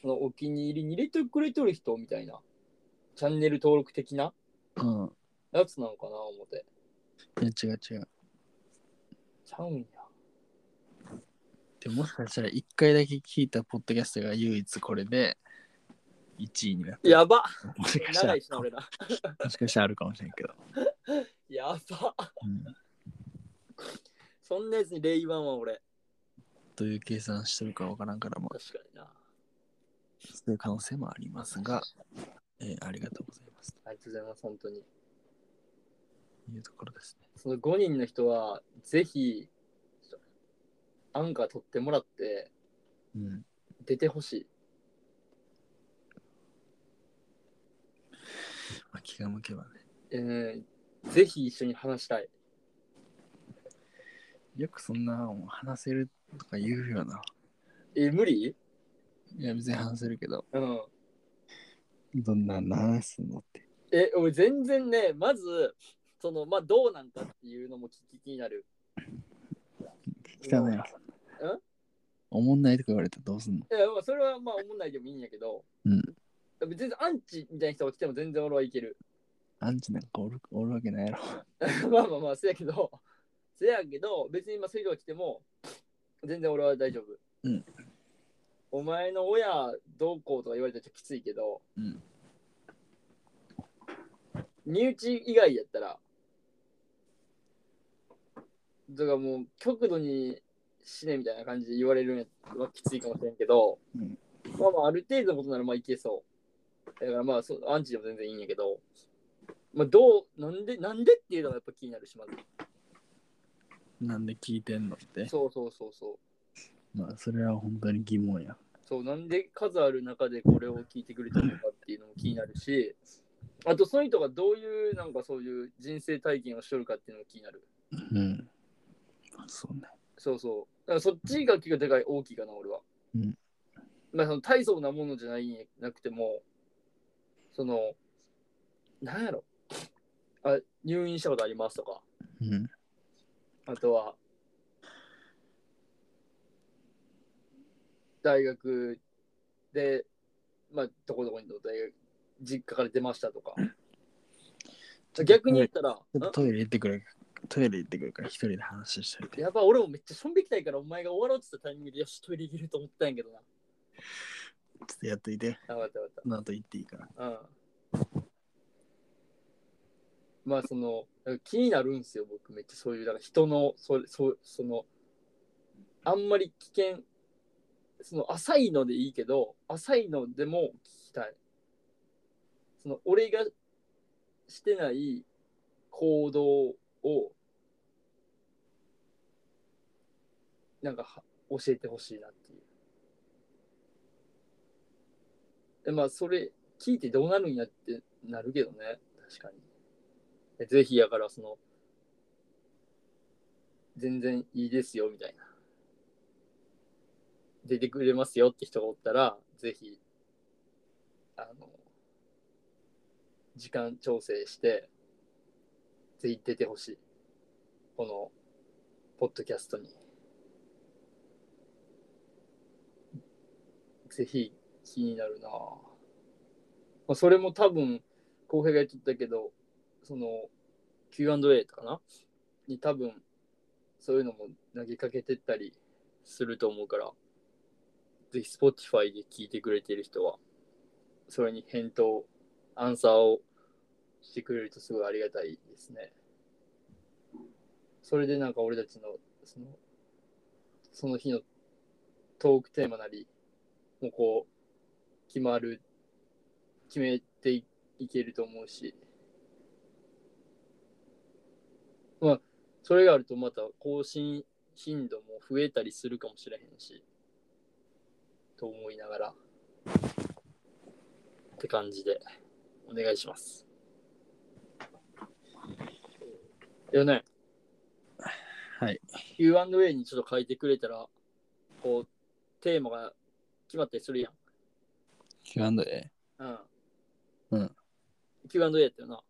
Speaker 1: そのお気に入りに入れてくれとる人みたいな。チャンネル登録的な
Speaker 2: うん。
Speaker 1: やつなのかな思って。
Speaker 2: いや、違う違う。
Speaker 1: ちゃうんや。
Speaker 2: でももしかしたら1回だけ聞いたポッドキャストが唯一これで1位になった。
Speaker 1: やば
Speaker 2: もしかした
Speaker 1: 長
Speaker 2: ら
Speaker 1: いしな俺ら。
Speaker 2: もしかしたらあるかもしれんけど。
Speaker 1: <laughs> やば
Speaker 2: うん
Speaker 1: そんなやつにレイワンは俺。
Speaker 2: どういう計算してるかわからんから、まあ、
Speaker 1: 確かにな。
Speaker 2: そういう可能性もありますが、えーありがとうございます。
Speaker 1: ありがとうございます、本当に。
Speaker 2: というところですね。
Speaker 1: その5人の人は、ぜひ、アンカー取ってもらって、
Speaker 2: うん。
Speaker 1: 出てほしい。
Speaker 2: まあ、気が向けばね。
Speaker 1: えー、ぜひ一緒に話したい。
Speaker 2: よくそんなもう話せるとか言うよな。
Speaker 1: えー無理
Speaker 2: いや、別に話せるけど、
Speaker 1: うん。
Speaker 2: どんなん話すのって。
Speaker 1: え、俺全然ね、まず、その、まあ、どうなんかっていうのも聞き気になる。
Speaker 2: 聞かないわ。そんなおもんないとか言われたらどうすんの
Speaker 1: いや、まあそれはまあ、思んないでもいいんやけど、
Speaker 2: うん。
Speaker 1: 全然アンチみたいな人が来ても全然俺はいける。
Speaker 2: アンチなんかおるおるわけないやろ。
Speaker 1: まあまあまあ、せやけど、 <laughs> せやけど、別に今、水道来ても、全然俺は大丈夫。
Speaker 2: うん
Speaker 1: お前の親、どうこうとか言われたらちょっときついけど、
Speaker 2: うん
Speaker 1: 身内以外やったら、だからもう、極度に死ねみたいな感じで言われるのはきついかもしれんけど、
Speaker 2: うん
Speaker 1: まあまあ、ある程度のことならまあいけそう。だからまあ、そうアンチでも全然いいんやけど、まあ、どう、なんで、なんでっていうのがやっぱ気になるし、まず。
Speaker 2: なんで聞いてんのって。
Speaker 1: そうそうそうそう。
Speaker 2: まあ、それは本当に疑問や。
Speaker 1: そう、なんで数ある中でこれを聞いてくれてるのかっていうのも気になるし、あとその人がどういう、なんかそういう人生体験をしとるかっていうのも気になる。
Speaker 2: うん。そうね。
Speaker 1: そうそう。だからそっちが結構でかい、大きいかな、俺は。
Speaker 2: うん
Speaker 1: まあ、その大層なものじゃないなくても、その、なんやろ。あ、入院したことありますとか、
Speaker 2: うん。
Speaker 1: あとは、大学で、まあ、どこどこにの大学、実家から出ましたとか。逆に言ったら、
Speaker 2: ちょっとトイレ行ってくる。トイレ行ってくるから一人で話して
Speaker 1: ん
Speaker 2: て。
Speaker 1: やっぱ俺もめっちゃしょんべきたいから、お前が終わろうって言ったタイミングで、よし、トイレ行けると思ったんやけどな。
Speaker 2: ちょっとやっといて。
Speaker 1: あ、わかったわかっ
Speaker 2: その後行っていいから。
Speaker 1: た。うん。まあ、その、気になるんすよ、僕、めっちゃそういう、だから人の、そそその、あんまり危険、その、浅いのでいいけど、浅いのでも聞きたい。その、俺がしてない行動を、なんかは、教えてほしいなっていう。で、まあ、それ、聞いてどうなるんやってなるけどね、確かに。えぜひやからその全然いいですよみたいな出てくれますよって人がおったらぜひあの時間調整してぜひ出てほしいこのポッドキャストにぜひ気になるなぁまあそれも多分浩平が言っとったけどその Q&A とかなに多分そういうのも投げかけてったりすると思うからぜひ Spotify で聞いてくれてる人はそれに返答アンサーをしてくれるとすごいありがたいですねそれでなんか俺たちのそのその日のトークテーマなりもうこう決まる決めていいけると思うしそれがあるとまた更新頻度も増えたりするかもしれへんし、と思いながら、って感じでお願いします。よね。
Speaker 2: はい。
Speaker 1: Q&A にちょっと書いてくれたら、こう、テーマが決まったりするやん。
Speaker 2: Q&A。
Speaker 1: うん。
Speaker 2: うん。
Speaker 1: Q&A やったよな。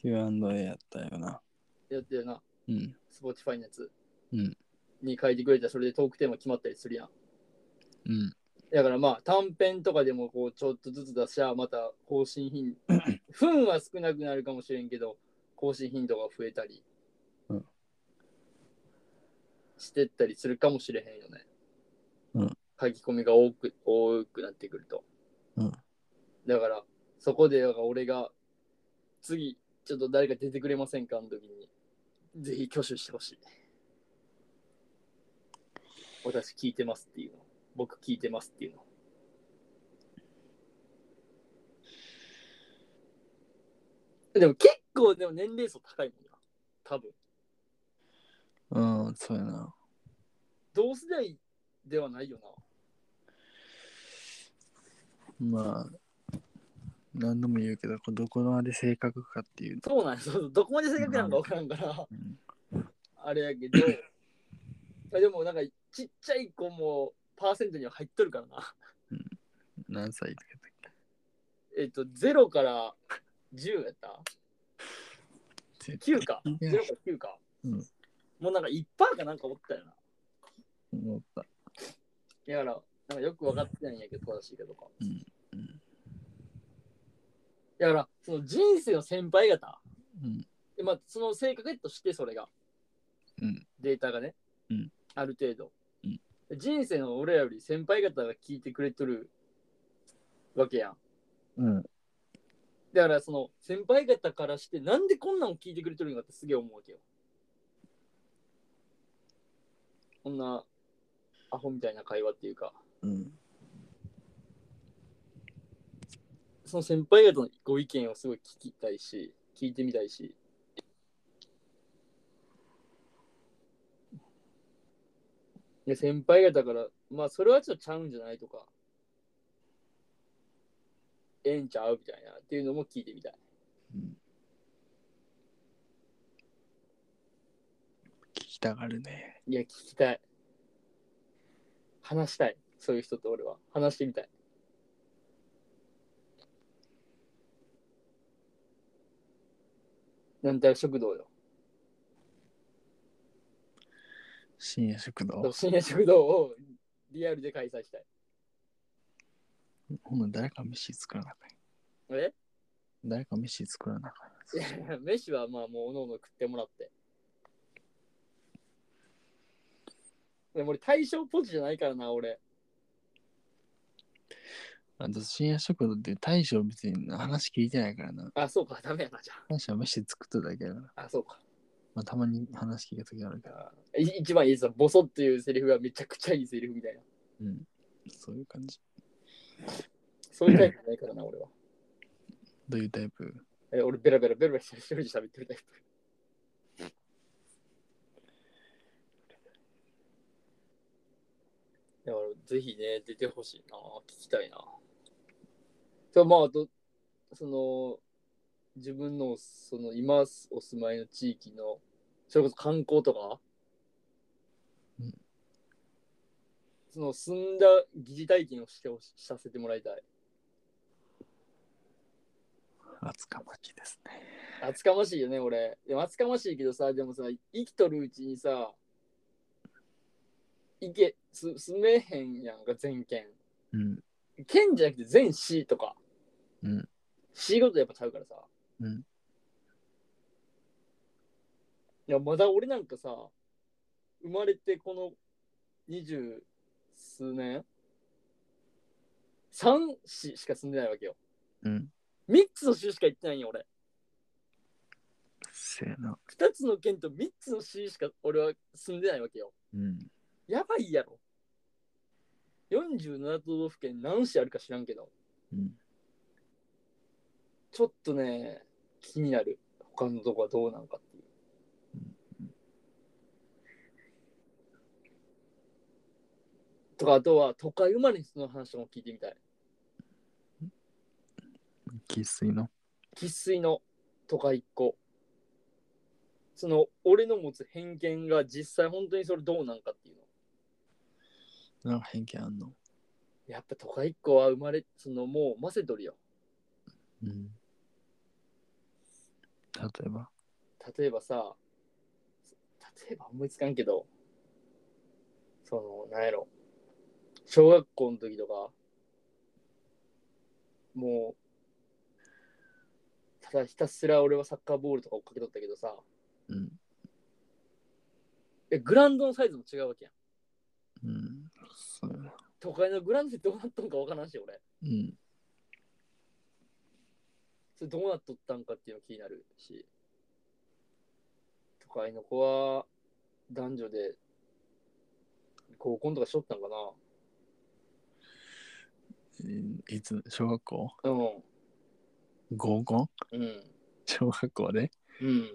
Speaker 2: Q&A やったよな。
Speaker 1: やったよな。
Speaker 2: うん。
Speaker 1: Spotify のやつ。
Speaker 2: うん
Speaker 1: に書いてくれたら、それでトークテーマ決まったりするやん。
Speaker 2: うん。
Speaker 1: だからまあ、短編とかでも、こう、ちょっとずつ出しゃ、また更新
Speaker 2: <laughs>
Speaker 1: 頻度。分は少なくなるかもしれんけど、更新頻度が増えたり。
Speaker 2: うん
Speaker 1: してったりするかもしれへんよね。
Speaker 2: うん
Speaker 1: 書き込みが多く多くなってくると。
Speaker 2: うん
Speaker 1: だから、そこで、だから俺が、次、ちょっと誰か出てくれませんかの時に、ぜひ挙手してほ
Speaker 2: <laughs>
Speaker 1: しい。私聞いてますっていうの。僕聞いてますっていうの。でも結構、でも年齢層高いもんな。多分。
Speaker 2: うん、そうやな。
Speaker 1: 同世代ではないよな。
Speaker 2: まあ、何度も言うけど、こうどこまで正確かっていうと。
Speaker 1: そうなんですそうそうどこまで正確なのか分からんから、
Speaker 2: うん
Speaker 1: あれやけど、あでもなんかちっちゃい子もパーセントには入っとるからな。
Speaker 2: 何歳とかだっ
Speaker 1: えっと、0から10やった
Speaker 2: け絶
Speaker 1: ?9 か。
Speaker 2: いや
Speaker 1: 0から9か。
Speaker 2: うん
Speaker 1: もうなんか1%かなんかおったよな。
Speaker 2: 対思った。
Speaker 1: だから、なんかよく分かってないんやけど、正しいかどうか。
Speaker 2: うんうん
Speaker 1: だから、その人生の先輩方、
Speaker 2: うん
Speaker 1: でまあ、その性格としてそれが、
Speaker 2: うん
Speaker 1: データがね、
Speaker 2: うん
Speaker 1: ある程度、
Speaker 2: うん
Speaker 1: 人生の俺らより先輩方が聞いてくれとるわけやん。
Speaker 2: うん
Speaker 1: だから、その先輩方からして、なんでこんなんを聞いてくれとるんかってすげえ思うわけよ。こんなアホみたいな会話っていうか、
Speaker 2: うん
Speaker 1: その先輩方のご意見をすごい聞きたいし、聞いてみたいし。いや先輩方から、まあそれはちょっとちゃうんじゃないとか、ええんちゃうみたいなっていうのも聞いてみたい。
Speaker 2: 聞きたがるね。
Speaker 1: いや、聞きたい。話したい。そういう人と俺は。話してみたい。なんたら食堂よ。
Speaker 2: 深夜食堂。
Speaker 1: 深夜食堂をリアルで開催したい。
Speaker 2: ほんま誰か飯作らなあかん。
Speaker 1: え
Speaker 2: 誰か飯作らなあかん。
Speaker 1: 飯はまあもうおのおの食ってもらって。でも俺対象ポジじゃないからな、俺。
Speaker 2: あと深夜食堂って大将別に話聞いてないからな。
Speaker 1: あ、そうか、ダメやな、じゃ
Speaker 2: 大将は飯作っただけだから。
Speaker 1: あ。あ、そうか。
Speaker 2: まあたまに話聞いた時あるから。
Speaker 1: い一番いいさ、ボソっていうセリフがめちゃくちゃいいセリフみたいな。
Speaker 2: うん。そういう感じ。
Speaker 1: そういうタイプじゃないからな、俺は。
Speaker 2: どういうタイプ
Speaker 1: え俺、ベラベラベラベラ一人で喋ってるタイプ。だから、ぜひね、出てほしいな、聞きたいな。そう、まあ、あと、その、自分の、その、今お住まいの地域の、それこそ観光とか、
Speaker 2: うん
Speaker 1: その、住んだ疑似体験をしてほしさせてもらいたい。
Speaker 2: 厚かまきですね。
Speaker 1: 厚かましいよね俺でも厚かましいけどさでもさ生きとるうちにさいけす住めへんやんか全県
Speaker 2: うん。
Speaker 1: 県じゃなくて全市とか、
Speaker 2: うん、
Speaker 1: 市ごとやっぱちゃうからさ、
Speaker 2: うん
Speaker 1: いやまだ俺なんかさ生まれてこの二十数年3市しか住んでないわけよ
Speaker 2: うん。
Speaker 1: 3つの州しか行ってないんよ俺
Speaker 2: せやな。
Speaker 1: 2つの県と3つの市しか俺は住んでないわけよ。
Speaker 2: うん。
Speaker 1: やばいやろ。47都道府県何市あるか知らんけど、
Speaker 2: うん。
Speaker 1: ちょっとね、気になる。他のとこはどうなんかっていう。とか、あとは都会生まれの人の話とかも聞いてみたい。
Speaker 2: 生粋の。
Speaker 1: 生粋の都会っ子。その俺の持つ偏見が実際本当にそれどうなんかっていうの
Speaker 2: なんか偏見あんの
Speaker 1: やっぱ都会っ子は生まれそのもうマセドリよ
Speaker 2: うん。例えば
Speaker 1: 例えばさ例えば思いつかんけどそのなんやろ小学校の時とかもうただひたすら俺はサッカーボールとか追っかけとったけどさ
Speaker 2: うん。
Speaker 1: えグラウンドのサイズも違うわけやん
Speaker 2: うん。そうやな
Speaker 1: 都会のグラウンドってどうなっとんかわからんし俺
Speaker 2: うん。
Speaker 1: それどうなっとったんかっていうの気になるし都会の子は男女で合コンとかしとったんか
Speaker 2: えいつ小学校
Speaker 1: なうん
Speaker 2: 合コン
Speaker 1: うん
Speaker 2: 小学校で
Speaker 1: うん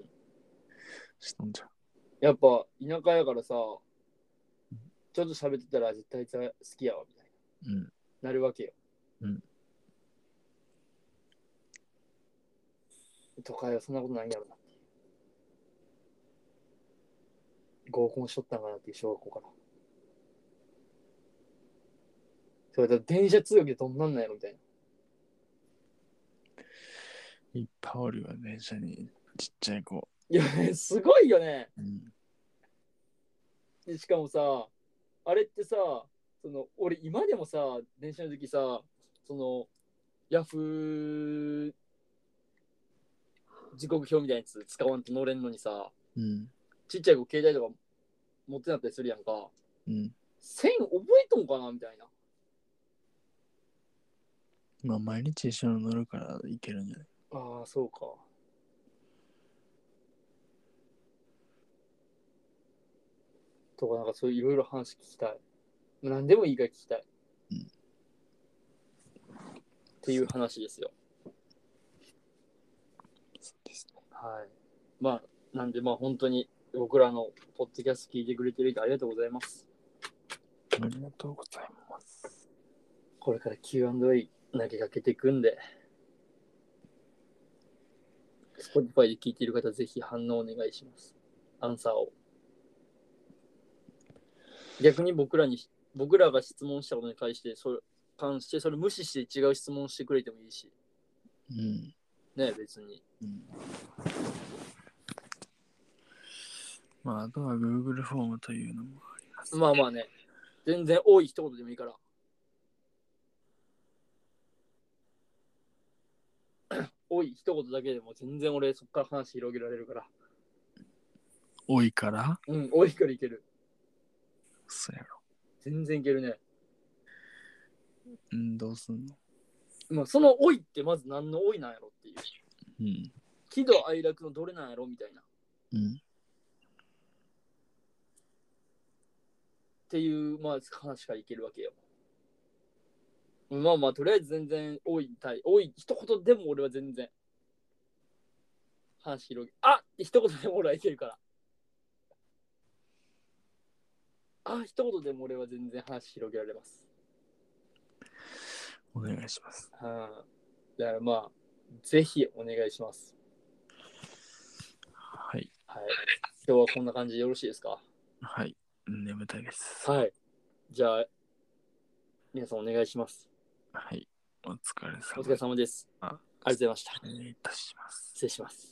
Speaker 2: しとんじゃん。
Speaker 1: やっぱ田舎やからさちょっと喋ってたら絶対あいつは好きやわみたい
Speaker 2: うん。
Speaker 1: ななるわけよ、
Speaker 2: うん、
Speaker 1: 都会はそんなことないんやろなっていう合コンしとったんかなっていう小学校からそれだから電車通学でどんなんなんやろみたいない
Speaker 2: っぱいおるよ、電車に。ちっちゃい子。
Speaker 1: いやすごいよね
Speaker 2: うん。
Speaker 1: でしかもさあれってさその俺今でもさ電車の時さそのヤフー時刻表みたいなやつ使わんと乗れんのにさ
Speaker 2: うん。
Speaker 1: ちっちゃい子携帯とか持ってなかったりするやんか
Speaker 2: うん。
Speaker 1: 線覚えとんかなみたいな
Speaker 2: まあ、毎日一緒に乗るから行けるんじゃない
Speaker 1: ああそうかとかなんかそういういろいろ話聞きたい何でもいいから聞きたい、
Speaker 2: うん
Speaker 1: っていう話ですよ
Speaker 2: そうですね。
Speaker 1: はい。まあ、なんで、まあ、本当に僕らのポッドキャスト聞いてくれてる人ありがとうございます。
Speaker 2: ありがとうございます。
Speaker 1: これから Q&A 投げかけていくんで、Spotify で聞いてる方、ぜひ反応お願いします。アンサーを。逆に僕らに、僕らが質問したことに関して、それ、関して、それ無視して違う質問してくれてもいいし、
Speaker 2: うん。
Speaker 1: ね、別に。
Speaker 2: うん、まあ、あとは Google フォームというのもあります。
Speaker 1: まあまあね、全然多い一言でもいいから。 <coughs> 多い一言だけでも全然俺そっから話広げられるから。
Speaker 2: 多いから
Speaker 1: うん、多いからいける。
Speaker 2: そうやろ。
Speaker 1: 全然いけるね。
Speaker 2: うん、どうすんの
Speaker 1: まあ、その多いってまず何の多いなんやろっていう。
Speaker 2: うん。
Speaker 1: 喜怒哀楽のどれなんやろみたいな。っ
Speaker 2: うん。
Speaker 1: ていう、まあ、話からいけるわけよ。まあまあ、とりあえず全然多い対、多い一言でも俺は全然。話広げ、あって一言でも俺はいけるから。あ一言でも俺は全然話広げられます。
Speaker 2: お願いします。
Speaker 1: はい。だからまあ、ぜひお願いします。
Speaker 2: はい。
Speaker 1: はい。今日はこんな感じでよろしいですか
Speaker 2: はい。眠たいです。
Speaker 1: はい。じゃあ、皆さんお願いします。
Speaker 2: はい。お疲れ様
Speaker 1: お疲れ様です。ありがとうございました。
Speaker 2: お願いいたします。
Speaker 1: 失礼します。